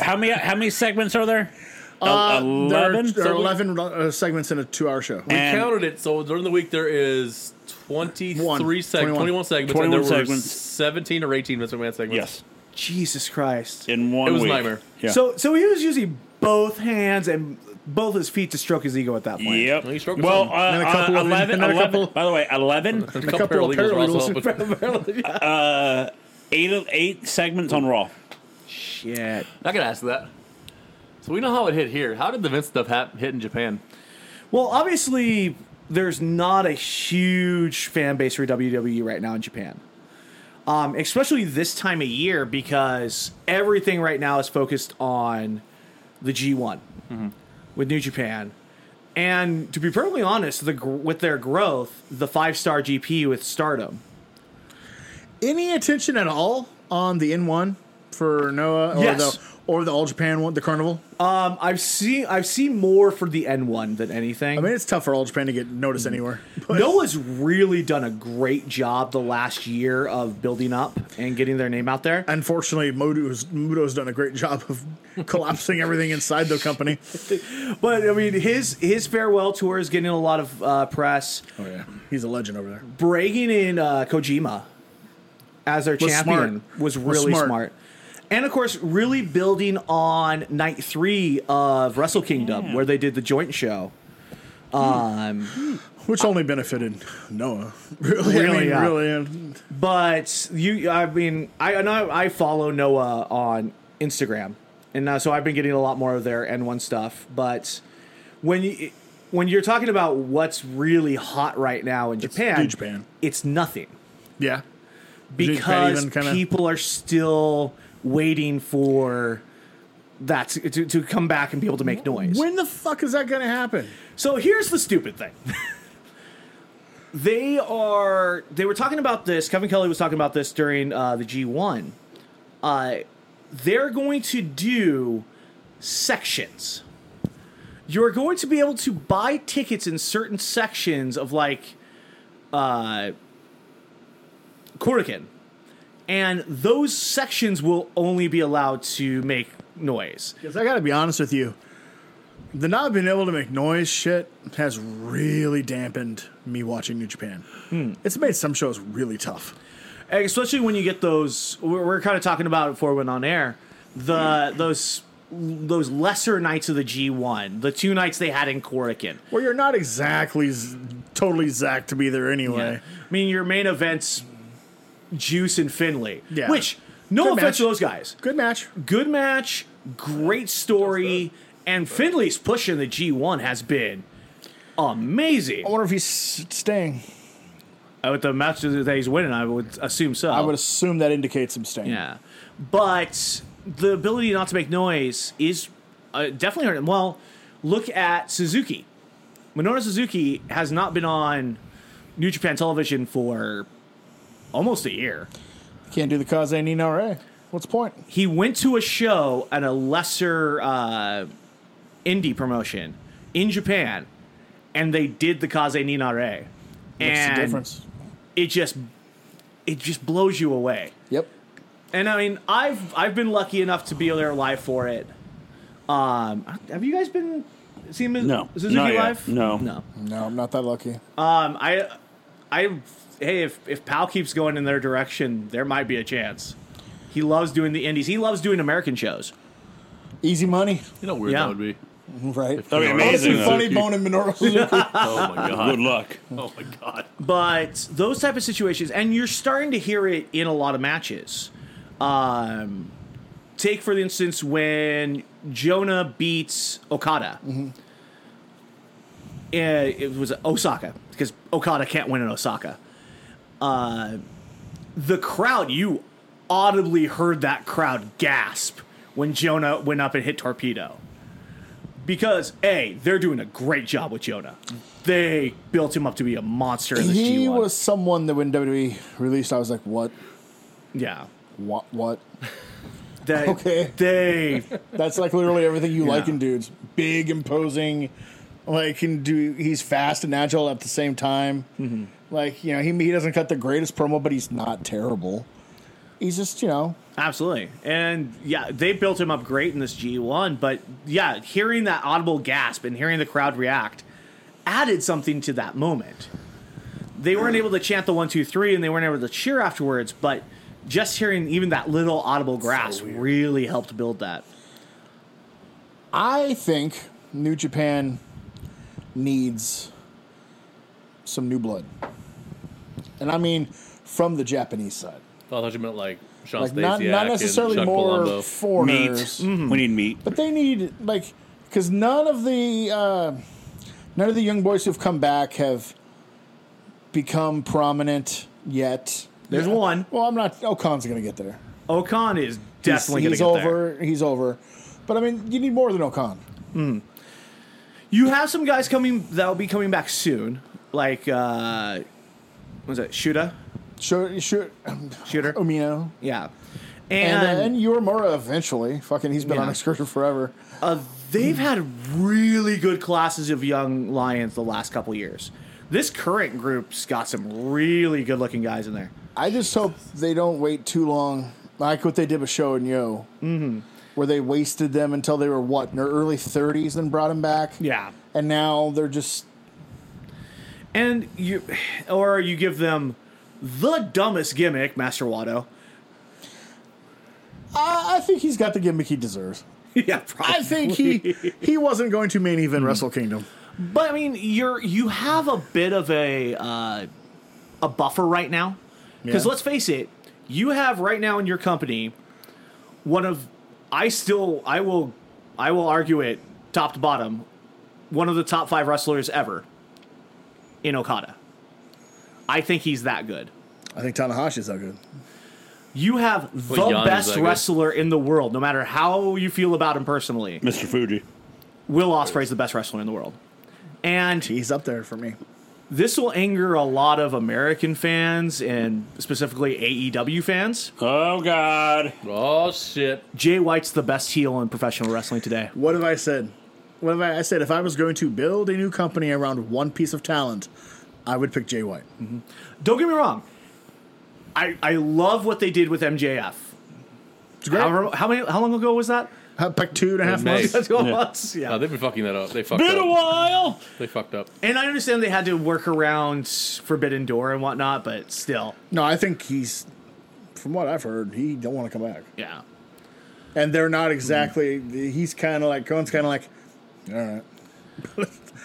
Speaker 2: How many how many segments are there?
Speaker 1: Uh, there are-
Speaker 2: Eleven.
Speaker 1: there are
Speaker 3: So we-
Speaker 1: eleven uh, segments in a two-hour show.
Speaker 3: We
Speaker 2: And-
Speaker 3: counted it. So during the week, there is 23
Speaker 1: One.
Speaker 3: segments, 21,
Speaker 1: 21.
Speaker 3: segments,
Speaker 2: 21
Speaker 3: and there were
Speaker 2: segments.
Speaker 3: 17 or 18 Vince McMahon segments.
Speaker 2: Yes,
Speaker 4: Jesus Christ.
Speaker 2: in one.
Speaker 3: It was a
Speaker 2: week.
Speaker 3: nightmare.
Speaker 2: Yeah.
Speaker 4: So so he was using both hands and both his feet to stroke his ego at that point.
Speaker 2: Yep.
Speaker 3: Well, you struggled
Speaker 2: Well, uh,
Speaker 3: some.
Speaker 1: And a couple
Speaker 2: uh,
Speaker 1: of-
Speaker 2: 11,
Speaker 1: and a
Speaker 2: 11
Speaker 1: couple-
Speaker 2: By the way, 11,
Speaker 3: And a
Speaker 1: A
Speaker 3: couple,
Speaker 1: couple of
Speaker 3: paralegals were also
Speaker 1: paralegals.
Speaker 3: helping.
Speaker 2: eight, of- eight segments on Raw.
Speaker 4: Shit.
Speaker 3: I could ask that. So we know how it hit here. How did the Vince stuff hap- hit in Japan?
Speaker 4: Well, obviously, there's not a huge fan base for WWE right now in Japan. Um, especially this time of year because everything right now is focused on the G1 with New Japan. And to be perfectly honest, the gr- with their growth, the five star GP with Stardom.
Speaker 1: Any attention at all on the N one for Noah or
Speaker 4: Yes.
Speaker 1: the or the All Japan one, the Carnival?
Speaker 4: Um, I've seen I've seen more for the N1 than anything.
Speaker 1: I mean, it's tough for All Japan to get
Speaker 3: Mm.
Speaker 1: noticed anywhere. But
Speaker 4: Noah's really done a great job the last year of building up and getting their name out there.
Speaker 1: unfortunately, Mudo's Mudo's done a great job of collapsing everything inside the company.
Speaker 4: But I mean, his his farewell tour is getting a lot of uh, press,
Speaker 1: Oh yeah, he's a legend over there.
Speaker 4: breaking in uh, Kojima as their
Speaker 1: Was
Speaker 4: champion
Speaker 1: smart.
Speaker 4: was
Speaker 1: Was
Speaker 4: really
Speaker 1: smart.
Speaker 4: smart. and of course, really building on night three of Wrestle Kingdom where they did the joint show. Um,
Speaker 1: Which only benefited Noah. Really,
Speaker 4: Really,
Speaker 1: I mean,
Speaker 4: yeah.
Speaker 1: really. and-
Speaker 4: But you, I mean, I and I, I follow Noah on Instagram, and uh, so I've been getting a lot more of their N one stuff. But when you when you're talking about what's really hot right now in Japan,
Speaker 1: New Japan.
Speaker 4: it's nothing
Speaker 1: Yeah, Japan
Speaker 4: because
Speaker 1: even kinda-
Speaker 4: people are still waiting for that to, to, to come back and be able to make noise.
Speaker 1: when the fuck is that going to happen?
Speaker 4: So here's the stupid thing. they are. They were talking about this. Kevin Kelly was talking about this during uh, the G1. Uh, they're going to do sections. You're going to be able to buy tickets in certain sections of like uh, Korakuen. And those sections will only be allowed to make noise.
Speaker 1: Because I got to be honest with you, the not being able to make noise shit has really dampened me watching New Japan. It's made some shows really tough.
Speaker 4: especially when you get those we're, we're kind of talking about it before we went on air the those those lesser nights of the G1 the two nights they had in Korakuen
Speaker 1: Well, you're not exactly z- totally Zach to be there anyway.
Speaker 4: I mean your main events Juice and Finley
Speaker 1: Yeah.
Speaker 4: which no
Speaker 1: Good
Speaker 4: offense
Speaker 1: match.
Speaker 4: to those guys
Speaker 1: Good match.
Speaker 4: good match great story and Finley's push in the G1 has been amazing
Speaker 1: I wonder if he's s- staying.
Speaker 4: with the matches that he's winning I would assume so
Speaker 1: I would assume that indicates him staying.
Speaker 4: Yeah, but the ability not to make noise is uh, definitely hurting. Well, look at Suzuki. Minoru Suzuki has not been on New Japan television for almost a year.
Speaker 1: Can't do the Kaze Nina Ray. What's the point?
Speaker 4: he went to a show at a lesser uh, indie promotion in Japan, and they did the Kaze Ninare,
Speaker 1: What's the
Speaker 4: and
Speaker 1: difference?
Speaker 4: it just it just blows you away.
Speaker 1: Yep.
Speaker 4: And I mean, I've I've been lucky enough to be there live for it. Um, have you guys been seen Miz-
Speaker 2: No.
Speaker 4: Suzuki
Speaker 2: Not yet.
Speaker 4: live?
Speaker 2: No.
Speaker 4: no.
Speaker 1: No, I'm not that lucky.
Speaker 4: Um, I, I, hey, if if Pal keeps going in their direction, there might be a chance. He loves doing the indies. He loves doing American shows.
Speaker 1: Easy money,
Speaker 3: You know how weird
Speaker 4: Yeah.
Speaker 3: that would be.
Speaker 1: right?
Speaker 2: That'd be
Speaker 3: Minoru
Speaker 2: amazing,
Speaker 1: Honestly,
Speaker 2: though.
Speaker 1: funny
Speaker 3: Suzuki.
Speaker 1: bone and Minoru Suzuki.
Speaker 3: Oh my god.
Speaker 2: Good luck.
Speaker 3: Oh my god.
Speaker 4: but those type of situations and you're starting to hear it in a lot of matches um, take for instance when jonah beats okada Uh, it was osaka because okada can't win in osaka uh, the crowd you audibly heard that crowd gasp when jonah went up and hit torpedo because a they're doing a great job with jonah they built him up to be a monster in the
Speaker 1: he
Speaker 4: G1.
Speaker 1: was someone that when WWE released, I was like, what?
Speaker 4: Yeah.
Speaker 1: What? What?
Speaker 4: They,
Speaker 1: Okay.
Speaker 4: They.
Speaker 1: That's like literally everything you like
Speaker 4: Yeah.
Speaker 1: in dudes. Big, imposing, like can do. He's fast and agile at the same time. Like you know, he he doesn't cut the greatest promo, but he's not terrible. He's just you know,
Speaker 4: Absolutely. And yeah, they built him up great in this G1. But yeah, hearing that audible gasp and hearing the crowd react added something to that moment. They weren't able to chant the one, two, three, and they weren't able to cheer afterwards. But just hearing even that little audible gasp really helped build that.
Speaker 1: I think New Japan needs some new blood, and I mean from the Japanese side,
Speaker 3: I thought you meant like Sean
Speaker 1: like not
Speaker 3: Stasiak
Speaker 1: not
Speaker 3: and
Speaker 1: necessarily
Speaker 3: Chuck
Speaker 1: more
Speaker 3: Palumbo.
Speaker 2: Meat.
Speaker 1: foreigners.
Speaker 4: Mm-hmm.
Speaker 2: We need meat.
Speaker 1: But they need like because none of the uh, none of the young boys who've come back have become prominent yet.
Speaker 4: There's
Speaker 1: Yeah.
Speaker 4: one.
Speaker 1: Well, I'm not. Okan's gonna get there.
Speaker 4: Okan is definitely going to
Speaker 1: he's
Speaker 4: get there.
Speaker 1: over. He's over. But I mean, you need more than Okan.
Speaker 4: You have some guys coming that will be coming back soon. Like, uh, what was it? Shuda?
Speaker 1: Sure, sure.
Speaker 4: Shooter?
Speaker 1: Omino
Speaker 4: Yeah.
Speaker 1: Oh, and
Speaker 4: And,
Speaker 1: uh, and Yorimura eventually. Fucking, he's been on
Speaker 4: Yeah.
Speaker 1: excursion forever.
Speaker 4: uh, they've had really good classes of young lions the last couple years. This current group's got some really good looking guys in there.
Speaker 1: I just hope they don't wait too long, like what they did with Show and Yo, mm-hmm. where they wasted them until they were what in their early 30s, then brought them back.
Speaker 4: Yeah.
Speaker 1: and now they're just
Speaker 4: And you or you give them the dumbest gimmick, Master Watto.
Speaker 1: I, I think he's got the gimmick he deserves.
Speaker 4: yeah, probably.
Speaker 1: I think he he wasn't going to main even Wrestle Kingdom.
Speaker 4: But I mean, you're you have a bit of a uh, a buffer right now because
Speaker 1: Yeah.
Speaker 4: let's face it, you have right now in your company one of I still I will I will argue it top to bottom one of the top five wrestlers ever in Okada. I think he's that good.
Speaker 1: I think Tanahashi's that good.
Speaker 4: You have the
Speaker 3: Well, Yana's that
Speaker 4: best
Speaker 3: good.
Speaker 4: wrestler in the world, no matter how you feel about him personally.
Speaker 2: Mr. Fuji.
Speaker 4: Will Ospreay's the best wrestler in the world, and
Speaker 1: He's up there for me.
Speaker 4: this will anger a lot of American fans and specifically AEW fans.
Speaker 2: Oh, God.
Speaker 3: Oh shit.
Speaker 4: Jay White's the best heel in professional wrestling today.
Speaker 1: What have I said? What have I, I said? If I was going to build a new company around one piece of talent, I would pick Jay White.
Speaker 4: Don't get me wrong. I, I love what they did with MJF.
Speaker 1: great.
Speaker 4: However- How, many, how long ago was that?
Speaker 1: I picked two and a half
Speaker 3: May.
Speaker 1: months.
Speaker 4: That's going
Speaker 2: Yeah.
Speaker 4: once, yeah.
Speaker 3: No, they've been fucking that up. They fucked
Speaker 2: Been
Speaker 3: up.
Speaker 2: a while.
Speaker 3: They fucked up.
Speaker 4: And I understand they had to work around Forbidden Door and whatnot, but still,
Speaker 1: No, I think he's. From what I've heard, he don't want to come back.
Speaker 4: yeah.
Speaker 1: And they're not exactly. He's kind of like Cohen's kind of like. All right.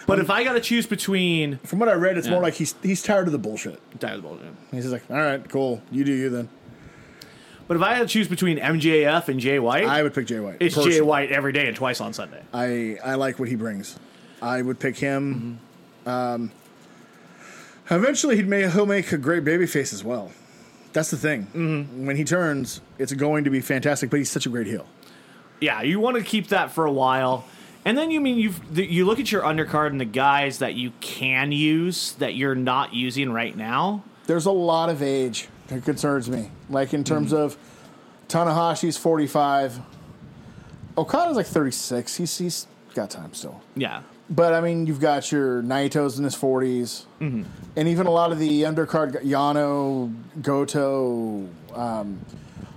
Speaker 4: But if I got to choose between.
Speaker 1: From what I read, it's more
Speaker 4: Yeah.
Speaker 1: like he's he's tired of the bullshit.
Speaker 4: Die with the ball, yeah.
Speaker 1: He's just like, all right, cool, you do you then.
Speaker 4: But if I had to choose between MJF and Jay White,
Speaker 1: I would pick Jay White.
Speaker 4: it's
Speaker 1: personally.
Speaker 4: Jay White every day and twice on Sunday.
Speaker 1: I I like what he brings. I would pick him. Um, eventually, he'd make, he'll make a great babyface as well. That's the thing. When he turns, it's going to be fantastic. But he's such a great heel.
Speaker 4: yeah, you want to keep that for a while, and then you mean you've th- you look at your undercard and the guys that you can use that you're not using right now. Mm-hmm.
Speaker 1: There's a lot of age that concerns me. Like in terms of Tanahashi's 45. Okada's like 36. He's, he's got time still.
Speaker 4: Yeah.
Speaker 1: But I mean, you've got your Naito's in his 40s,
Speaker 4: Mm-hmm.
Speaker 1: and even a lot of the undercard g- Yano, Goto, um,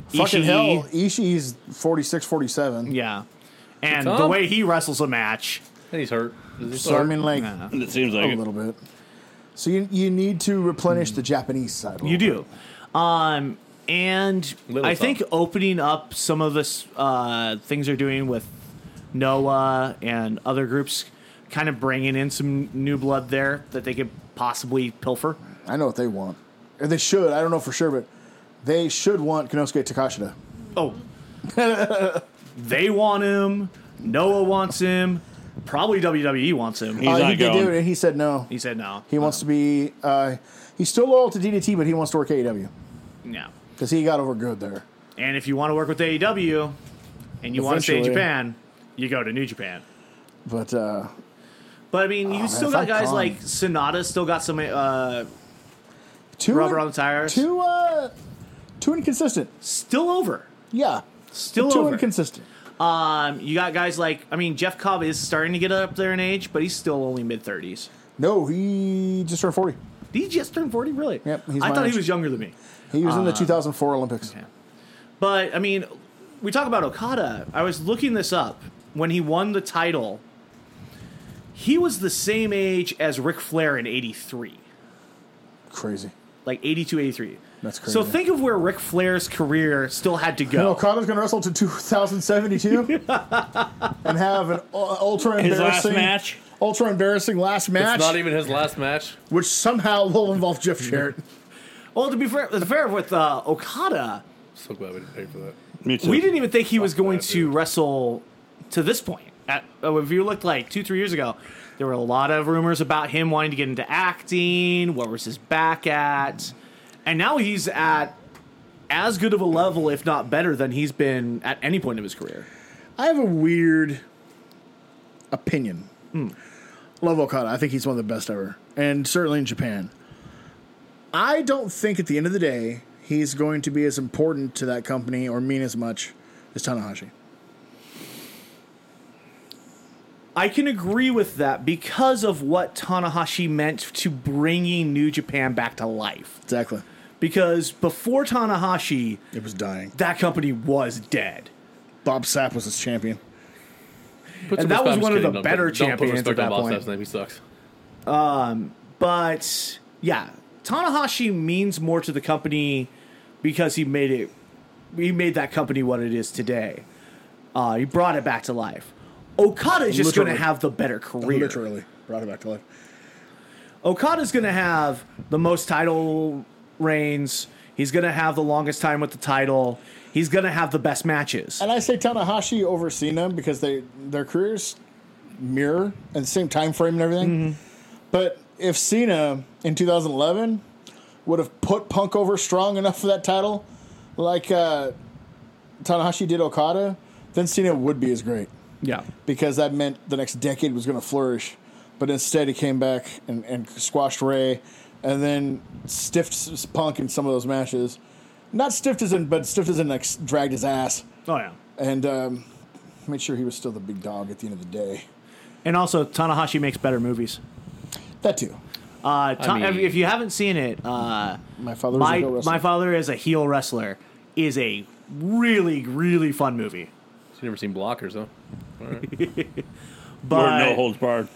Speaker 1: fucking
Speaker 4: Ishii.
Speaker 1: hell, Ishii's 46, 47.
Speaker 4: Yeah. And
Speaker 3: Tom?
Speaker 4: the way he wrestles a match.
Speaker 3: And he's hurt. Is he
Speaker 1: So I
Speaker 3: hurt?
Speaker 1: mean, like
Speaker 4: Nah. Mm.
Speaker 2: It seems like
Speaker 1: a
Speaker 2: it.
Speaker 1: little bit. So you you need to replenish the Japanese side. A
Speaker 4: You do. Um, and
Speaker 3: Little
Speaker 4: I
Speaker 3: Tom.
Speaker 4: think opening up some of this uh, things they're doing with Noah and other groups, kind of bringing in some new blood there that they could possibly pilfer.
Speaker 1: I know what they want, or they should. I don't know for sure, but they should want Konosuke Takashita.
Speaker 4: Oh, they want him. Noah wants him. Probably WWE wants him.
Speaker 2: He's
Speaker 1: Uh,
Speaker 2: not
Speaker 1: he, they
Speaker 2: going.
Speaker 1: do, and he said no.
Speaker 4: He said no.
Speaker 1: He wants to be. Uh, he's still loyal to DDT, but he wants to work AEW
Speaker 4: No.
Speaker 1: because he got over good there.
Speaker 4: And if you want to work with AEW and you want to stay in
Speaker 1: Eventually.
Speaker 4: Japan, you go to New Japan.
Speaker 1: But uh,
Speaker 4: But I mean, you
Speaker 1: Oh, man,
Speaker 4: still
Speaker 1: if
Speaker 4: got
Speaker 1: I'm
Speaker 4: guys
Speaker 1: gone.
Speaker 4: like Sonata, still got some uh,
Speaker 1: too
Speaker 4: rubber on the tires.
Speaker 1: too uh, too inconsistent.
Speaker 4: Still over.
Speaker 1: Yeah,
Speaker 4: Still
Speaker 1: too
Speaker 4: over.
Speaker 1: inconsistent.
Speaker 4: um, you got guys like, I mean, Jeff Cobb is starting to get up there in age, but he's still only mid 30s.
Speaker 1: No, he just turned forty.
Speaker 4: Did he just turn 40? Really?
Speaker 1: Yep, he's
Speaker 4: I
Speaker 1: my
Speaker 4: thought
Speaker 1: age.
Speaker 4: he was younger than me.
Speaker 1: He was
Speaker 4: Uh,
Speaker 1: in the 2004 Olympics.
Speaker 4: But I mean, we talk about Okada. I was looking this up when he won the title. He was the same age as Ric Flair in 83.
Speaker 1: Crazy.
Speaker 4: like 82, 83.
Speaker 1: That's
Speaker 4: So
Speaker 1: crazy.
Speaker 4: think of where Ric Flair's career still had to go.
Speaker 1: Okada's gonna wrestle to 2072 and have an u- ultra embarrassing
Speaker 2: his last match.
Speaker 1: ultra embarrassing last match,
Speaker 3: It's not even his last match.
Speaker 1: which somehow will involve Jeff Jarrett.
Speaker 4: Well, to be fair, to be fair with uh, Okada,
Speaker 3: So glad we didn't pay for that.
Speaker 2: Me too.
Speaker 4: we didn't even think he was going
Speaker 3: that,
Speaker 4: to
Speaker 3: dude.
Speaker 4: wrestle to this point. At, uh, if you looked like two, three years ago, there were a lot of rumors about him wanting to get into acting. What was his back at? And now he's at as good of a level, if not better, than he's been at any point of his career.
Speaker 1: I have a weird opinion. Love Okada. I think he's one of the best ever, and certainly in Japan. I don't think at the end of the day he's going to be as important to that company or mean as much as Tanahashi.
Speaker 4: I can agree with that because of what Tanahashi meant to bringing New Japan back to life.
Speaker 1: Exactly.
Speaker 4: Because before Tanahashi,
Speaker 1: It was dying.
Speaker 4: that company was dead.
Speaker 1: Bob Sapp was his champion.
Speaker 3: Put some
Speaker 4: that
Speaker 3: respect-
Speaker 4: was
Speaker 3: I'm
Speaker 4: one of
Speaker 3: kidding.
Speaker 4: the
Speaker 3: Don't
Speaker 4: better
Speaker 3: put- don't put
Speaker 4: champions at
Speaker 3: respect on
Speaker 4: that
Speaker 3: Boss
Speaker 4: point.
Speaker 3: Sapp's name. He sucks.
Speaker 4: But yeah, Tanahashi means more to the company because he made it. He made that company what it is today. Uh, he brought it back to life. Okada is just going to
Speaker 1: Literally.
Speaker 4: have the better career.
Speaker 1: Literally brought it back to life.
Speaker 4: Okada's going to have the most title reigns. He's going to have the longest time with the title. He's going to have the best matches.
Speaker 1: And I say Tanahashi over Cena because they their careers mirror and the same time frame and everything. But if Cena in 2011 would have put Punk over strong enough for that title, like uh, Tanahashi did Okada, then Cena would be as great
Speaker 4: Yeah.
Speaker 1: because that meant the next decade was going to flourish. But instead, he came back and, and squashed Ray, and then stiffed s- Punk in some of those matches. Not stiffed as in, but stiffed as in like dragged his ass
Speaker 4: Oh yeah.
Speaker 1: and um, made sure he was still the big dog at the end of the day.
Speaker 4: And also Tanahashi makes better movies.
Speaker 1: That too.
Speaker 4: Uh, Ta-
Speaker 3: mean-
Speaker 4: if you haven't seen it, uh,
Speaker 1: My father was
Speaker 4: my
Speaker 1: a heel wrestler.
Speaker 4: my father is a heel wrestler is a really really fun movie.
Speaker 3: She's never seen blockers, huh?
Speaker 2: Or
Speaker 4: But
Speaker 2: no holds barred.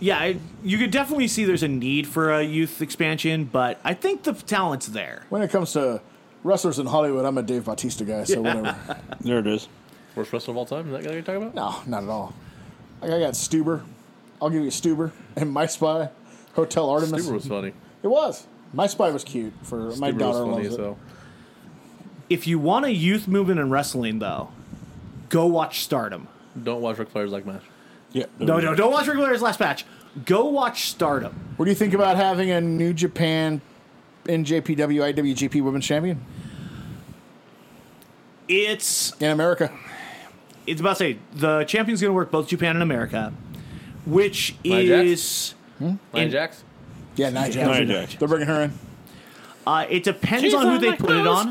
Speaker 4: yeah, I, you could definitely see there's a need for a youth expansion, but I think the talent's there.
Speaker 1: when it comes to wrestlers in Hollywood, I'm a Dave Bautista guy, so whatever.
Speaker 2: There it is.
Speaker 3: Worst wrestler of all time. Is that guy you're talking about?
Speaker 1: No, not at all. Like I got Stuber. I'll give you Stuber and My Spy, Hotel Artemis.
Speaker 3: Stuber was funny.
Speaker 1: It was. My Spy was cute for my
Speaker 3: Stuber
Speaker 1: daughter.
Speaker 3: was funny
Speaker 1: Loves
Speaker 3: as
Speaker 1: it.
Speaker 3: hell.
Speaker 4: If you want a youth movement in wrestling, though, go watch Stardom.
Speaker 3: Don't watch Ric Flair's like match.
Speaker 2: Yeah.
Speaker 4: No, no, don't watch Ric Flair's last match. Go watch Stardom.
Speaker 1: What do you think about having a New Japan NJPW IWGP Women's Champion
Speaker 4: It's
Speaker 1: in America?
Speaker 4: it's about to say the champion's going to work both Japan and America, which
Speaker 3: Nia Jax?
Speaker 4: is
Speaker 3: Nia
Speaker 4: And-
Speaker 3: Jax.
Speaker 1: Yeah, Nia Jax.
Speaker 2: Nia Jax.
Speaker 1: They're bringing her in.
Speaker 4: Uh, it depends on who they put it on.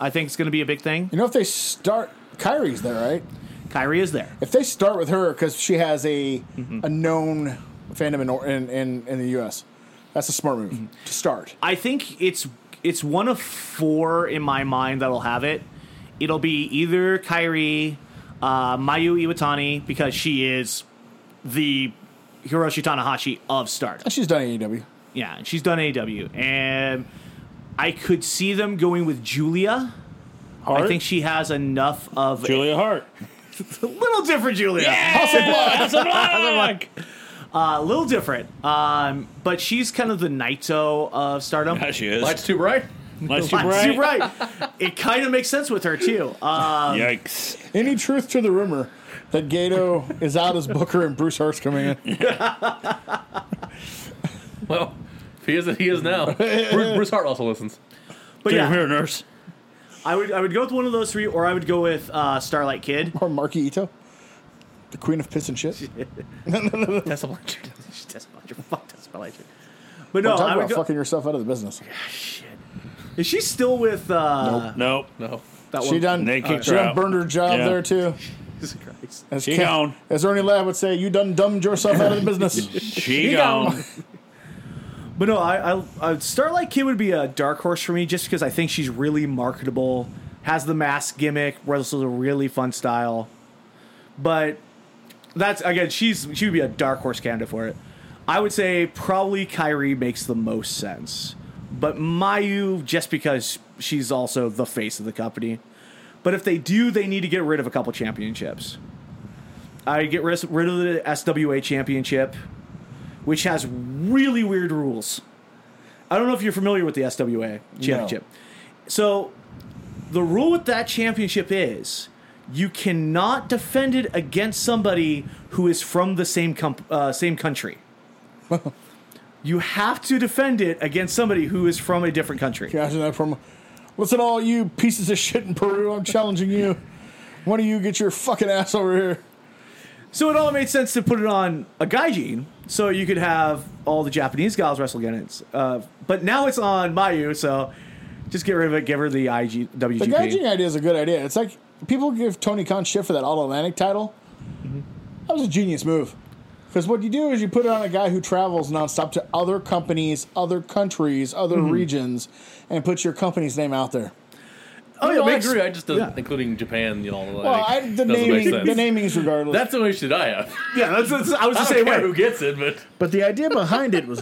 Speaker 4: I think it's going to be a big thing.
Speaker 1: You know, if they start, Kyrie's there, right?
Speaker 4: Kyrie is there.
Speaker 1: If they start with her because she has a
Speaker 2: Mm-hmm.
Speaker 1: a known fandom in, or- in in in the U.S., that's a smart move
Speaker 2: Mm-hmm.
Speaker 1: to start.
Speaker 4: I think it's it's one of four in my mind that'll have it. It'll be either Kyrie, uh, Mayu Iwatani because she is the Hiroshi Tanahashi of Stardom.
Speaker 1: She's done E AEW.
Speaker 4: Yeah, and she's done AEW, and I could see them going with Julia. I
Speaker 2: Hart?
Speaker 4: think she has enough of
Speaker 2: Julia Hart.
Speaker 4: a little different Julia. A little different. Um, but she's kind of the Naito of Stardom.
Speaker 2: Yeah, she is.
Speaker 3: Lights too bright.
Speaker 2: Lights too
Speaker 4: Right.
Speaker 2: bright.
Speaker 4: right. It kind of makes sense with her too. Uh,
Speaker 2: Yikes.
Speaker 1: Any truth to the rumor that Gato is out as Booker and Bruce Hart's coming in?
Speaker 3: Well, if he is, he is now. Bruce, Bruce Hart also listens.
Speaker 4: but
Speaker 2: Dude,
Speaker 4: yeah,
Speaker 2: we're a nurse.
Speaker 4: I would I would go with one of those three, or I would go with uh, Starlight Kid.
Speaker 1: Or Marky Ito, the queen of piss and shit.
Speaker 4: That's a bunch. That's a bunch of fuck. That's a bunch of- But
Speaker 2: Oh,
Speaker 4: no,
Speaker 1: Talk
Speaker 4: I would
Speaker 1: about
Speaker 4: go.
Speaker 1: fucking yourself out of the business.
Speaker 4: Is she still with uh,
Speaker 2: Nope.
Speaker 3: No.
Speaker 4: that
Speaker 1: She
Speaker 4: one?
Speaker 1: done.
Speaker 2: They kicked
Speaker 1: she
Speaker 2: her
Speaker 1: done
Speaker 2: out.
Speaker 1: burned her job
Speaker 2: Yeah.
Speaker 1: there too.
Speaker 4: Jesus Christ.
Speaker 1: As,
Speaker 2: She gone.
Speaker 1: as Ernie Ladd would say, you done dumbed yourself out of the business.
Speaker 2: She gone.
Speaker 4: But no, I, I, I Starlight Kid would be a dark horse for me just because I think she's really marketable, has the mask gimmick, wrestles a really fun style. But that's again, she's she would be a dark horse candidate for it. I would say probably Kyrie makes the most sense, but Mayu just because she's also the face of the company. But if they do, they need to get rid of a couple championships. I get rid, rid of the SWA championship which has really weird rules. I don't know if you're familiar with the SWA championship. So, the rule with that championship is you cannot defend it against somebody who is from the same comp- uh, same country. you have to defend it against somebody who is from a different country.
Speaker 1: Imagine that from. Listen, all you pieces of shit in Peru, I'm challenging you. Why don't you get your fucking ass over here?
Speaker 4: So it all made sense to put it on a gaijin, so you could have all the Japanese gals wrestle against it. Uh, but now it's on Mayu, so just get rid of it. Give her the IG WGP.
Speaker 1: The gaijin idea is a good idea. It's like people give Tony Khan shit for that All Atlantic title.
Speaker 5: Mm-hmm.
Speaker 1: That was a genius move. Because what you do is you put it on a guy who travels nonstop to other companies, other countries, other
Speaker 5: Mm-hmm.
Speaker 1: regions, and put your company's name out there.
Speaker 3: Oh,
Speaker 4: yeah,
Speaker 3: no, I
Speaker 4: makes-
Speaker 3: agree. I just doesn't,
Speaker 4: yeah.
Speaker 3: including Japan, you know, like,
Speaker 1: Well, I, the
Speaker 3: doesn't make
Speaker 1: naming,
Speaker 3: sense.
Speaker 1: the namings regardless.
Speaker 3: That's the only shit I have.
Speaker 4: Yeah, that's, that's I was the
Speaker 3: I
Speaker 4: same
Speaker 3: don't care
Speaker 4: way.
Speaker 3: who gets it, but
Speaker 5: But the idea behind it was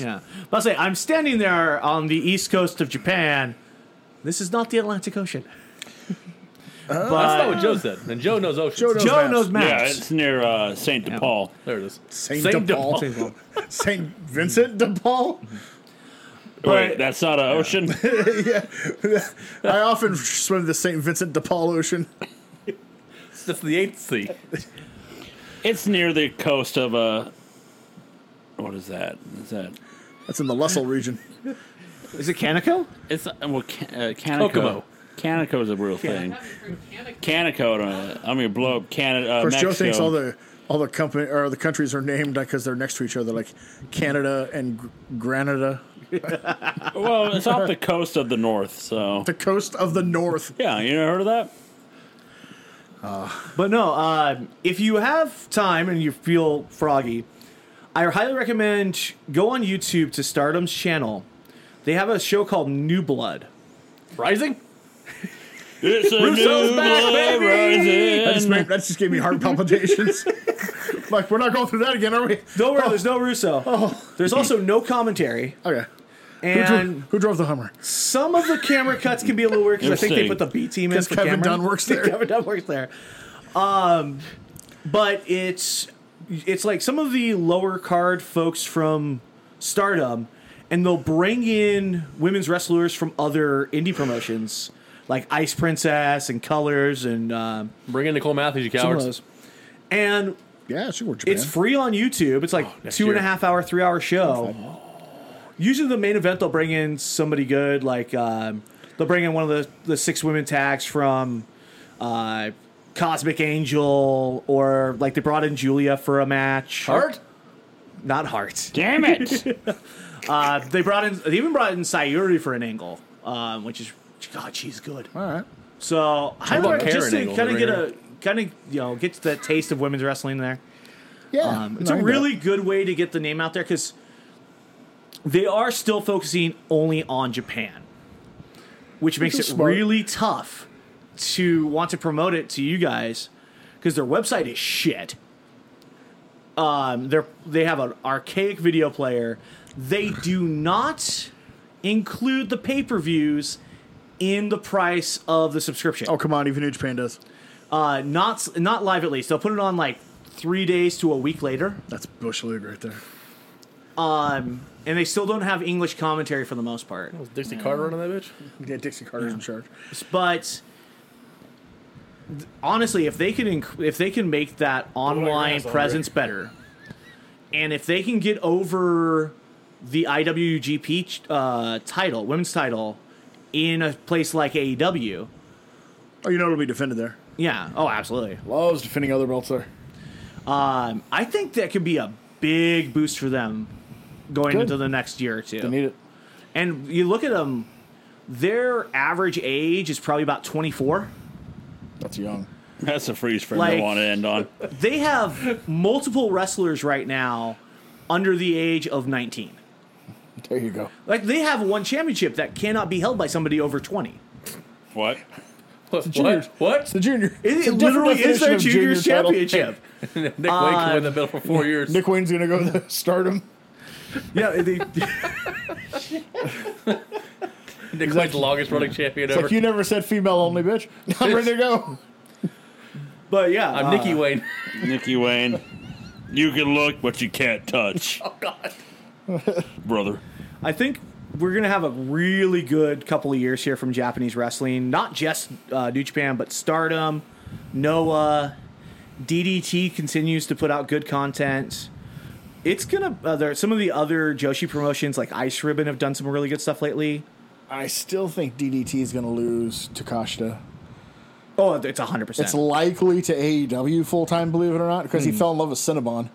Speaker 4: Yeah, but I'll say I'm standing there on the east coast of Japan. This is not the Atlantic Ocean.
Speaker 3: that's not
Speaker 4: but
Speaker 3: what Joe said. And Joe knows oceans.
Speaker 5: Joe knows-
Speaker 4: Joe
Speaker 5: maps.
Speaker 4: knows
Speaker 2: yeah,
Speaker 4: maps.
Speaker 2: it's near uh, St. DePaul.
Speaker 3: There it is.
Speaker 5: Saint,
Speaker 3: Saint
Speaker 5: DePaul.
Speaker 4: DePaul.
Speaker 5: Saint Vincent de Paul.
Speaker 2: Wait,
Speaker 4: But-
Speaker 2: that's not an ocean?
Speaker 5: I often swim the Saint Vincent de Paul Ocean.
Speaker 3: It's just the eighth sea.
Speaker 2: it's near the coast of Uh, what is that? Is that?
Speaker 5: That's in the Lussell region.
Speaker 4: is it Kaneko?
Speaker 2: It's uh, well, Can- uh, Kaneko.
Speaker 3: Kokomo.
Speaker 2: Kaneko is a real thing. Kaneko, uh, I mean, blow up Canada. Uh,
Speaker 5: Of course,
Speaker 2: Mexico.
Speaker 5: Joe thinks all the all the company or the countries are named because they're next to each other, like Canada and Gr- Granada,
Speaker 2: Well, it's off the coast of the north, so.
Speaker 5: the coast of the north.
Speaker 2: Yeah, you never heard of that?
Speaker 4: But no, uh, if you have time and you feel froggy, I highly recommend go on YouTube to Stardom's channel. They have a show called New Blood.
Speaker 3: Rising?
Speaker 2: It's a
Speaker 3: Russo's
Speaker 2: new
Speaker 3: back,
Speaker 2: blood
Speaker 3: baby!
Speaker 5: That just,
Speaker 2: rising.
Speaker 5: made, that just gave me heart palpitations. like we're not going through that again, are we?
Speaker 4: Don't worry, there's no Russo. There's also no commentary,
Speaker 5: Okay. Who,
Speaker 4: and
Speaker 5: drove, who drove the Hummer?
Speaker 4: some of the camera cuts can be a little weird because I think they put the B team in.
Speaker 5: Because
Speaker 4: for
Speaker 5: Kevin
Speaker 4: camera.
Speaker 5: Dunn works there.
Speaker 4: Kevin Dunn works there. Um, but it's it's like some of the lower card folks from Stardom, and they'll bring in women's wrestlers from other indie promotions like Ice Princess and Colors and um,
Speaker 3: Bring in Nicole Matthews, you
Speaker 4: some of
Speaker 3: cowards.
Speaker 4: those. And
Speaker 5: Yeah, she wore Japan.
Speaker 4: it's free on YouTube. It's like two and a
Speaker 3: Oh,
Speaker 4: half
Speaker 3: next year.
Speaker 4: hour, three hour show. Usually, the main event they'll bring in somebody good. Like um, they'll bring in one of the the six women tags from uh, Cosmic Angel, or like they brought in Julia for a match.
Speaker 3: Hart?
Speaker 4: not Hart.
Speaker 2: Damn it!
Speaker 4: Uh, they brought in, they even brought in Sayuri for an angle, um, which is God, she's good.
Speaker 1: All right.
Speaker 4: So I would
Speaker 3: Karen
Speaker 4: just to
Speaker 3: angle
Speaker 4: kind of
Speaker 3: right
Speaker 4: get
Speaker 3: here?
Speaker 4: a kind of you know get to that taste of women's wrestling there.
Speaker 1: Yeah.
Speaker 4: Um, it's a
Speaker 1: I can do it.
Speaker 4: really good way to get the name out there because they are still focusing only on Japan, which makes it
Speaker 1: is smart.
Speaker 4: really tough to want to promote it to you guys because their website is shit. Um, they they have an archaic video player. They do not include the pay per views in the price of the subscription.
Speaker 1: Oh come on, even New Japan does.
Speaker 4: Uh, not not live at least. They'll put it on like three days to a week later.
Speaker 1: That's bush league right there.
Speaker 4: Um, and they still don't have English commentary for the most part.
Speaker 3: Was Dixie Carter on that bitch?
Speaker 1: Yeah, Dixie Carter's in charge.
Speaker 4: But th- honestly, if they can inc- if they can make that online
Speaker 3: ass over
Speaker 4: presence better, and if they can get over the IWGP ch- uh, title, women's title, in a E place like AEW,
Speaker 1: Oh, you know it'll be defended there.
Speaker 4: yeah, oh, absolutely.
Speaker 1: Loves defending other belts there.
Speaker 4: Um, I think that could be a big boost for them going
Speaker 1: Good.
Speaker 4: into the next year or two.
Speaker 1: They need it.
Speaker 4: And you look at them, their average age is probably about 24.
Speaker 1: That's young.
Speaker 2: That's a freeze frame
Speaker 4: Like-
Speaker 2: I want to end on.
Speaker 4: They have multiple wrestlers right now under the age of 19.
Speaker 1: There you go.
Speaker 4: Like they have one championship that cannot be held by somebody over 20.
Speaker 2: What?
Speaker 3: What?
Speaker 1: juniors.
Speaker 3: What?
Speaker 1: It's a junior.
Speaker 4: It,
Speaker 1: It's a
Speaker 4: it
Speaker 1: different
Speaker 4: literally is
Speaker 1: definition
Speaker 4: their
Speaker 1: of
Speaker 4: juniors
Speaker 1: junior title.
Speaker 4: championship.
Speaker 3: Nick Wayne can win the belt for four years.
Speaker 1: Nick Wayne's gonna go to stardom.
Speaker 4: yeah, they,
Speaker 3: Nick Wayne's the longest running champion
Speaker 1: It's
Speaker 3: ever.
Speaker 1: like you never said female only, bitch. I'm ready to go.
Speaker 4: but yeah,
Speaker 3: I'm
Speaker 4: uh,
Speaker 3: Nicky Wayne.
Speaker 2: Nikki Wayne. You can look, but you can't touch. Oh, God. Brother.
Speaker 4: I think we're gonna have a really good couple of years here from Japanese wrestling. Not just uh, New Japan, but Stardom, Noah, DDT continues to put out good content. It's gonna. Uh, there, some of the other Joshi promotions like Ice Ribbon have done some really good stuff lately.
Speaker 1: I still think DDT is gonna lose to Kashida.
Speaker 4: Oh, it's hundred
Speaker 1: It's
Speaker 4: percent.
Speaker 1: likely to AEW full time, believe it or not, because he fell in love with Cinnabon.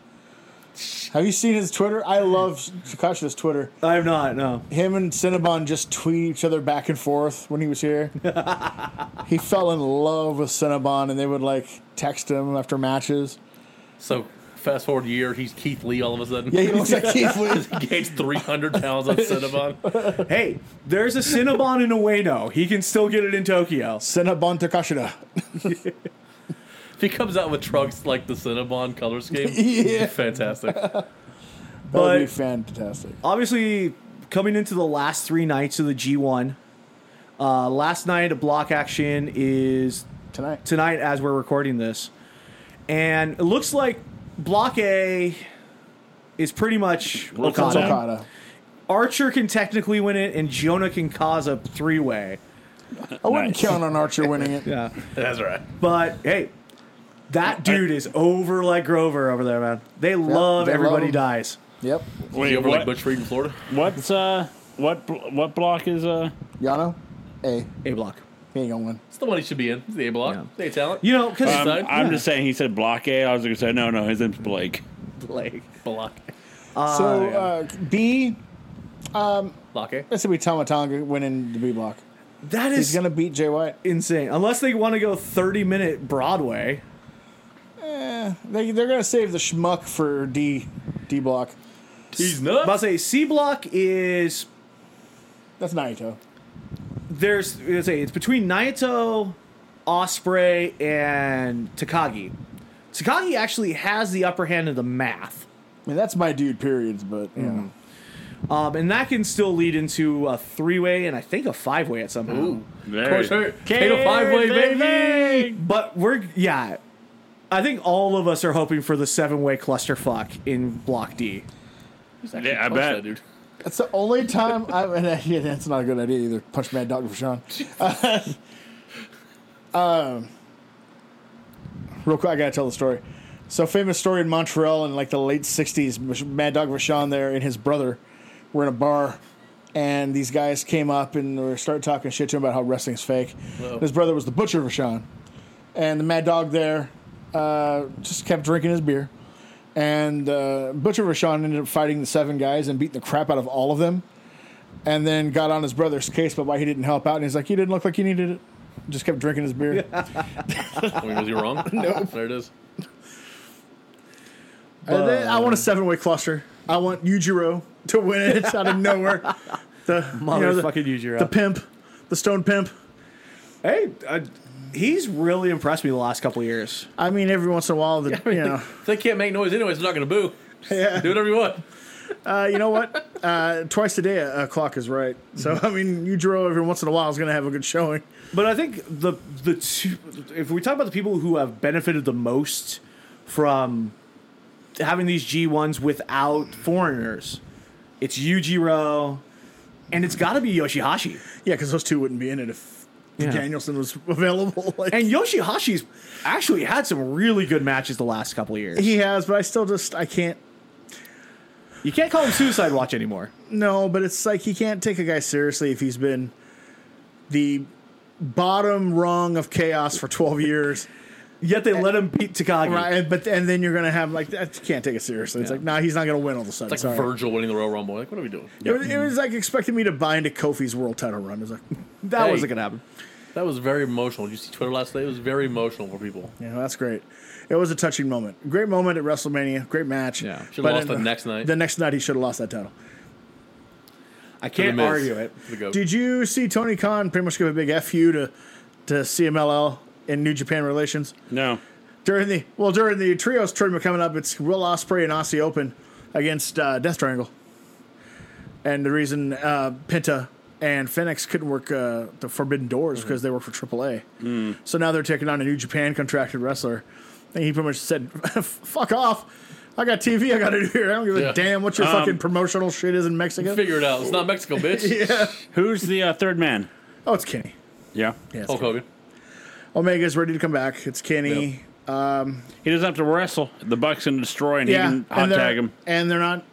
Speaker 1: Have you seen his Twitter? I love Takashi's Twitter.
Speaker 4: I'm not. No.
Speaker 1: Him and Cinnabon just tweet each other back and forth when he was here. he fell in love with Cinnabon, and they would like text him after matches.
Speaker 3: So fast forward a year, he's Keith Lee all of a sudden.
Speaker 1: Yeah, he looks like Keith Lee.
Speaker 3: Gains 300 pounds on Cinnabon.
Speaker 4: Hey, there's a Cinnabon in Ueno. He can still get it in Tokyo.
Speaker 1: Cinnabon Takashida.
Speaker 3: If he comes out with trucks like the Cinnabon color scheme,
Speaker 1: Yeah.
Speaker 3: fantastic.
Speaker 1: That would be
Speaker 4: But-
Speaker 1: fantastic.
Speaker 4: obviously coming into the last three nights of the G1. Uh, last night of block action is
Speaker 1: Tonight.
Speaker 4: tonight as we're recording this, and it looks like block A is pretty much
Speaker 1: It's
Speaker 4: Okada.
Speaker 1: Okada.
Speaker 4: Archer can technically win it, and Jonah can cause a three way.
Speaker 1: I wouldn't
Speaker 2: Nice.
Speaker 1: count on Archer winning it.
Speaker 4: Yeah,
Speaker 3: That's right.
Speaker 4: but hey, that dude is over like Grover over there, man. They love
Speaker 1: they love
Speaker 4: everybody
Speaker 1: him.
Speaker 4: dies.
Speaker 1: Yep.
Speaker 2: Wait,
Speaker 3: You ever like
Speaker 2: what,
Speaker 3: Butch Reed in Florida?
Speaker 2: what's, uh, what, bl- what block is, uh,
Speaker 1: Yano, A.
Speaker 4: A block.
Speaker 1: He ain't gonna win.
Speaker 3: It's the one he should be in. It's the A block.
Speaker 4: Yeah.
Speaker 3: They talent.
Speaker 4: You know, because
Speaker 2: I'm,
Speaker 3: Side?
Speaker 2: I'm
Speaker 3: Yeah.
Speaker 2: just saying he said block A. I was going to say, no, no, his name's Blake.
Speaker 4: like
Speaker 3: block.
Speaker 1: So
Speaker 4: Ah, yeah.
Speaker 1: uh, B,
Speaker 3: Block A.
Speaker 1: that's gonna be Tamatanga winning the B block.
Speaker 4: that is
Speaker 1: He's gonna beat Jay White.
Speaker 4: insane. Unless they want to go 30 minute Broadway.
Speaker 1: They they're gonna save the schmuck for D D block.
Speaker 3: He's
Speaker 4: But I'll
Speaker 3: nuts.
Speaker 4: say C block is
Speaker 1: That's Naito.
Speaker 4: there's let's say it's between Naito, Osprey, and Takagi. Takagi actually has the upper hand of the math.
Speaker 1: I mean that's my dude. Periods, but you know.
Speaker 4: Um, and that can still lead into a three way and I think a five way at some point.
Speaker 3: Ooh.
Speaker 2: Very-
Speaker 3: Course hurt. Take a five way, baby.
Speaker 4: But we're yeah. I think all of us are hoping for the seven way clusterfuck in block D.
Speaker 2: Yeah, I bet.
Speaker 3: Punch that dude.
Speaker 1: that's the only time I. And uh, yeah, that's not a good idea either. Punch Mad Dog for Sean. Uh, um, real quick, I gotta tell the story. So famous story in Montreal in like the late '60s. Mich- Mad Dog Vachon there and his brother were in a bar, and these guys came up and were started talking shit to him about how wrestling's fake.
Speaker 3: Whoa.
Speaker 1: His brother was the butcher Vachon, and the Mad Dog there uh, just kept drinking his beer, And uh, Butcher Rashawn ended up fighting the seven guys and beating the crap out of all of them. And then got on his brother's case about why he didn't help out. And he's like, You didn't look like you needed it. Just kept drinking his beer.
Speaker 3: I mean, was Oh, he wrong? no. There it is.
Speaker 1: And then I want a seven way cluster. I want Yujiro to win it out of nowhere. The you know, the-
Speaker 4: Motherfucking Yujiro.
Speaker 1: the pimp, the stone pimp.
Speaker 4: Hey, uh, he's really impressed me the last couple of years.
Speaker 1: I mean, every once in a while, the you know,
Speaker 3: If they can't make noise anyways, they're not going to boo. Do whatever you want.
Speaker 1: uh, you know what? Uh, twice a day, a, a clock is right. So I mean, Yujiro every once in a while is going to have a good showing.
Speaker 4: But I think the the two, if we talk about the people who have benefited the most from having these G ones without foreigners, it's Yujiro, and it's got to be Yoshihashi.
Speaker 1: Yeah, because those two wouldn't be in it if
Speaker 4: Yeah.
Speaker 1: Danielson was available. Like,
Speaker 4: And Yoshihashi's actually had some really good matches the last couple of years.
Speaker 1: he has, but I still just I can't.
Speaker 4: You can't call him Suicide Watch anymore.
Speaker 1: No, but it's like he can't take a guy seriously if he's been the bottom rung of chaos for twelve years.
Speaker 4: Yet they let him beat Takagi.
Speaker 1: Right, and- but and then you're gonna have like that can't take it seriously. It's
Speaker 3: Yeah.
Speaker 1: like nah, he's not gonna win all of a sudden.
Speaker 3: It's like
Speaker 1: Sorry.
Speaker 3: Virgil winning the Royal Rumble. Like, what are we doing?
Speaker 1: It, was, it was like expecting me to buy into Kofi's world title run. It was like,
Speaker 4: That
Speaker 3: Hey.
Speaker 4: wasn't gonna happen.
Speaker 3: That was very emotional. Did you see Twitter last night? It was very emotional for people.
Speaker 1: yeah, that's great. It was a touching moment. Great moment at WrestleMania. Great match.
Speaker 3: Yeah. Should've
Speaker 1: But
Speaker 3: lost
Speaker 1: in-
Speaker 3: the next night.
Speaker 1: The next night he should have lost that title.
Speaker 4: I
Speaker 3: To The
Speaker 4: can't
Speaker 3: Miz.
Speaker 4: argue it.
Speaker 3: To The goat.
Speaker 1: Did you see Tony Khan pretty much give a big fu to to CMLL in New Japan relations
Speaker 2: No.
Speaker 1: during the well during the trios tournament coming up? It's Will Osprey and Aussie Open against uh, Death Triangle. And the reason uh, Penta and Phoenix couldn't work uh, the Forbidden Doors
Speaker 2: Mm-hmm.
Speaker 1: because they were for AAA.
Speaker 2: Mm.
Speaker 1: So now they're taking on a New Japan contracted wrestler. And he pretty much said, fuck off. I got TV I got to do here. I don't give
Speaker 3: Yeah.
Speaker 1: a damn what
Speaker 2: Um,
Speaker 1: your fucking promotional shit is in Mexico.
Speaker 3: Figure it out. It's not Mexico, bitch.
Speaker 2: Who's the uh, third man?
Speaker 1: Oh, it's Kenny.
Speaker 2: Yeah.
Speaker 1: Yeah, it's
Speaker 3: Hulk Hogan.
Speaker 1: Omega's ready to come back. It's Kenny.
Speaker 2: He doesn't have to wrestle. The Bucks can destroy and
Speaker 1: Yeah,
Speaker 2: he can hot
Speaker 1: and they're,
Speaker 2: tag him.
Speaker 1: and they're not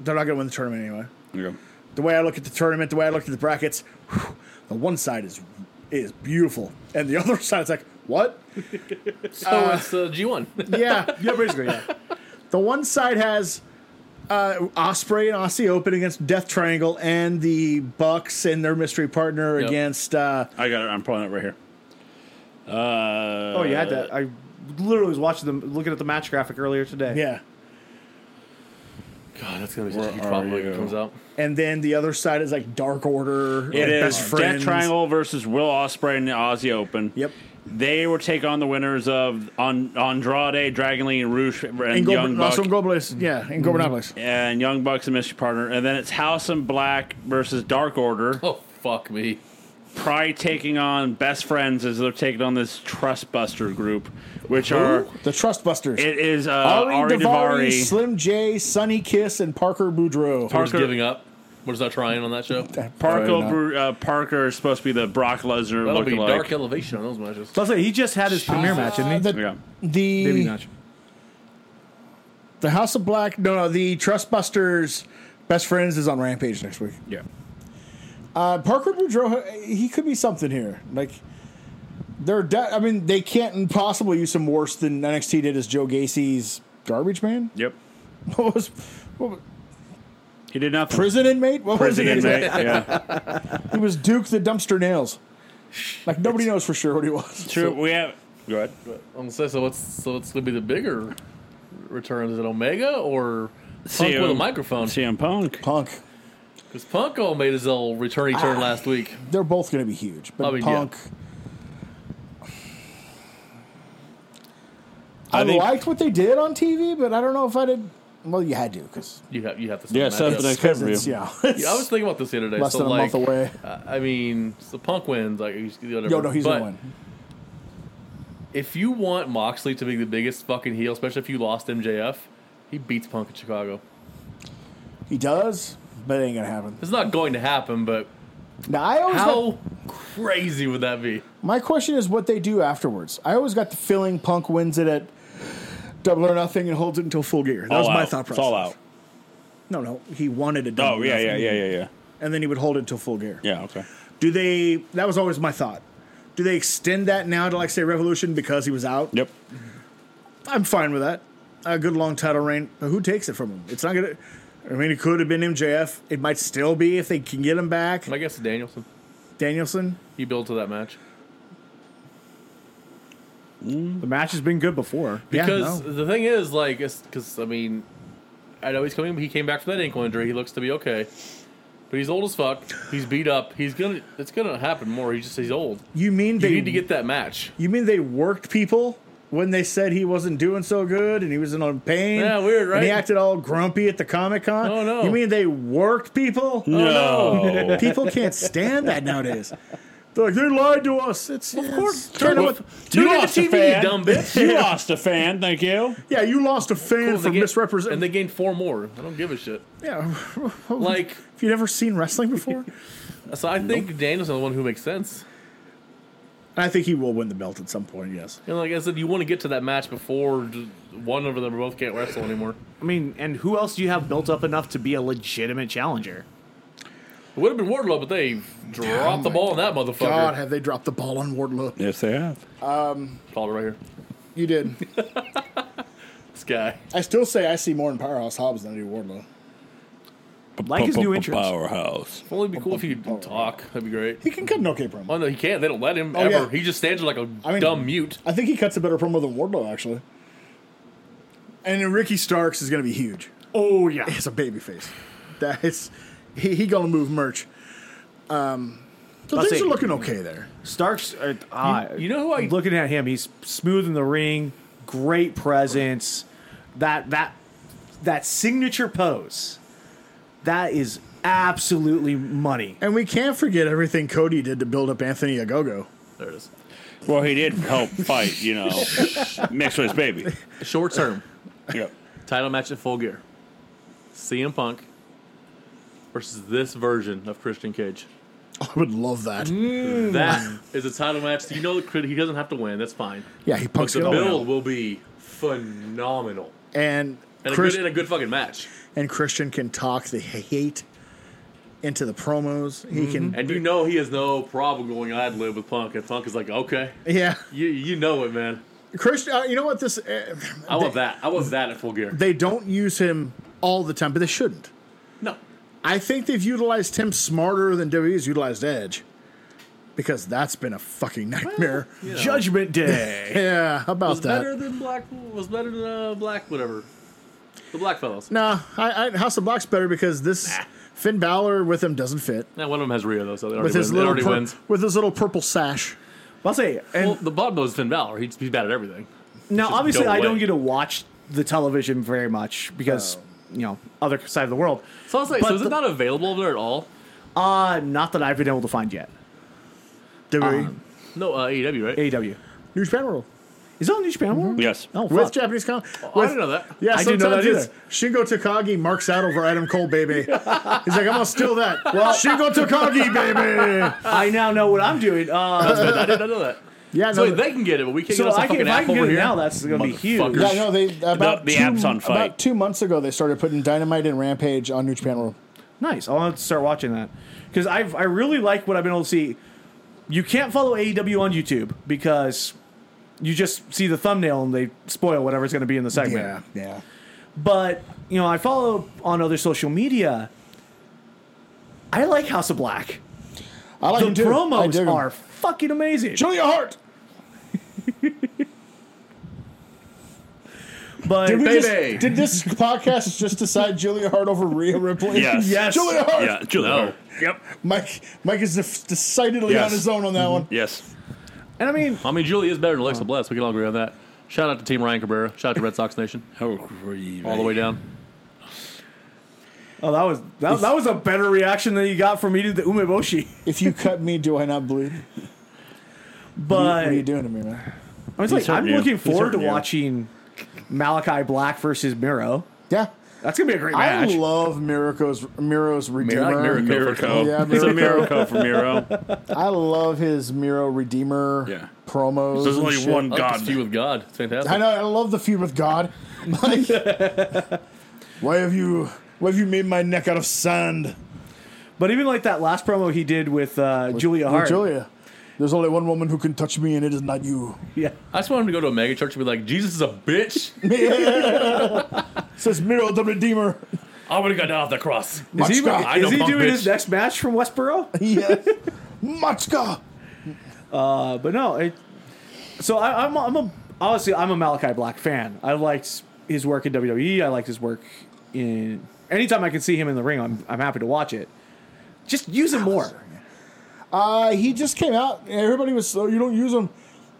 Speaker 1: they're not going to win the tournament anyway.
Speaker 2: There you go.
Speaker 1: The way I look at the tournament, the way I look at the brackets, whew, the one side is is beautiful, and the other side's like what?
Speaker 3: So it's uh, G1.
Speaker 1: Yeah,
Speaker 4: Yeah, basically. Yeah.
Speaker 1: the one side has uh, Osprey and Aussie Open against Death Triangle, and the Bucks and their mystery partner
Speaker 3: Yep.
Speaker 1: against uh,
Speaker 2: I got it. I'm pulling it right here. Uh,
Speaker 4: oh, you had that. I literally was watching them, looking at the match graphic earlier today.
Speaker 1: yeah,
Speaker 3: God, that's going to be such a huge
Speaker 2: Where
Speaker 3: problem
Speaker 2: are
Speaker 3: when it
Speaker 2: you?
Speaker 3: comes out.
Speaker 1: and then the other side is like Dark Order,
Speaker 2: It
Speaker 1: like
Speaker 2: is
Speaker 1: Best Friends.
Speaker 2: Death Triangle versus Will Ospreay in the Aussie Open.
Speaker 1: Yep.
Speaker 2: They will take on the winners of on Andrade, Dragon Lee, and Rouge, and,
Speaker 1: And
Speaker 2: Young Mm-hmm.
Speaker 1: Gold,
Speaker 2: Bucks,
Speaker 1: also Gobles, yeah, and Gobernables.
Speaker 2: and Young Bucks and Mystery Partner, and then it's House and Black versus Dark Order.
Speaker 3: Oh, fuck me.
Speaker 2: Probably taking on Best Friends as they're taking on this Trust Buster group, which are
Speaker 1: The Trust Busters.
Speaker 2: it is uh,
Speaker 1: Ari,
Speaker 2: Ari
Speaker 1: Davari,
Speaker 2: Davari,
Speaker 1: Slim J, Sunny Kiss, and Parker Boudreaux.
Speaker 3: We're just
Speaker 2: Parker-
Speaker 3: giving up. We're just not trying on that show. That'll
Speaker 2: Parker,
Speaker 1: Probably not.
Speaker 2: Bru- uh, Parker is supposed to be the Brock Lesnar
Speaker 3: be
Speaker 2: looking
Speaker 3: dark
Speaker 2: like.
Speaker 3: elevation on those matches.
Speaker 4: Plus, he just had his premiere match, didn't he?
Speaker 1: the,
Speaker 2: Yeah.
Speaker 1: the,
Speaker 4: Maybe not.
Speaker 1: the House of Black. No, no, the Trust Busters. Best Friends is on Rampage next week.
Speaker 2: Yeah.
Speaker 1: Uh, Parker Boudreaux, he could be something here. Like, they're. De- I mean, they can't possibly use him worse than NXT did as Joe Gacy's garbage man.
Speaker 2: Yep.
Speaker 1: What was, what was-
Speaker 2: He did nothing.
Speaker 1: prison inmate? What
Speaker 2: Prison
Speaker 1: was it?
Speaker 2: inmate. Yeah.
Speaker 1: He was Duke the Dumpster Nails. Like nobody knows for sure what he was.
Speaker 2: True. we have. Go ahead.
Speaker 3: I'm going to say, so what's, so what's going to be the bigger return? Is it Omega or Punk
Speaker 2: CM
Speaker 3: with a microphone?
Speaker 2: CM Punk.
Speaker 1: Punk.
Speaker 3: Because Punk all made his little return he turned last week.
Speaker 1: they're both going to be huge. But
Speaker 3: I mean, yeah.
Speaker 1: Punk, I,
Speaker 2: think-
Speaker 1: liked what they did on TV, but I don't know if I did. Well, you had to because
Speaker 3: You have you have to see
Speaker 2: Yeah,
Speaker 3: the
Speaker 2: so
Speaker 3: matchup.
Speaker 2: the-
Speaker 1: it's,
Speaker 2: pay-per-view.
Speaker 1: yeah,
Speaker 3: Yeah, I was thinking about this the other day.
Speaker 1: less
Speaker 3: so
Speaker 1: than a
Speaker 3: like,
Speaker 1: month away.
Speaker 3: I I mean, so Punk wins. Like, he's- whatever.
Speaker 1: Yo, no, he's
Speaker 3: but
Speaker 1: gonna win.
Speaker 3: If you want Moxley to be the biggest fucking heel, especially if you lost MJF, he beats Punk in Chicago.
Speaker 1: He does, but it ain't gonna happen.
Speaker 3: It's not going to happen, but
Speaker 1: Now I always got,
Speaker 3: how crazy would that be?
Speaker 1: my question is what they do afterwards. I always got the feeling Punk wins it at Double or Nothing and holds it until Full Gear. That was
Speaker 2: All
Speaker 1: my
Speaker 2: out.
Speaker 1: thought process.
Speaker 2: It's all out.
Speaker 1: No, no, he wanted a Double
Speaker 2: Oh
Speaker 1: or
Speaker 2: yeah, yeah,
Speaker 1: Nothing,
Speaker 2: yeah, yeah, yeah.
Speaker 1: and then he would hold it until Full Gear.
Speaker 2: Yeah. Okay.
Speaker 1: Do they? That was always my thought. Do they extend that now to like say Revolution because he was out?
Speaker 2: Yep.
Speaker 1: I'm fine with that. a good long title reign. But who takes it from him? It's not gonna. I mean, it could have been MJF. It might still be if they can get him back.
Speaker 3: My guess is Danielson.
Speaker 1: Danielson.
Speaker 3: He built to that match.
Speaker 4: The match has been good before.
Speaker 1: Yeah,
Speaker 3: Because
Speaker 1: no.
Speaker 3: the thing is, like, because I mean, I know he's coming. He came back from that ankle injury. He looks to be okay, but he's old as fuck. He's beat up. He's gonna. It's gonna happen more. He's just he's old.
Speaker 1: You mean
Speaker 3: You
Speaker 1: they?
Speaker 3: need to get that match.
Speaker 1: you mean they worked people when they said he wasn't doing so good and he was in on pain?
Speaker 3: Yeah, weird,
Speaker 1: And he
Speaker 3: right?
Speaker 1: acted all grumpy at the Comic Con.
Speaker 3: Oh, no.
Speaker 1: You mean they worked people?
Speaker 3: Oh,
Speaker 2: No.
Speaker 1: People can't stand that nowadays. They're like they lied to us. It's of
Speaker 3: course.
Speaker 1: Turn
Speaker 3: Well,
Speaker 1: off.
Speaker 3: Tune
Speaker 2: you
Speaker 3: into
Speaker 2: lost a
Speaker 3: TV,
Speaker 2: fan.
Speaker 3: you dumb bitch.
Speaker 2: You lost a fan. Thank you.
Speaker 1: Yeah, you lost a fan
Speaker 3: Well,
Speaker 1: for
Speaker 3: they get-
Speaker 1: misrepresenting.
Speaker 3: and they gained four more. I don't give a shit.
Speaker 1: yeah, Oh,
Speaker 3: Like,
Speaker 1: Have you never seen wrestling before?
Speaker 3: so I think Danielson is the one who makes sense.
Speaker 1: I think he will win the belt at some point. Yes.
Speaker 3: And like I said, you want to get to that match before d- one of them both can't wrestle anymore.
Speaker 4: I mean, and who else do you have built up enough to be a legitimate challenger?
Speaker 3: It would have been Wardlow, but they dropped the ball on that motherfucker.
Speaker 1: God, have they dropped the ball on Wardlow?
Speaker 2: Yes, they have.
Speaker 3: Called it right here.
Speaker 1: You did.
Speaker 3: This guy.
Speaker 1: I still say I see more in Powerhouse Hobbs than I do Wardlow.
Speaker 4: Like his new entrance.
Speaker 2: Powerhouse.
Speaker 3: Well, it'd be cool if he could talk. That'd be great.
Speaker 1: He can cut an okay promo.
Speaker 3: Oh no, he can't. They don't let him
Speaker 1: Oh,
Speaker 3: ever.
Speaker 1: yeah.
Speaker 3: He just stands there like a
Speaker 1: I mean-
Speaker 3: dumb mute.
Speaker 1: I think he cuts a better promo than Wardlow actually. And then Ricky Starks is going to be huge.
Speaker 4: Oh yeah.
Speaker 1: It's a baby face. That is, he, he going to move merch. Um, so
Speaker 4: Let's
Speaker 1: things
Speaker 4: see.
Speaker 1: are looking okay there.
Speaker 4: Starks. Uh, ah,
Speaker 3: you know who I-
Speaker 4: looking at him? He's smooth in the ring, great presence. That that that signature pose. That is absolutely money.
Speaker 1: And we can't forget everything Cody did to build up Anthony Agogo.
Speaker 3: There it is.
Speaker 2: Well, he did help fight, you know, mixed with his baby.
Speaker 3: Short term
Speaker 2: Yep.
Speaker 3: title match at Full Gear. CM Punk versus this version of Christian Cage.
Speaker 1: I would love that.
Speaker 3: Mm. That is a title match. You know, that he doesn't have to win. That's fine.
Speaker 1: Yeah, he punks
Speaker 3: The
Speaker 1: it
Speaker 3: build
Speaker 1: all
Speaker 3: will be phenomenal.
Speaker 1: and
Speaker 3: And a,
Speaker 1: Chris
Speaker 3: good, and a good fucking match.
Speaker 1: and Christian can talk the hate into the promos. He can,
Speaker 3: And you know he has no problem going ad lib with Punk. And Punk is like, okay,
Speaker 1: yeah.
Speaker 3: you, you know it, man.
Speaker 1: Christian, uh, you know what? This uh,
Speaker 3: I want that. I want that at Full Gear.
Speaker 1: they don't use him all the time, but they shouldn't.
Speaker 3: No.
Speaker 1: I think they've utilized him smarter than WWE's utilized Edge, because that's been a fucking nightmare.
Speaker 4: Judgment Day.
Speaker 1: yeah, how about
Speaker 3: was
Speaker 1: that?
Speaker 3: better than black was better than uh, black whatever the black fellows
Speaker 1: Nah, I, I, House of Black's better because this Finn Balor with him doesn't fit
Speaker 3: now one of them has Rio though so they already,
Speaker 1: with his
Speaker 3: win. They
Speaker 1: little
Speaker 3: already
Speaker 1: pur-
Speaker 3: wins
Speaker 1: with his little purple sash.
Speaker 4: I'll say. And
Speaker 3: well the bottom is Finn Balor he's, he's bad at everything
Speaker 4: now,
Speaker 3: just
Speaker 4: obviously,
Speaker 3: go
Speaker 4: I don't
Speaker 3: away.
Speaker 4: get to watch the television very much because you know other side of the world.
Speaker 3: so I was like
Speaker 4: But
Speaker 3: so is
Speaker 4: the-
Speaker 3: it not available over there at all
Speaker 4: Uh not that I've been able to find yet.
Speaker 1: WWE
Speaker 3: no uh, AEW
Speaker 1: E
Speaker 3: right
Speaker 4: AEW
Speaker 1: New Japan World
Speaker 4: is it on New Japan World.
Speaker 2: Yes.
Speaker 4: Oh,
Speaker 1: with
Speaker 4: fuck.
Speaker 1: Japanese con.
Speaker 3: Oh, I
Speaker 1: with-
Speaker 3: didn't know that
Speaker 1: Yeah,
Speaker 4: I didn't
Speaker 1: sometimes
Speaker 4: know that
Speaker 1: it's Shingo Takagi marks out over Adam Cole, baby. He's like, I'm gonna steal that. Well, Shingo Takagi, baby.
Speaker 4: I now know what I'm doing. Uh,
Speaker 3: I didn't know that
Speaker 1: Yeah,
Speaker 3: so
Speaker 1: no,
Speaker 3: wait, they can get it but we can't
Speaker 4: so
Speaker 3: get us a
Speaker 4: I can,
Speaker 3: fucking
Speaker 4: if I
Speaker 3: app
Speaker 4: can
Speaker 3: over
Speaker 4: get it
Speaker 3: here
Speaker 4: now, that's going to be huge.
Speaker 3: Motherfuckers.
Speaker 7: Yeah, no, they about
Speaker 2: the
Speaker 7: two,
Speaker 2: app's on
Speaker 7: About
Speaker 2: fight.
Speaker 7: two months ago, they started putting Dynamite and Rampage on New Japan World.
Speaker 4: Nice. I'll have to start watching that because I I really like what I've been able to see. You can't follow AEW on YouTube because you just see the thumbnail and they spoil whatever's going to be in the segment.
Speaker 1: yeah, yeah.
Speaker 4: But you know, I follow on other social media. I like House of Black.
Speaker 1: I like
Speaker 4: The
Speaker 1: him too. Oh, I dig
Speaker 4: promos
Speaker 1: him.
Speaker 4: are fucking amazing.
Speaker 1: Show your heart.
Speaker 4: But
Speaker 1: Did, we
Speaker 3: Baby.
Speaker 1: just, did this podcast just decide Julia Hart over Rhea Ripley?
Speaker 2: Yes.
Speaker 4: Yes.
Speaker 1: Julia Hart.
Speaker 2: Yeah, Julia.
Speaker 3: No.
Speaker 2: Hart. Yep.
Speaker 1: Mike, Mike is def- decidedly
Speaker 2: Yes. Mm-hmm.
Speaker 1: on his own on that one.
Speaker 2: Yes.
Speaker 4: and I mean,
Speaker 3: I mean Julie is better than Alexa Bliss we can all agree on that shout out to Team Ryan Cabrera shout out to Red Sox Nation
Speaker 2: How grieving.
Speaker 3: all the way down
Speaker 4: oh, that was that, that was a better reaction than you got from me to the Umeboshi.
Speaker 1: If you cut me, do I not bleed? what
Speaker 4: But
Speaker 1: are you doing to me, man?
Speaker 4: I was
Speaker 2: He's
Speaker 4: like, I'm
Speaker 2: hurting you.
Speaker 4: looking
Speaker 2: He's
Speaker 4: forward to
Speaker 2: hurting you.
Speaker 4: watching Malachi Black versus Miro.
Speaker 1: Yeah.
Speaker 4: That's gonna be a great
Speaker 1: I
Speaker 4: match.
Speaker 1: love Miro's Miro's
Speaker 3: I
Speaker 1: Redeemer.
Speaker 3: like Miracle,
Speaker 2: Miracle.
Speaker 1: Yeah,
Speaker 2: It's a
Speaker 1: Miracle.
Speaker 2: miracle for Miro.
Speaker 1: I love his Miro Redeemer
Speaker 2: Yeah.
Speaker 1: promos.
Speaker 2: There's
Speaker 1: and
Speaker 2: only
Speaker 1: shit.
Speaker 2: one
Speaker 3: I like this
Speaker 2: God.
Speaker 3: feud with God it's fantastic
Speaker 1: I know. I love the feud with God. Like, why have you? Why have you made my neck out of sand?
Speaker 4: But even like that last promo he did with uh, Julia
Speaker 1: With
Speaker 4: Hart,
Speaker 1: Julia. There's only one woman who can touch me, and it is not you.
Speaker 4: Yeah.
Speaker 3: I just want him to go to a mega church and be like, Jesus is a bitch.
Speaker 1: Says Miro the Redeemer.
Speaker 3: I would have got down off the cross.
Speaker 1: Much
Speaker 4: Is he,
Speaker 1: God.
Speaker 3: I know
Speaker 4: is he
Speaker 3: punk
Speaker 4: doing
Speaker 3: bitch.
Speaker 4: his next match from Westboro?
Speaker 1: Yeah. Machka.
Speaker 4: Uh, but no, it, so I, I'm, a, I'm a honestly I'm a Malachi Black fan. I liked his work in WWE. I liked his work in anytime I can see him in the ring. I'm I'm happy to watch it. Just use him more.
Speaker 1: Uh, he just came out. Everybody was, oh, you don't use him.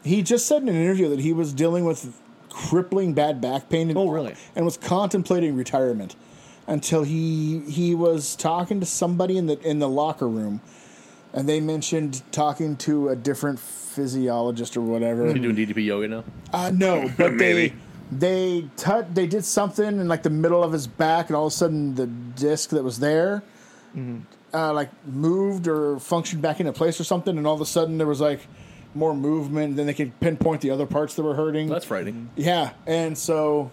Speaker 1: He just said in an interview that he was dealing with crippling bad back pain. And,
Speaker 4: Oh, really?
Speaker 1: And was contemplating retirement until he he was talking to somebody in the in the locker room, and they mentioned talking to a different physiologist or whatever.
Speaker 4: Mm-hmm.
Speaker 3: You doing DDP yoga now?
Speaker 1: Uh, no, but
Speaker 2: Maybe.
Speaker 1: they they tut they did something in like the middle of his back, and all of a sudden the disc that was there,
Speaker 3: Mm-hmm.
Speaker 1: uh, like moved or functioned back into place or something, and all of a sudden there was like more movement. Then they could pinpoint the other parts that were hurting.
Speaker 3: That's frightening.
Speaker 1: yeah, and so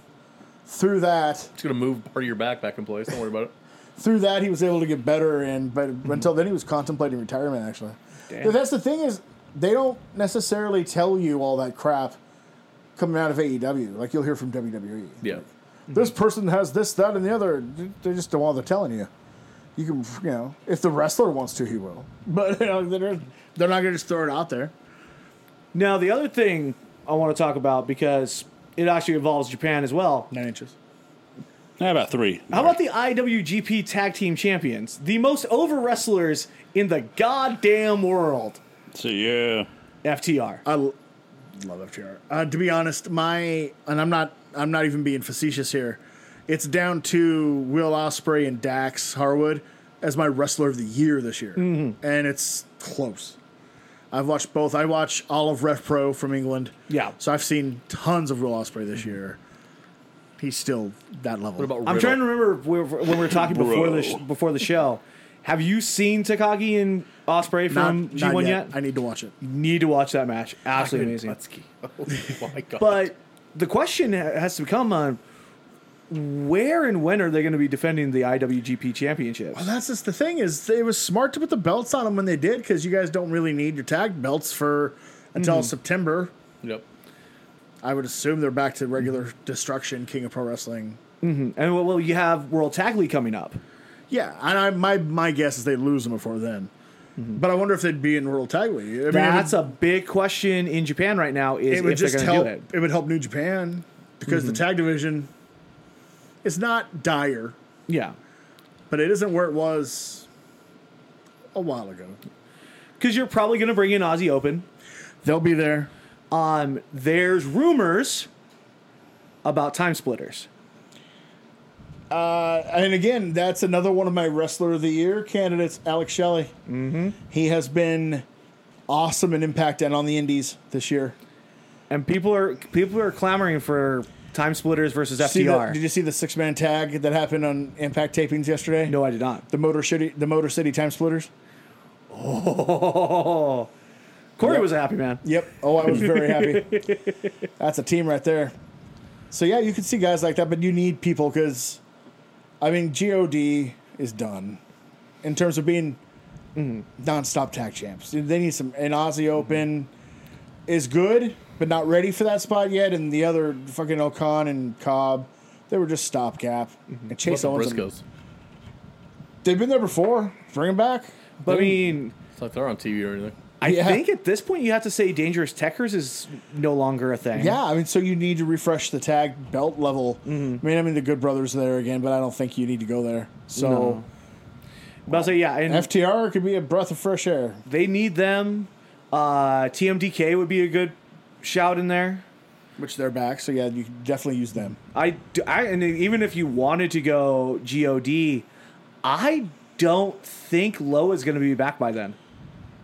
Speaker 1: through that,
Speaker 3: It's gonna move part of your back back in place. Don't worry about it.
Speaker 1: through that he was able to get better and but
Speaker 3: Mm-hmm.
Speaker 1: until then he was contemplating retirement actually But that's the thing is they don't necessarily tell you all that crap coming out of aew like you'll hear from E. wwe
Speaker 3: Yeah.
Speaker 1: Mm-hmm. this person has this that and the other they just don't bother telling you you can you know if the wrestler wants to he will but you know, they're, they're not going to just throw it out there
Speaker 4: Now the other thing I want to talk about because it actually involves Japan as well.
Speaker 1: nine inches
Speaker 2: How about three?
Speaker 4: How about the IWGP Tag Team Champions, the most over wrestlers in the goddamn world?
Speaker 2: So yeah,
Speaker 4: FTR.
Speaker 1: i l- love ftr uh, to be honest my and i'm not i'm not even being facetious here it's down to will osprey and dax harwood as my wrestler of the year this year and it's close i've watched both i watch all of ref pro from england
Speaker 4: Yeah.
Speaker 1: so i've seen tons of will osprey this year he's still that level
Speaker 3: What about
Speaker 4: I'm
Speaker 3: Riddle?
Speaker 4: trying to remember if we were- when we were talking before
Speaker 2: Bro.
Speaker 4: the sh- before the show. Have you seen Takagi and Osprey
Speaker 1: Not-
Speaker 4: from
Speaker 1: not
Speaker 4: G1 yet?
Speaker 1: i need to watch it
Speaker 4: Need to watch that match. Absolutely amazing.
Speaker 3: Gretzky. Oh my god.
Speaker 4: But the question ha- has to become on where and when are they going to be defending the IWGP Championship?
Speaker 1: Well, that's just the thing is it was smart to put the belts on them when they did because you guys don't really need your tag belts for until september
Speaker 3: yep.
Speaker 1: I would assume they're back to regular destruction, King of Pro Wrestling.
Speaker 4: And well, well, you have World Tag League coming up.
Speaker 1: Yeah, and I, my my guess is they lose them before then. But I wonder if they'd be in World Tag League. I mean, it
Speaker 4: Mm-hmm. That's
Speaker 1: would,
Speaker 4: a big question in Japan right now. Is
Speaker 1: it would
Speaker 4: if
Speaker 1: just
Speaker 4: they're going
Speaker 1: help.
Speaker 4: to do Mm-hmm.
Speaker 1: It.
Speaker 4: it?
Speaker 1: would help New Japan because the tag division is not dire,
Speaker 4: Yeah,
Speaker 1: but it isn't where it was a while ago.
Speaker 4: because you're probably going to bring in Aussie Open.
Speaker 1: They'll be there.
Speaker 4: Um, there's rumors about time splitters.
Speaker 1: and again, that's another one of my wrestler of the year candidates, Alex Shelley. Mm-hmm. He has been awesome in Impact and on the Indies this year.
Speaker 4: and people are people are clamoring for time splitters versus
Speaker 1: See the-
Speaker 4: FTR.
Speaker 1: did you see the six man tag that happened on Impact tapings yesterday?
Speaker 4: no, I did not.
Speaker 1: The Motor City, the Motor City Time Splitters.
Speaker 4: Oh, Corey was a happy man.
Speaker 1: Yep. Oh, I was very happy. That's a team right there. So yeah, you can see guys like that, but you need people because, I mean, God is done in terms of being non-stop tag champs. They need some. And Aussie Open is good, but not ready for that spot yet. And the other fucking Okan and Cobb, they were just stopgap. And
Speaker 3: What
Speaker 1: Chase
Speaker 3: about
Speaker 1: Owens,
Speaker 3: Briscoes?
Speaker 1: They've been there before. Bring them back.
Speaker 4: But I mean,
Speaker 3: It's like they're on TV or anything.
Speaker 4: I
Speaker 1: Yeah.
Speaker 4: think at this point you have to say dangerous techers is no longer a thing.
Speaker 1: Yeah, I mean, so you need to refresh the tag belt level. I mean, I mean, the Good Brothers are there again, but I don't think you need to go there. So
Speaker 4: but I'll say yeah, and
Speaker 1: FTR could be a breath of fresh air.
Speaker 4: they need them. Uh, TMDK would be a good shout in there.
Speaker 1: Which they're back, so yeah, you can definitely use them.
Speaker 4: I, d- I- and even if you wanted to go God, I don't think Low is going to be back by then.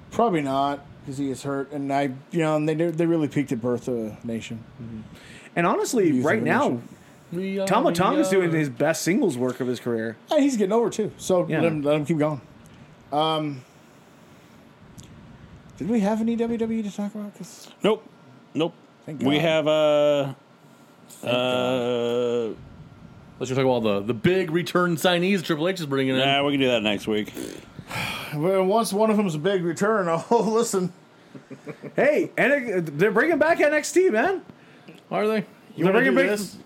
Speaker 1: Probably not because he is hurt, and I, you know, and they they really peaked at Bertha Nation.
Speaker 4: And honestly,
Speaker 1: Youth
Speaker 4: right
Speaker 1: of the
Speaker 4: now,
Speaker 1: nation.
Speaker 3: We are-
Speaker 4: Tama
Speaker 3: we
Speaker 4: Tonga's
Speaker 3: are-
Speaker 4: doing his best singles work of his career.
Speaker 1: And he's getting over too, so
Speaker 4: Yeah.
Speaker 1: let him let him keep going. Um, did we have any WWE to talk about? 'Cause-
Speaker 2: nope, nope.
Speaker 1: Thank
Speaker 2: We
Speaker 1: God.
Speaker 2: have uh, uh,
Speaker 3: Let's just talk about the the big return signees Triple H is bringing in.
Speaker 2: nah, we can do that next week.
Speaker 1: well, once one of them's a big return, oh listen,
Speaker 4: hey, and uh, they're bringing back NXT, man.
Speaker 3: Are they?
Speaker 1: You
Speaker 4: They're
Speaker 1: want to
Speaker 4: bringing
Speaker 1: do
Speaker 4: back-
Speaker 1: this?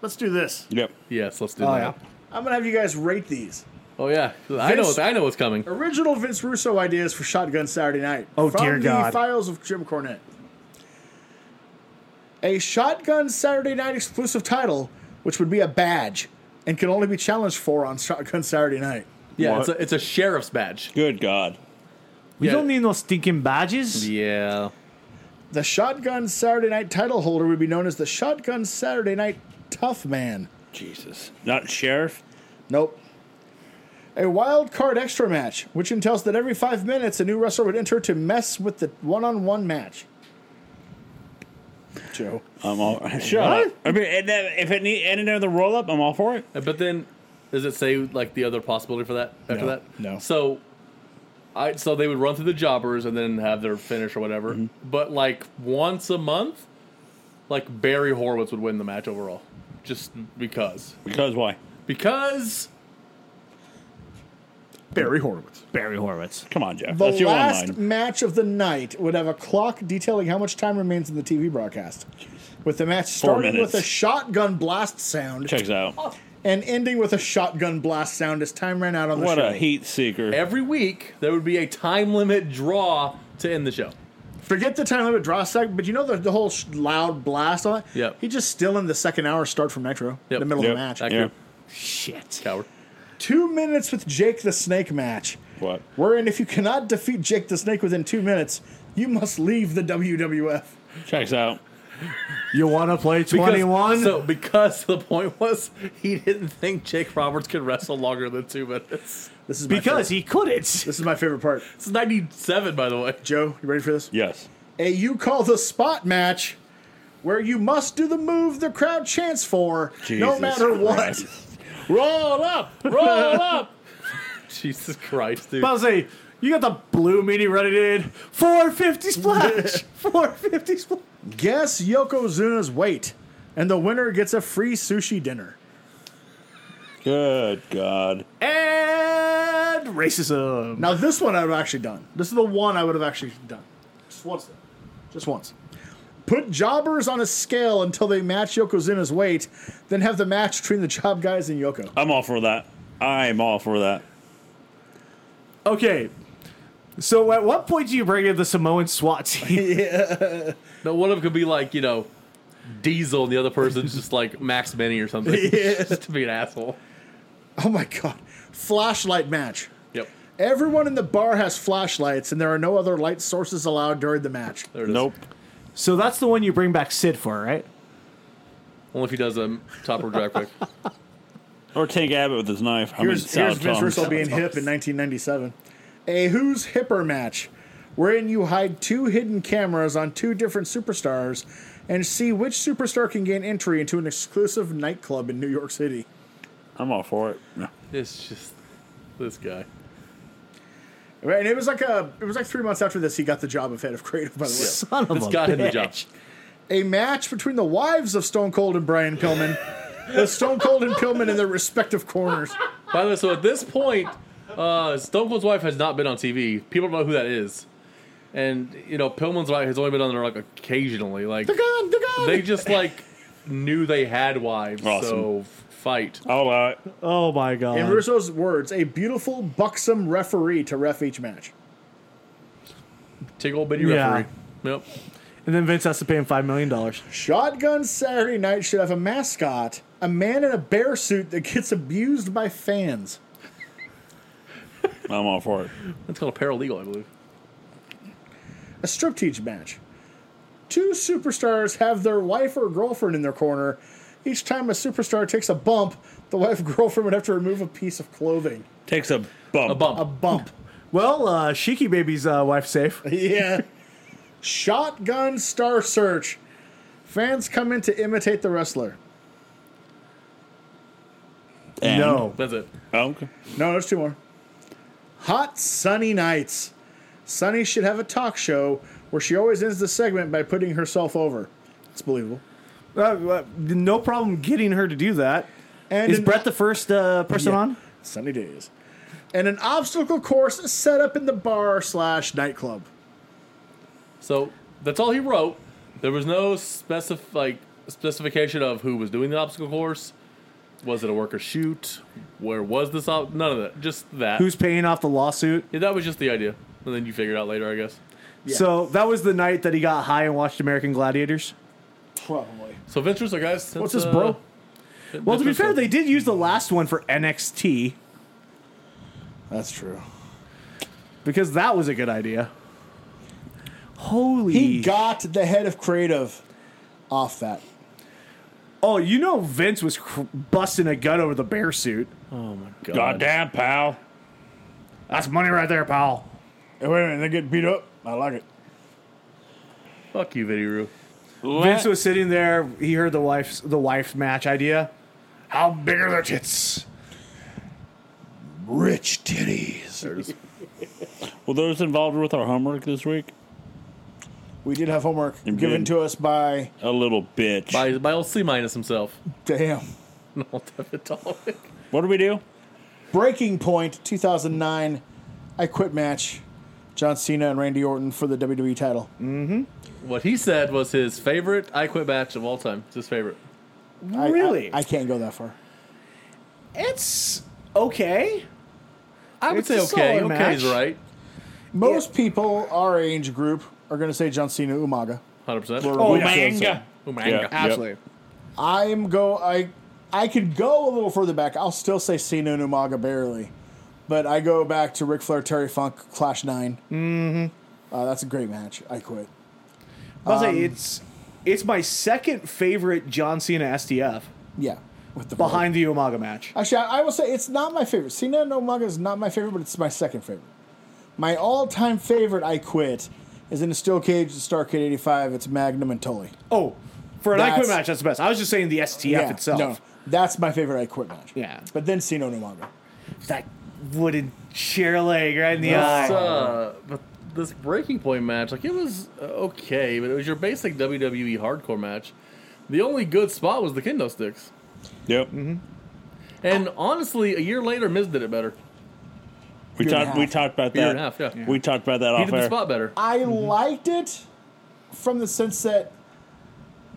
Speaker 1: Let's do this.
Speaker 2: Yep.
Speaker 3: Yes, let's do
Speaker 4: Oh, yeah.
Speaker 3: that.
Speaker 1: I'm gonna have you guys rate these
Speaker 3: Oh yeah, I know.
Speaker 1: Vince-
Speaker 3: I know what's coming.
Speaker 1: original Vince Russo ideas for Shotgun Saturday Night.
Speaker 4: Oh,
Speaker 1: from
Speaker 4: dear
Speaker 1: the
Speaker 4: God.
Speaker 1: Files of Jim Cornette. A Shotgun Saturday Night exclusive title, which would be a badge and can only be challenged for on Shotgun Saturday Night.
Speaker 3: Yeah,
Speaker 2: What?
Speaker 3: it's a, it's a sheriff's badge.
Speaker 2: Good God.
Speaker 4: We
Speaker 3: Yeah.
Speaker 4: don't need no stinking badges.
Speaker 3: Yeah.
Speaker 1: The Shotgun Saturday Night title holder would be known as the Shotgun Saturday Night Tough Man.
Speaker 2: Jesus. Not sheriff.
Speaker 1: Nope. A wild card extra match, which entails that every five minutes a new wrestler would enter to mess with the one on one match. Joe.
Speaker 2: I'm all shut
Speaker 1: What?
Speaker 2: up. I mean, and then if it need, ended in the roll up, I'm all for it.
Speaker 3: But then, does it say like the other possibility for that after
Speaker 1: No,
Speaker 3: that?
Speaker 1: no.
Speaker 3: So, I so they would run through the jobbers and then have their finish or whatever.
Speaker 1: Mm-hmm.
Speaker 3: But like once a month, like Barry Horowitz would win the match overall, just because
Speaker 2: Because why?
Speaker 3: because
Speaker 1: Barry Horowitz.
Speaker 4: Barry Horowitz.
Speaker 2: Come on, Jeff.
Speaker 1: The
Speaker 2: That's your one
Speaker 1: last
Speaker 2: line.
Speaker 1: match of the night would have a clock detailing how much time remains in the TV broadcast. With the match
Speaker 2: Four
Speaker 1: starting with
Speaker 2: minutes.
Speaker 1: a shotgun blast sound
Speaker 2: Checks
Speaker 1: Oh,
Speaker 2: out.
Speaker 1: and ending with a shotgun blast sound as time ran out on the
Speaker 2: What
Speaker 1: show.
Speaker 2: a heat seeker.
Speaker 3: every week there would be a time limit draw to end the show.
Speaker 1: Forget the time limit draw seg, but you know the, the whole sh- loud blast on it?
Speaker 3: Yep.
Speaker 1: He just still in the second hour start from Nitro,
Speaker 3: Yep.
Speaker 1: the middle
Speaker 2: Yep.
Speaker 1: of the match.
Speaker 3: That
Speaker 2: Yeah.
Speaker 4: Shit.
Speaker 3: Coward.
Speaker 1: Two minutes with Jake the Snake match.
Speaker 2: What?
Speaker 1: Wherein if you cannot defeat Jake the Snake within two minutes, you must leave the WWF.
Speaker 2: Checks out.
Speaker 4: You want to play 21?
Speaker 3: So because the point was he didn't think Jake Roberts could wrestle longer than two minutes.
Speaker 1: This is my favorite-
Speaker 4: because he couldn't.
Speaker 1: this is my favorite part.
Speaker 3: It's ninety seven, by the way.
Speaker 1: Joe, you ready for this?
Speaker 2: Yes.
Speaker 1: A you call the spot match, where you must do the move the crowd chants for, no
Speaker 2: Jesus
Speaker 1: matter what.
Speaker 2: Christ. Roll up. Roll up.
Speaker 3: Jesus Christ, dude.
Speaker 4: I was like, you got the blue meaty ready, dude. 450 splash. 450 splash.
Speaker 1: Guess Yokozuna's weight, and the winner gets a free sushi dinner.
Speaker 2: Good God.
Speaker 4: And racism.
Speaker 1: Now this one I've actually done. This is the one I would have actually done. Just once. though. Just once. Put jobbers on a scale until they match Yokozuna's weight, then have the match between the job guys and Yoko.
Speaker 2: I'm all for that. I'm all for that.
Speaker 4: Okay. So at what point do you bring in the Samoan SWAT team?
Speaker 3: No, one of them could be like, you know, Diesel, and the other person's just like Max Benny or something. just to be an asshole.
Speaker 1: Oh my god. Flashlight match.
Speaker 3: Yep.
Speaker 1: Everyone in the bar has flashlights, and there are no other light sources allowed during the match.
Speaker 3: There it is.
Speaker 2: Nope.
Speaker 4: so that's the one you bring back Sid for, right?
Speaker 3: Only if he does a top rope drag kick.
Speaker 2: Or take Abbott with his knife. I mean,
Speaker 1: Here's, here's
Speaker 2: salad
Speaker 1: Vince
Speaker 2: tongs.
Speaker 1: Russo being hip in 1997. A Who's Hipper match, wherein you hide two hidden cameras on two different superstars and see which superstar can gain entry into an exclusive nightclub in New York City.
Speaker 2: I'm all for it. Yeah.
Speaker 3: It's just this guy.
Speaker 1: Right, and it was like a, it was like three months after this he got the job of head of creative. By the
Speaker 4: Son of
Speaker 3: This
Speaker 4: a
Speaker 3: got him the
Speaker 4: bitch.
Speaker 3: job.
Speaker 1: way, a match between the wives of Stone Cold and Brian Pillman, the Stone Cold and Pillman in their respective corners.
Speaker 3: By the way, so at this point, uh, Stone Cold's wife has not been on TV. People don't know who that is. And, you know, Pillman's wife has only been on there like occasionally. Like,
Speaker 1: They're gone, they're gone.
Speaker 3: they just like knew they had wives.
Speaker 2: Awesome.
Speaker 3: So fight.
Speaker 2: I'll allow it.
Speaker 4: Oh my god.
Speaker 1: in Russo's words, a beautiful, buxom referee to ref each match.
Speaker 3: Take old bitty
Speaker 4: Yeah.
Speaker 3: referee. Yep.
Speaker 4: and then Vince has to pay him $5 million.
Speaker 1: Shotgun Saturday Night should have a mascot, a man in a bear suit that gets abused by fans.
Speaker 2: I'm all for it.
Speaker 3: That's called a paralegal, I believe.
Speaker 1: A striptease match. Two superstars have their wife or girlfriend in their corner. Each time a superstar takes a bump, the wife or girlfriend would have to remove a piece of clothing.
Speaker 2: Takes a bump.
Speaker 3: A bump.
Speaker 1: A bump.
Speaker 4: Well, uh, Shiki Baby's uh, wife's safe.
Speaker 1: yeah. Shotgun Star Search. Fans come in to imitate the wrestler.
Speaker 2: And-
Speaker 4: No.
Speaker 3: That's it.
Speaker 2: Oh, okay.
Speaker 1: No, there's two more. Hot sunny nights. Sunny should have a talk show where she always ends the segment by putting herself over. It's believable.
Speaker 4: Uh, uh, no problem getting her to do that.
Speaker 1: And
Speaker 4: Is
Speaker 1: an-
Speaker 4: Brett the first uh, person
Speaker 1: Yeah.
Speaker 4: on?
Speaker 1: sunny days, and an obstacle course set up in the bar slash nightclub.
Speaker 3: So that's all he wrote. There was no specif- like specification of who was doing the obstacle course. Was it a worker shoot? Where was this? Op- None of that. Just that.
Speaker 4: Who's paying off the lawsuit?
Speaker 3: yeah, that was just the idea, and then you figure it out later, I guess.
Speaker 4: So that was the night that he got high and watched American Gladiators.
Speaker 1: Probably.
Speaker 3: So Ventures, I guess. uh,
Speaker 1: What's this, bro?
Speaker 4: Well, to be fair, they did use the last one for NXT
Speaker 1: That's true.
Speaker 4: because that was a good idea. Holy!
Speaker 1: He got the head of creative off that.
Speaker 4: oh, you know Vince was cr- busting a gut over the bear suit.
Speaker 2: Goddamn, pal.
Speaker 4: That's money right there, pal.
Speaker 1: Hey, wait a minute, they get beat up. I like it.
Speaker 3: Fuck you, Vidiru.
Speaker 4: Vince was sitting there. He heard the wife's the wife match idea. How big are their tits?
Speaker 1: Rich titties.
Speaker 2: Well, those involved with our homework this week,
Speaker 1: We did have homework given
Speaker 2: did.
Speaker 1: to us by
Speaker 2: a little bitch.
Speaker 3: By by old C minus himself.
Speaker 1: damn
Speaker 3: No, David Dobrik.
Speaker 2: What do we do?
Speaker 1: Breaking Point 2009. I quit match. John Cena and Randy Orton for the WWE title.
Speaker 3: What he said was his favorite I Quit match of all time. It's his favorite.
Speaker 1: I- I-
Speaker 4: really?
Speaker 1: I, can't go that far.
Speaker 4: It's okay.
Speaker 3: I would
Speaker 4: It's
Speaker 3: say
Speaker 4: a
Speaker 3: okay.
Speaker 4: solid
Speaker 3: Okay is
Speaker 4: match.
Speaker 3: right.
Speaker 1: Most people our age group are going to say John Cena Umaga.
Speaker 3: 100%.
Speaker 1: Or
Speaker 4: Oh,
Speaker 1: Umaga.
Speaker 2: Manga.
Speaker 3: Umanga.
Speaker 2: Yeah.
Speaker 4: Absolutely.
Speaker 1: I'm go I I could go a little further back. I'll still say Cena and Umaga barely, but I go back to Ric Flair, Terry Funk, Clash 9 Mm-hmm. Uh, that's a great match. I quit.
Speaker 4: I'll
Speaker 1: Um,
Speaker 4: say it's it's my second favorite John Cena STF
Speaker 1: Yeah, with the
Speaker 4: behind the Umaga match.
Speaker 1: Actually, I, I will say it's not my favorite. Cena and Umaga is not my favorite, but it's my second favorite. My all-time favorite, I quit, is in the steel cage, at Starcade '85. It's Magnum and Tully.
Speaker 4: Oh, for an I Quit
Speaker 1: That's-
Speaker 4: match, that's the best. I was just saying the STF itself.
Speaker 1: that's my favorite. I quit match.
Speaker 4: Yeah.
Speaker 1: but then Cena and Umaga.
Speaker 4: That wooden chair leg right in the
Speaker 3: This,
Speaker 4: eye.
Speaker 3: uh, but this breaking point match, like it was uh, okay, but it was your basic WWE hardcore match. The only good spot was the kendo sticks,
Speaker 2: Yep.
Speaker 1: Mm-hmm.
Speaker 3: and
Speaker 4: Oh.
Speaker 3: honestly, a year later, Miz did it better.
Speaker 2: We
Speaker 1: Year and a
Speaker 2: talked. We
Speaker 1: half.
Speaker 2: talked about that.
Speaker 3: Year and a half, yeah.
Speaker 2: We talked about that
Speaker 3: He
Speaker 2: off
Speaker 3: did the
Speaker 2: air.
Speaker 3: spot better.
Speaker 1: I liked it from the sense that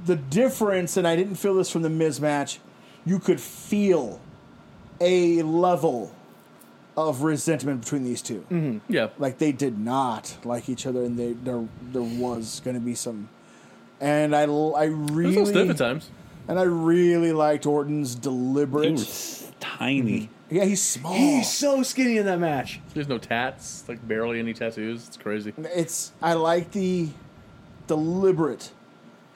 Speaker 1: the difference, and I didn't feel this from the Miz match, you could feel a level of resentment between these 2
Speaker 3: Yeah,
Speaker 1: Like they did not like each other, and they there there was going to be some. And I, l- I
Speaker 3: it was a little stiff
Speaker 1: really
Speaker 3: at times.
Speaker 1: and I really liked Orton's
Speaker 2: He
Speaker 1: deliberate.
Speaker 2: was tiny.
Speaker 3: Mm-hmm.
Speaker 1: Yeah, he's small.
Speaker 4: He's so skinny in that match.
Speaker 3: There's no tats, like barely any tattoos. It's crazy.
Speaker 1: it's I like the deliberate.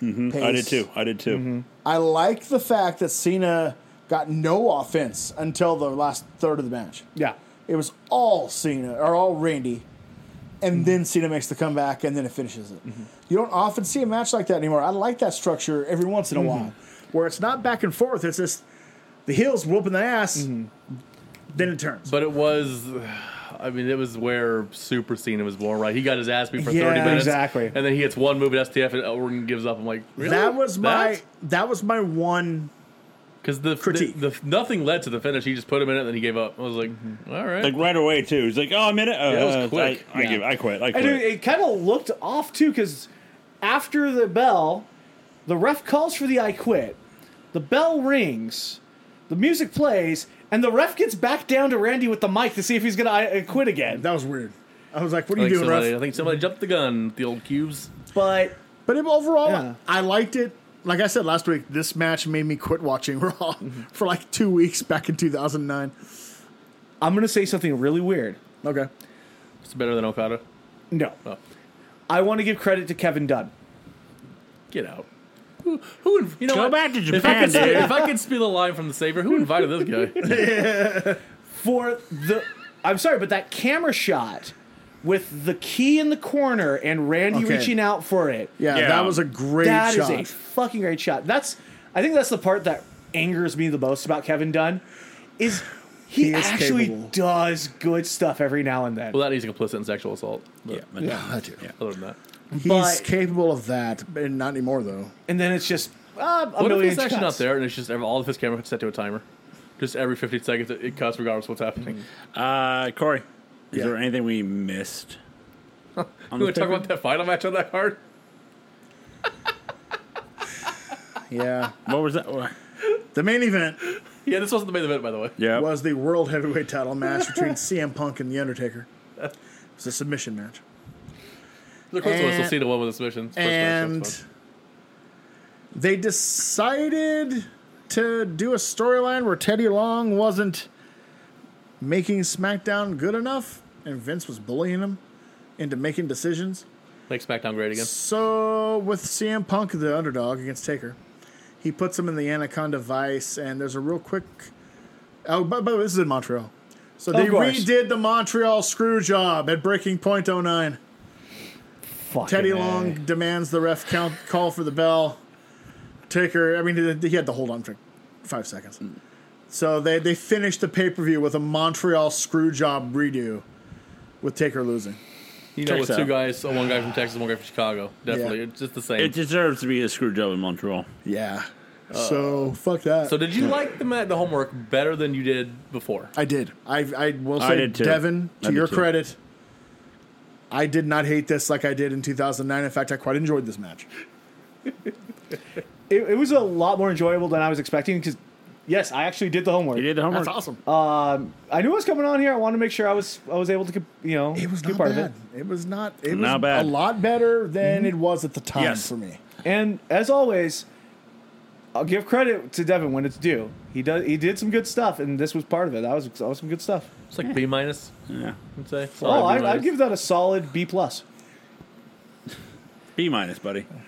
Speaker 2: Mm-hmm. I did
Speaker 1: pace.
Speaker 2: too. I did too.
Speaker 3: Mm-hmm.
Speaker 1: I like the fact that Cena got no offense until the last third of the match.
Speaker 4: Yeah.
Speaker 1: It was all Cena or all Randy, and
Speaker 2: Mm-hmm.
Speaker 1: then Cena makes the comeback and then it finishes it. You don't often see a match like that anymore. I like that structure every once in
Speaker 2: Mm-hmm.
Speaker 1: a while, where it's not back and forth. It's just the heels whooping the ass,
Speaker 2: Mm-hmm.
Speaker 1: then it turns.
Speaker 3: But it was, I mean, it was where Super Cena was born, right? He got his ass beat for
Speaker 4: Yeah,
Speaker 3: 30 minutes.
Speaker 4: exactly.
Speaker 3: And then he hits one move at STF and Orton gives up. I'm like, really?
Speaker 1: That was my that was my one
Speaker 3: Because the,
Speaker 1: critique.
Speaker 3: the, the nothing led to the finish. He just put him in it and then he gave up. I was like, all right.
Speaker 2: Like right away too. He's like, "Oh, I'm in it." Uh,
Speaker 3: it was
Speaker 2: uh,
Speaker 3: quick.
Speaker 2: I, I, give, I quit. I
Speaker 4: And
Speaker 2: quit.
Speaker 4: it, it kind of looked off too because after the bell, the ref calls for the I Quit. The bell rings, the music plays, and the ref gets back down to Randy with the mic to see if he's gonna I, I quit again.
Speaker 1: That was weird. I was like, "What
Speaker 3: I
Speaker 1: are you
Speaker 3: think,
Speaker 1: doing,
Speaker 3: somebody,
Speaker 1: ref?"
Speaker 3: I think somebody jumped the gun with the old cubes.
Speaker 4: But
Speaker 1: But it- overall,
Speaker 4: Yeah.
Speaker 1: I liked it. Like I said last week, this match made me quit watching Raw for like two weeks back in 2009.
Speaker 4: I'm gonna say something really weird.
Speaker 1: Okay,
Speaker 3: It's better than Okada.
Speaker 4: No,
Speaker 3: Oh,
Speaker 4: I want to give credit to Kevin Dunn.
Speaker 3: get out. Who, who inv- you know
Speaker 2: Go
Speaker 3: what?
Speaker 2: back to
Speaker 3: if I,
Speaker 2: Japan,
Speaker 3: could,
Speaker 2: dude.
Speaker 3: if I could steal a line from the Savior, who invited this guy?
Speaker 4: for the I'm sorry, but that camera shot with the key in the corner and Randy
Speaker 1: Okay.
Speaker 4: reaching out for it.
Speaker 1: yeah,
Speaker 2: Yeah.
Speaker 1: that was a great
Speaker 4: that is
Speaker 1: shot.
Speaker 4: a fucking great shot. That's I think that's the part that angers me the most about Kevin Dunn is he,
Speaker 1: is
Speaker 4: actually
Speaker 1: capable.
Speaker 4: does good stuff every now and then.
Speaker 3: well, that is complicit in sexual assault. But
Speaker 1: yeah, that dude.
Speaker 3: Other than that,
Speaker 1: He's
Speaker 4: But-
Speaker 1: capable of that, and not anymore though.
Speaker 4: and then it's just uh, a
Speaker 3: what if
Speaker 4: million
Speaker 3: it's actually
Speaker 4: shots.
Speaker 3: not there and it's just every, all of his camera set to a timer? Just every 50 seconds, it, it
Speaker 2: Mm-hmm.
Speaker 3: cuts regardless of what's happening.
Speaker 2: uh, Corey, is
Speaker 1: Yeah.
Speaker 2: there anything we missed? on
Speaker 3: We
Speaker 2: the
Speaker 3: want to talk
Speaker 2: paper?
Speaker 3: about that final match on that card?
Speaker 1: Yeah.
Speaker 2: What was that?
Speaker 1: The main event
Speaker 3: Yeah, this wasn't the main event, by the way.
Speaker 2: Yeah.
Speaker 1: was the World Heavyweight Title match between CM Punk and The Undertaker. It was a submission match.
Speaker 3: The close one was
Speaker 1: And-
Speaker 3: Cena one with a submission. First match,
Speaker 1: and
Speaker 3: that's fine.
Speaker 1: they decided to do a storyline where Teddy Long wasn't making SmackDown good enough, and Vince was bullying him into making decisions.
Speaker 3: make SmackDown great again.
Speaker 1: So with CM Punk, the underdog against Taker, he puts him in the Anaconda Vice, and there's a real quick. Oh, but, but this is in Montreal, so they
Speaker 4: course.
Speaker 1: redid the Montreal screw job at Breaking Point 09. Teddy Long demands the ref count call for the bell. Taker, I mean, he- he had to hold on for five seconds.
Speaker 2: Mm.
Speaker 1: So they they finished the pay per view with a Montreal screw job redo, with Taker losing.
Speaker 3: You know, with
Speaker 1: Checks
Speaker 3: two
Speaker 1: out.
Speaker 3: guys, uh, one guy from Texas, one guy from Chicago. Definitely,
Speaker 1: Yeah.
Speaker 3: it's just the same.
Speaker 2: It deserves to be a screw job in Montreal.
Speaker 1: Yeah.
Speaker 2: Uh,
Speaker 1: so fuck that.
Speaker 3: so, did you like the ma- the homework better than you did before?
Speaker 1: I did. I I will
Speaker 2: I
Speaker 1: say,
Speaker 2: did too.
Speaker 1: Devin,
Speaker 2: I
Speaker 1: to
Speaker 2: did
Speaker 1: your
Speaker 2: too.
Speaker 1: credit, I did not hate this like I did in 2009. In fact, I quite enjoyed this match.
Speaker 4: It, it was a lot more enjoyable than I was expecting because, yes, I actually did the homework.
Speaker 2: You did the homework.
Speaker 1: That's awesome.
Speaker 4: Uh, I knew what was coming on here. I wanted to make sure I was I was able to you know
Speaker 1: it was
Speaker 4: be
Speaker 1: not
Speaker 4: part
Speaker 1: bad.
Speaker 4: of Mm-hmm.
Speaker 1: It. was not. It
Speaker 2: Not
Speaker 1: was
Speaker 2: bad.
Speaker 1: A lot better than it was at the time
Speaker 2: Yes.
Speaker 1: for me.
Speaker 4: it. And as always, I'll give credit to Devin when it's due. He does he did some good stuff, and this was part of it. That was that was some good stuff.
Speaker 3: It's like B minus.
Speaker 2: Yeah.
Speaker 3: I'd say.
Speaker 4: oh,
Speaker 3: Solid B
Speaker 4: I, I'd
Speaker 3: minus.
Speaker 4: give that a solid B plus.
Speaker 2: B minus, buddy.
Speaker 4: I'm,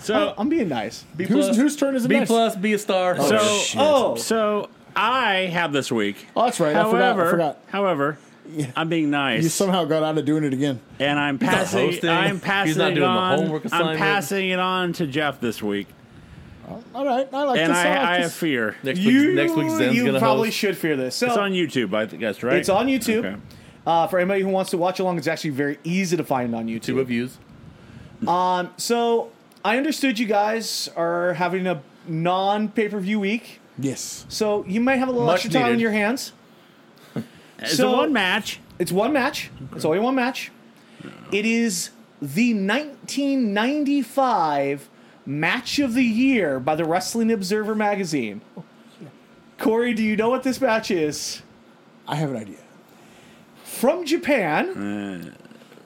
Speaker 2: So
Speaker 4: I'm being nice. B
Speaker 1: Whose, whose turn is it
Speaker 3: B
Speaker 1: next?
Speaker 3: plus, B a star.
Speaker 2: so
Speaker 1: shit.
Speaker 4: Oh.
Speaker 2: so I have this week.
Speaker 1: Oh, that's right.
Speaker 2: however,
Speaker 1: I forgot. I forgot.
Speaker 2: however, I'm being nice.
Speaker 1: You somehow got out of doing it again.
Speaker 2: and I'm passing.
Speaker 3: hosting.
Speaker 2: I'm
Speaker 3: He's
Speaker 2: passing
Speaker 3: not
Speaker 2: it
Speaker 3: doing the
Speaker 2: on.
Speaker 3: homework
Speaker 2: I'm
Speaker 3: assignment.
Speaker 2: passing it on to Jeff this week,
Speaker 1: All right. I like
Speaker 2: and
Speaker 1: this. I, like
Speaker 2: I, I have
Speaker 1: this.
Speaker 2: fear.
Speaker 3: next week,
Speaker 4: you
Speaker 3: next week Zen's
Speaker 4: you
Speaker 3: gonna
Speaker 4: probably
Speaker 3: host.
Speaker 4: should fear this. So
Speaker 2: It's on YouTube, I guess, right?
Speaker 4: It's on YouTube.
Speaker 2: Okay.
Speaker 4: uh, for anybody who wants to watch along, it's actually very easy to find on
Speaker 3: two
Speaker 4: YouTube.
Speaker 3: reviews.
Speaker 4: So I understood you guys are having a non pay per view week,
Speaker 1: Yes.
Speaker 4: so you might have a little
Speaker 3: Much
Speaker 4: extra time on
Speaker 3: needed.
Speaker 4: your hands.
Speaker 2: It's
Speaker 4: So-
Speaker 2: a one match.
Speaker 4: It's one match. It's only one match. It is the 1995 match of the year by the Wrestling Observer magazine. Corey, do you know what this match is?
Speaker 1: I have an idea.
Speaker 4: From Japan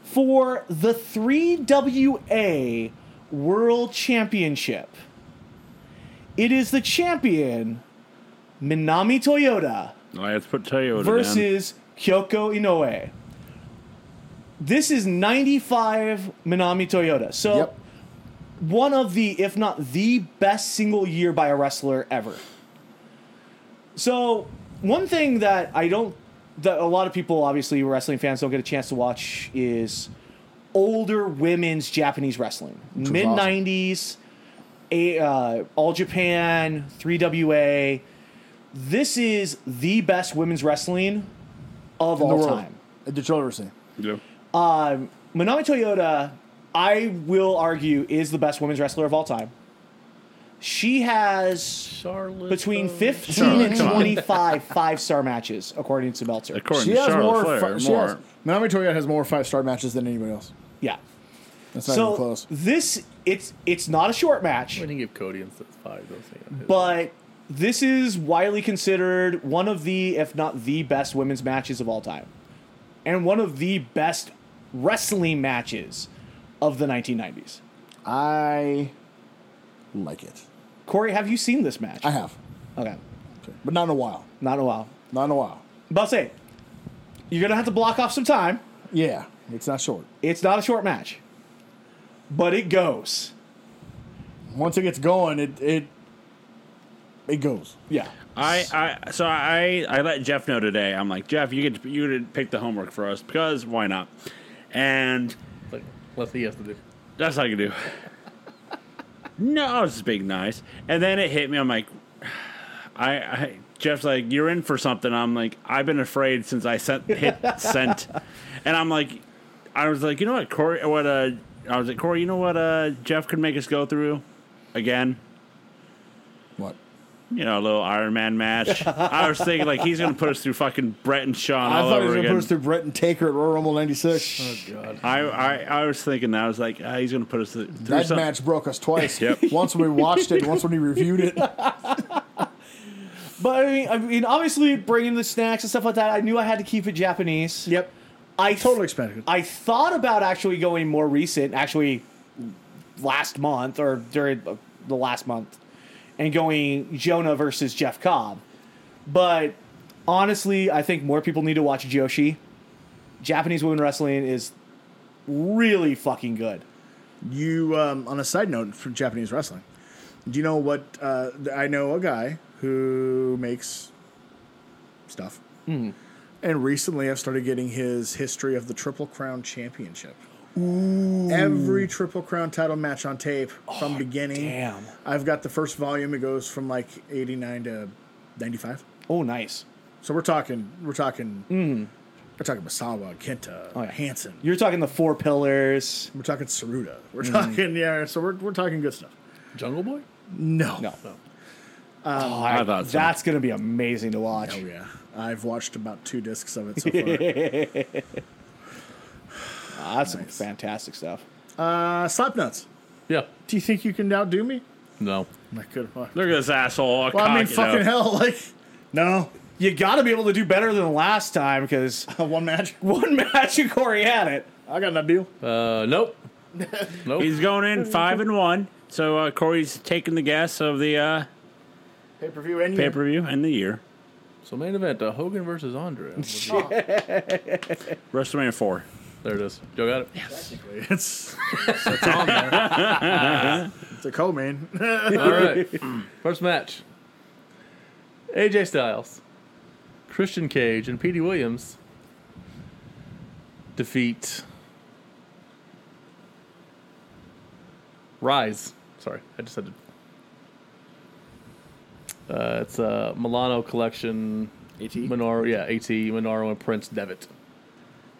Speaker 4: for the 3WA World Championship. It is the champion, Minami Toyota.
Speaker 2: Let's Oh, put Toyota down.
Speaker 4: versus Kyoko Inoue. This is 95 Minami Toyota. So
Speaker 1: Yep.
Speaker 4: one of the, if not the best single year by a wrestler ever. So one thing that I don't, that a lot of people, obviously wrestling fans, don't get a chance to watch is older women's Japanese wrestling.
Speaker 1: was
Speaker 4: Mid 90s, a uh, All Japan, 3WA. This is the best women's wrestling of all time.
Speaker 1: Did you ever see?
Speaker 2: Yeah.
Speaker 4: Um, Manami Toyota, I will argue, is the best women's wrestler of all time. She has
Speaker 3: Charlotte.
Speaker 4: between 15 and
Speaker 2: Charlotte, come on.
Speaker 4: 25 five star matches, according to Meltzer.
Speaker 2: According
Speaker 1: She
Speaker 2: to
Speaker 1: has
Speaker 2: Charlotte
Speaker 1: more.
Speaker 2: Flair,
Speaker 1: fi- she
Speaker 2: more.
Speaker 1: has, Naomi Toyota has more five star matches than anybody else.
Speaker 4: Yeah.
Speaker 1: That's not even
Speaker 4: so
Speaker 1: close.
Speaker 4: this it's it's not a short match,
Speaker 3: We didn't give Cody instead of five. Those things.
Speaker 4: but this is widely considered one of the, if not the best women's matches of all time, and one of the best wrestling matches of the 1990s.
Speaker 1: I like it.
Speaker 4: Corey, have you seen this match?
Speaker 1: I have,
Speaker 4: Okay,
Speaker 1: but not in a while.
Speaker 4: not in a while.
Speaker 1: Not in a while.
Speaker 4: But I'll say, you're gonna have to block off some time.
Speaker 1: Yeah, it's not short.
Speaker 4: It's not a short match, but it goes.
Speaker 1: Once it gets going, it it it goes.
Speaker 4: Yeah.
Speaker 2: I, I so I I let Jeff know today. I'm like Jeff, you get to, you get to pick the homework for us because why not? And
Speaker 3: Like, less he has to do.
Speaker 2: that's all I can do. no, I was just being nice. And then it hit me. I'm like, I, I Jeff's like, you're in for something. I'm like, I've been afraid since I sent hit sent, and I'm like, I was like, you know what, Corey, what uh, I was like, Corey, you know what, uh, Jeff could make us go through again.
Speaker 1: What?
Speaker 2: you know, a little Iron Man match. I was thinking like he's gonna put us through fucking Brett and Sean
Speaker 1: I
Speaker 2: all
Speaker 1: thought he was
Speaker 2: over
Speaker 1: going to
Speaker 2: again.
Speaker 1: put us through Brett and Taker at Royal Rumble 96.
Speaker 2: I, I I was thinking that I was like ah, he's gonna put us through
Speaker 1: That
Speaker 2: some-
Speaker 1: match broke us twice.
Speaker 2: Yep.
Speaker 1: Once when we watched it, once when he reviewed it.
Speaker 4: But I mean, I mean, obviously bringing the snacks and stuff like that. I knew I had to keep it Japanese.
Speaker 1: Yep.
Speaker 4: I
Speaker 1: Totally expected.
Speaker 4: I thought about actually going more recent, actually last month or during the last month, and going Jonah versus Jeff Cobb. But honestly, I think more people need to watch Joshi. Japanese women wrestling is really fucking good.
Speaker 1: You, um, on a side note for Japanese wrestling, do you know what? Uh, th- I know a guy who makes stuff.
Speaker 4: Hmm.
Speaker 1: And recently I've started getting his history of the Triple Crown Championship. Every Triple Crown title match on tape from beginning.
Speaker 4: Oh, damn.
Speaker 1: I've got the first volume. It goes from like 89 to 95.
Speaker 4: Oh, nice.
Speaker 1: So we're talking, we're talking, we're talking Masawa, Kenta,
Speaker 4: Hmm. Oh, yeah.
Speaker 1: Hansen.
Speaker 4: You're talking the four pillars.
Speaker 1: We're talking Saruda. We're talking yeah. So we're, we're talking good stuff.
Speaker 3: Jungle Boy?
Speaker 1: No.
Speaker 4: No. Oh,
Speaker 2: I thought so.
Speaker 4: Um, that's going to be amazing to watch.
Speaker 1: Oh yeah. I've watched about two discs of it so far.
Speaker 4: that's some fantastic stuff.
Speaker 1: uh, Slapnuts.
Speaker 3: Yeah.
Speaker 1: Do you think you can outdo me?
Speaker 3: No.
Speaker 1: I could. Well,
Speaker 2: Look at this asshole. all
Speaker 1: I mean,
Speaker 2: cocky,
Speaker 1: fucking
Speaker 2: though.
Speaker 1: hell. Like, no.
Speaker 4: You got to be able to do better than the last time because
Speaker 1: One match.
Speaker 4: one match and Corey had it.
Speaker 1: I got an deal.
Speaker 3: Uh, nope. nope.
Speaker 2: He's going in five and one. So uh, Corey's taking the guess of the uh,
Speaker 1: Pay per view.
Speaker 2: pay per view and the year
Speaker 3: so main event, uh, Hogan versus Andre.
Speaker 2: WrestleMania four.
Speaker 3: there it is. Joe got it.
Speaker 1: It's
Speaker 3: It's on there.
Speaker 1: it's a co-main.
Speaker 3: All right. First match. AJ Styles, Christian Cage, and Petey Williams defeat Rise. Sorry, I just had to. Uh, it's a Milano collection.
Speaker 1: At
Speaker 3: Monaro, yeah, AT Monaro and Prince Devitt.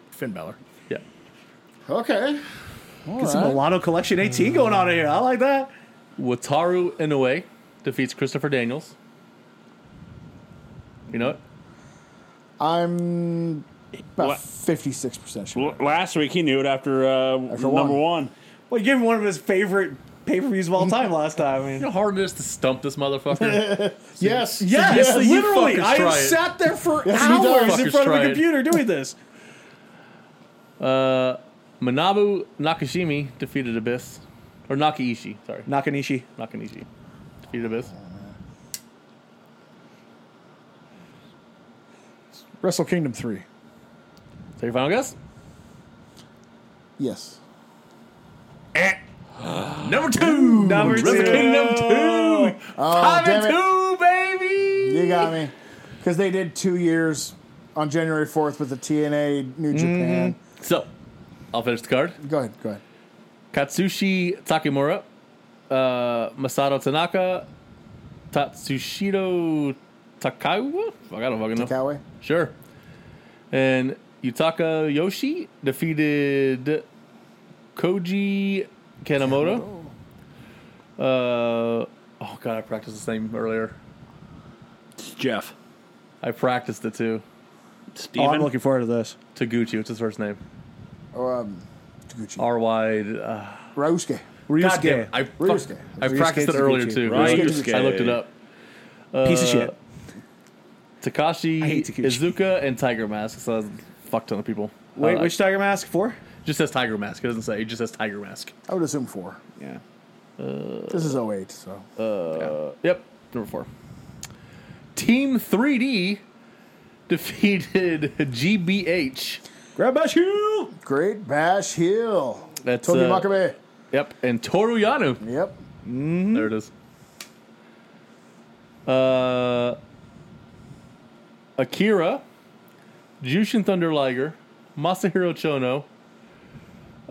Speaker 1: Finn Balor.
Speaker 3: Yeah,
Speaker 1: Okay.
Speaker 4: Get some Milano Collection 18 going on here. I like that.
Speaker 3: Wataru Inoue defeats Christopher Daniels. You know it.
Speaker 1: I'm
Speaker 2: What?
Speaker 1: about fifty-six percent sure.
Speaker 2: L- last week he knew it after, uh, number one.
Speaker 4: Well, you gave him one of his favorite pay per views of all time last time. I mean,
Speaker 3: How hard it is to stump this motherfucker.
Speaker 1: Yes.
Speaker 4: yes,
Speaker 3: you
Speaker 4: literally.
Speaker 3: fuckers
Speaker 4: I have
Speaker 3: try it.
Speaker 4: sat there for
Speaker 1: you do.
Speaker 4: hours in
Speaker 3: Fuckers
Speaker 4: front of
Speaker 3: try
Speaker 4: a
Speaker 3: it.
Speaker 4: computer doing this.
Speaker 3: Manabu Nakashimi defeated Abyss. Or Nakaishi, sorry.
Speaker 4: Nakanishi.
Speaker 3: Nakanishi. Defeated Abyss.
Speaker 1: Wrestle Kingdom three.
Speaker 3: So your final guess?
Speaker 1: Yes.
Speaker 3: Number two!
Speaker 4: Number two.
Speaker 3: Kingdom two!
Speaker 1: Oh, damn it.
Speaker 3: two, baby!
Speaker 1: You got me. Because they did two years on January 4th with the TNA New Japan.
Speaker 3: So, I'll finish the card.
Speaker 1: Go ahead, go ahead.
Speaker 3: Katsushi Takimura, uh, Masato Tanaka, Tatsushiro Takawa? Fuck, I don't fucking know.
Speaker 1: Coway?
Speaker 3: Sure. And Yutaka Yoshi defeated Koji Kanemoto. Uh, oh god, I practiced this name earlier.
Speaker 2: It's Jeff.
Speaker 3: I practiced it too.
Speaker 4: Oh,
Speaker 2: Steven.
Speaker 4: I'm looking forward to this.
Speaker 3: Taguchi, what's his first name?
Speaker 1: Um, Taguchi.
Speaker 3: R Y. Uh,
Speaker 1: Ryusuke.
Speaker 3: God damn
Speaker 4: Ryusuke.
Speaker 3: it. I, fuck-
Speaker 1: Ryusuke.
Speaker 3: I practiced it
Speaker 4: Ryusuke
Speaker 3: earlier
Speaker 4: Taguchi.
Speaker 3: too.
Speaker 2: Ryusuke.
Speaker 3: I looked it up.
Speaker 4: Piece of shit.
Speaker 3: Takashi,
Speaker 4: I hate Taguchi.
Speaker 3: Izuka, and Tiger Mask. So that's a fuck ton of people.
Speaker 4: Wait,
Speaker 3: Uh,
Speaker 4: which Tiger Mask? Four?
Speaker 3: just says Tiger Mask. It doesn't say. It just says Tiger Mask.
Speaker 1: I would assume four. Uh,
Speaker 4: Yeah.
Speaker 1: This is 08, so.
Speaker 3: Yep, number four. Team 3D defeated GBH.
Speaker 4: Grab my shoe.
Speaker 1: Great Bash Heel.
Speaker 3: That's,
Speaker 1: Toby
Speaker 3: uh,
Speaker 1: Makabe.
Speaker 3: Yep, and Toru Yano.
Speaker 1: Yep.
Speaker 3: There it is. Uh, Akira, Jushin Thunder Liger, Masahiro Chono,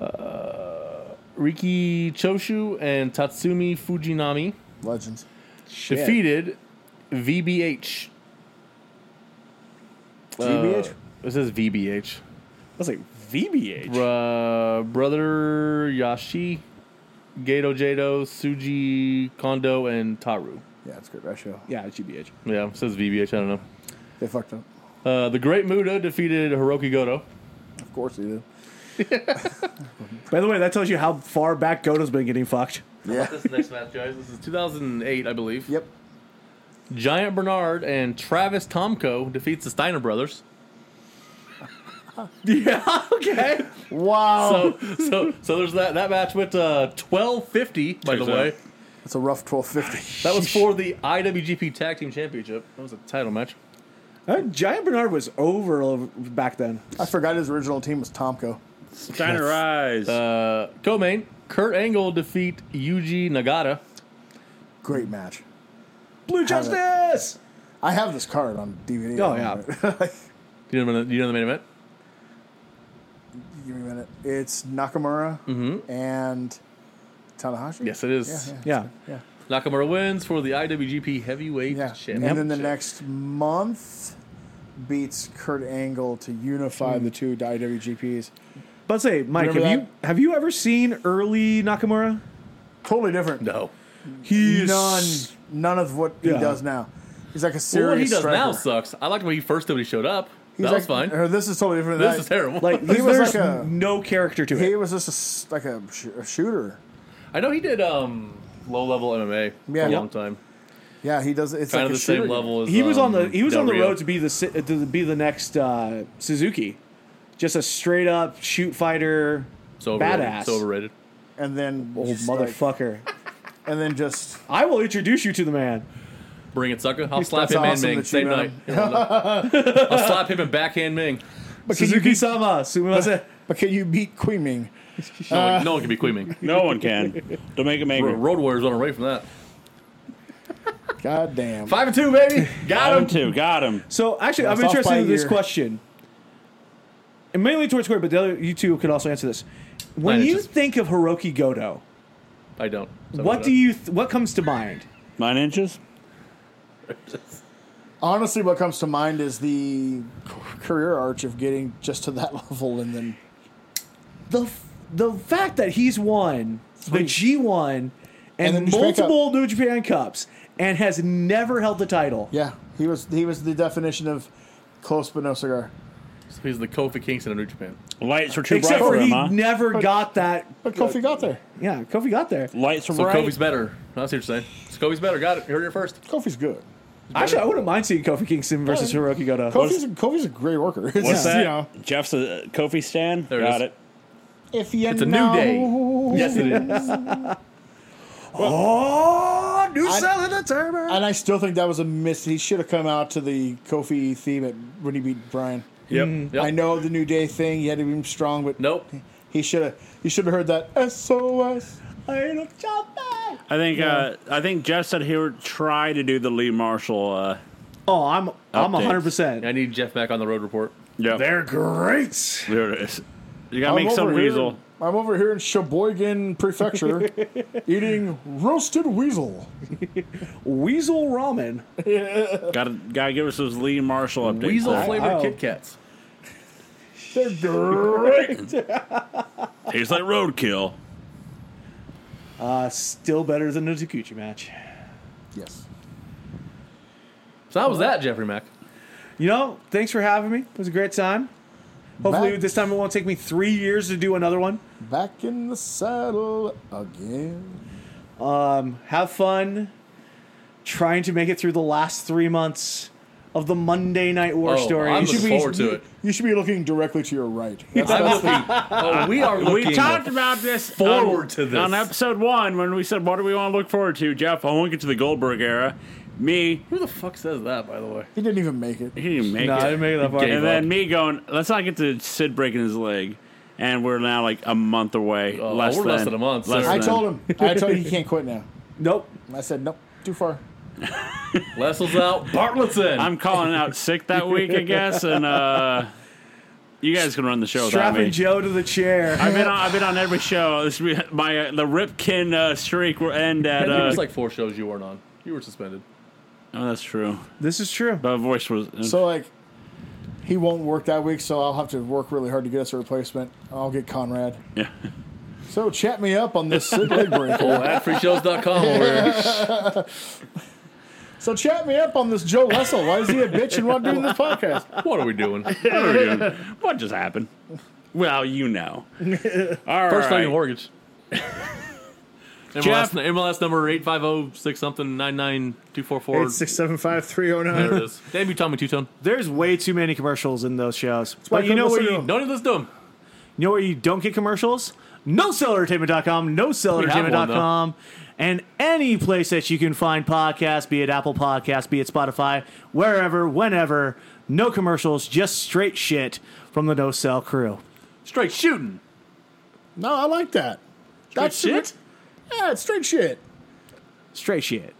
Speaker 3: uh, Riki Choshu, and Tatsumi Fujinami
Speaker 1: Legends.
Speaker 3: defeated VBH.
Speaker 1: GBH?
Speaker 3: This is VBH.
Speaker 4: I was like, VBH.
Speaker 3: Br- brother Yashi, Gato Jado, Suji Kondo, and Taru.
Speaker 1: Yeah, it's good. That show.
Speaker 4: Yeah, it's GBH.
Speaker 3: Yeah, it says VBH. I don't know.
Speaker 1: They fucked up.
Speaker 3: Uh, the Great Muda defeated Hiroki Goto.
Speaker 1: Of course they do.
Speaker 4: By the way, that tells you how far back Goto's been getting fucked.
Speaker 1: Yeah.
Speaker 3: This next match, guys. This is 2008, I believe.
Speaker 1: yep.
Speaker 3: Giant Bernard and Travis Tomko defeats the Steiner brothers.
Speaker 4: Yeah, okay.
Speaker 1: Wow.
Speaker 3: So, so, so there's that. That match went uh, 1250. By the
Speaker 2: Turns out.
Speaker 3: way,
Speaker 1: It's a rough 1250.
Speaker 3: that was for the IWGP Tag Team Championship. That was a title match.
Speaker 4: Uh, Giant Bernard was over over- back then.
Speaker 1: I forgot his original team was Tomko.
Speaker 2: Steiner Rise.
Speaker 3: Uh, co-main Kurt Angle defeat Yuji Nagata.
Speaker 1: Great match.
Speaker 4: Blue
Speaker 1: Have it.
Speaker 4: Justice!
Speaker 1: I have this card on DVD.
Speaker 4: Oh,
Speaker 1: I don't know.
Speaker 3: Do you know, do you know the main event?
Speaker 1: Give me a minute. It's Nakamura and Tanahashi.
Speaker 3: Yes, it is.
Speaker 1: Mm-hmm. Yeah, yeah.
Speaker 4: Yeah.
Speaker 1: Yeah.
Speaker 3: Nakamura wins for the IWGP Heavyweight
Speaker 1: Yeah.
Speaker 3: Championship.
Speaker 1: And then the next month beats Kurt Angle to
Speaker 3: Hmm.
Speaker 1: unify the two IWGPs.
Speaker 4: But say, Mike,
Speaker 1: Remember
Speaker 4: have
Speaker 1: that?
Speaker 4: you have you ever seen early Nakamura?
Speaker 1: Totally different.
Speaker 3: No.
Speaker 4: He's
Speaker 1: None none of what he
Speaker 4: Yeah.
Speaker 1: does now. He's like a
Speaker 3: Well,
Speaker 1: serious
Speaker 3: what he does
Speaker 1: striker.
Speaker 3: now sucks. I liked when he first did when he showed up.
Speaker 1: He's
Speaker 3: that
Speaker 1: like, uh,
Speaker 3: was fine.
Speaker 1: Or this is totally different. than
Speaker 3: This
Speaker 1: that.
Speaker 3: is terrible.
Speaker 4: like
Speaker 1: He was
Speaker 4: there's
Speaker 1: like a-
Speaker 4: no character to
Speaker 1: He
Speaker 4: it.
Speaker 1: was just a s like a, sh- a shooter.
Speaker 3: I know he did um, low level MMA
Speaker 1: Yeah.
Speaker 3: for a
Speaker 1: Yep.
Speaker 3: long time.
Speaker 1: Yeah, he does. It's
Speaker 3: Kind
Speaker 1: like
Speaker 3: of
Speaker 1: a
Speaker 3: the same
Speaker 1: shooter.
Speaker 3: level as
Speaker 4: He was on
Speaker 3: um,
Speaker 4: the he was
Speaker 3: Del
Speaker 4: on the
Speaker 3: Rio.
Speaker 4: road to be the si- to be the next uh, Suzuki, just a straight up shoot fighter,
Speaker 3: It's overrated.
Speaker 4: badass.
Speaker 3: It's overrated.
Speaker 1: And then
Speaker 4: old
Speaker 1: just like-
Speaker 4: motherfucker.
Speaker 1: and then just
Speaker 4: I will introduce you to the man.
Speaker 3: Bring it, sucker. I'll slap
Speaker 1: That's
Speaker 3: him
Speaker 1: awesome
Speaker 3: and Ming
Speaker 1: that you
Speaker 3: same
Speaker 1: know
Speaker 3: night.
Speaker 1: him.
Speaker 3: I'll slap him and backhand Ming.
Speaker 4: Suzuki Sama, Sumasa.
Speaker 1: But can you beat Queen Ming?
Speaker 3: No, one, no one can be Queen Ming.
Speaker 2: no one can. Don't make him angry.
Speaker 3: Road Warriors on a way from that.
Speaker 1: God damn.
Speaker 3: Five and two, baby. Got
Speaker 2: Got him
Speaker 3: him.
Speaker 2: too. Got him.
Speaker 4: So actually, I'm
Speaker 1: it's off
Speaker 4: interested
Speaker 1: by a
Speaker 4: in this
Speaker 1: year.
Speaker 4: question, and mainly towards Corey, but the other you two could also answer this. When
Speaker 3: Mine is
Speaker 4: you
Speaker 3: just-
Speaker 4: think of Hiroki Goto,
Speaker 3: I don't. So
Speaker 4: what do you th- what comes to mind?
Speaker 2: Nine inches.
Speaker 1: Honestly, what comes to mind is the c- career arch of getting just to that level and then
Speaker 4: The f- the fact that he's won the G1 and,
Speaker 1: And the New Japan
Speaker 4: multiple New Japan Cups and has never held the title.
Speaker 1: yeah, he was he was the definition of close but no cigar.
Speaker 3: So he's the Kofi Kingston of New Japan.
Speaker 2: Lights were too
Speaker 4: Except
Speaker 2: bright
Speaker 4: for
Speaker 2: for
Speaker 4: he
Speaker 2: him, huh?
Speaker 4: never got that.
Speaker 1: But Kofi got there.
Speaker 4: Yeah, Kofi got there.
Speaker 2: Lights were
Speaker 3: So
Speaker 2: bright.
Speaker 3: Kofi's better. That's what you're saying. So Kofi's better. Got it. You heard it first.
Speaker 1: Kofi's good.
Speaker 4: Actually, I wouldn't mind seeing Kofi Kingston versus Hiroki Goto.
Speaker 1: Kofi's a, Kofi's a great worker. It's
Speaker 2: What's
Speaker 1: just,
Speaker 2: that?
Speaker 1: You know,
Speaker 2: Jeff's a uh, Kofi Stan.
Speaker 3: There it
Speaker 2: got
Speaker 3: is.
Speaker 2: it.
Speaker 1: if you
Speaker 3: It's a
Speaker 1: know,
Speaker 3: new day. Yes, it is.
Speaker 4: Oh, new
Speaker 1: I-
Speaker 4: cell in the timer.
Speaker 1: And I still think that was a miss. He should have come out to the Kofi theme at, when he beat Brian.
Speaker 3: Yep.
Speaker 1: I know the New Day thing. You had to be strong, but
Speaker 3: Nope.
Speaker 1: he should have. You should have heard that SOS.
Speaker 4: I ain't a chopper.
Speaker 2: I think. Uh, I think Jeff said he would try to do the Lee Marshall. Uh,
Speaker 4: Oh, I'm I'm
Speaker 2: Updates.
Speaker 4: 100. percent
Speaker 3: I need Jeff back on the road report.
Speaker 2: yep.
Speaker 4: They're great.
Speaker 2: There it is. You gotta
Speaker 1: I'm
Speaker 2: make some
Speaker 1: over here-
Speaker 2: weasel.
Speaker 1: I'm over here in Sheboygan Prefecture eating roasted weasel.
Speaker 4: Weasel ramen.
Speaker 2: Gotta gotta give us those Lee Marshall updates.
Speaker 3: Weasel
Speaker 2: there.
Speaker 3: flavored
Speaker 4: Wow.
Speaker 3: Kit Kats.
Speaker 1: They're great.
Speaker 2: Tastes like roadkill.
Speaker 4: Uh, still better than the Takuchi match.
Speaker 1: yes.
Speaker 3: So how was that, Jeffrey Mack?
Speaker 4: You know, thanks for having me. It was a great time. Hopefully,
Speaker 1: Matt?
Speaker 4: this time it won't take me three years to do another one.
Speaker 1: Back in the saddle again.
Speaker 4: Have fun trying to make it through the last three months of the Monday Night War
Speaker 3: Oh,
Speaker 4: story.
Speaker 3: I'm
Speaker 4: You should
Speaker 3: looking
Speaker 4: be-
Speaker 3: forward to it.
Speaker 1: You should be looking directly to your right. That's,
Speaker 3: I'm
Speaker 1: that's the-
Speaker 3: looking. Oh, we are looking.
Speaker 2: We talked about this
Speaker 3: forward
Speaker 2: on-
Speaker 3: to this.
Speaker 2: on episode one when we said what do we want to look forward to. Jeff, I want to get to the Goldberg era. Me,
Speaker 3: Who the fuck says that, by the way?
Speaker 1: he didn't even make it.
Speaker 2: he didn't even make
Speaker 4: No,
Speaker 2: it.
Speaker 4: I didn't make it that far.
Speaker 2: and
Speaker 3: Gave up.
Speaker 2: then me going, let's not get to Sid breaking his leg. And we're now like a month away.
Speaker 3: Oh,
Speaker 2: less
Speaker 3: we're
Speaker 2: than,
Speaker 3: less than a month,
Speaker 2: Less
Speaker 3: sir.
Speaker 1: I
Speaker 2: than.
Speaker 1: told him. I told him he can't quit now.
Speaker 4: Nope.
Speaker 1: I said nope. Too far.
Speaker 3: Lessel's out. Bartlett's in.
Speaker 2: I'm calling out sick that week, I guess. And uh, you guys can run the
Speaker 3: Oh,
Speaker 2: show without me.
Speaker 4: Strapping Joe to the chair.
Speaker 2: I've been on, I've been on every show. This will be my uh, the Ripkin uh, streak will end
Speaker 3: I
Speaker 2: at.
Speaker 3: think it
Speaker 2: Uh,
Speaker 3: was like four shows you weren't on. You were suspended.
Speaker 2: oh, that's true.
Speaker 4: This is true.
Speaker 2: My voice was.
Speaker 1: So like, he won't work that week. So I'll have to work really hard to get us a replacement. I'll get Conrad.
Speaker 2: yeah.
Speaker 1: So chat me up on this Sid leg break.
Speaker 3: Oh, at freeshows.com over here.
Speaker 1: So chat me up on this Joe Lessel. Why is he a bitch and why doing this podcast?
Speaker 3: What are we doing?
Speaker 2: What are we doing? What just happened? Well, you know. All
Speaker 3: First
Speaker 2: right.
Speaker 3: name mortgage. MLS,
Speaker 2: Jeff-
Speaker 3: MLS number eight five zero six something nine nine two four four.
Speaker 1: Eight six seven five three zero
Speaker 3: There it
Speaker 1: nine.
Speaker 3: is. Damn you, Tommy Two Tone.
Speaker 4: There's way too many commercials in those shows.
Speaker 1: why
Speaker 4: But you know
Speaker 1: people
Speaker 4: where
Speaker 1: say
Speaker 4: you,
Speaker 1: no.
Speaker 3: Don't even listen to him.
Speaker 4: you know where you don't get commercials? No sellentertainment.com, no sellentertainment.com, and any place that you can find podcasts, be it Apple Podcasts, be it Spotify, wherever, whenever, no commercials, just straight shit from the No Sell crew.
Speaker 3: Straight shooting.
Speaker 1: No, I like that. That's
Speaker 3: shit?
Speaker 1: Yeah, it's straight shit.
Speaker 4: Straight shit.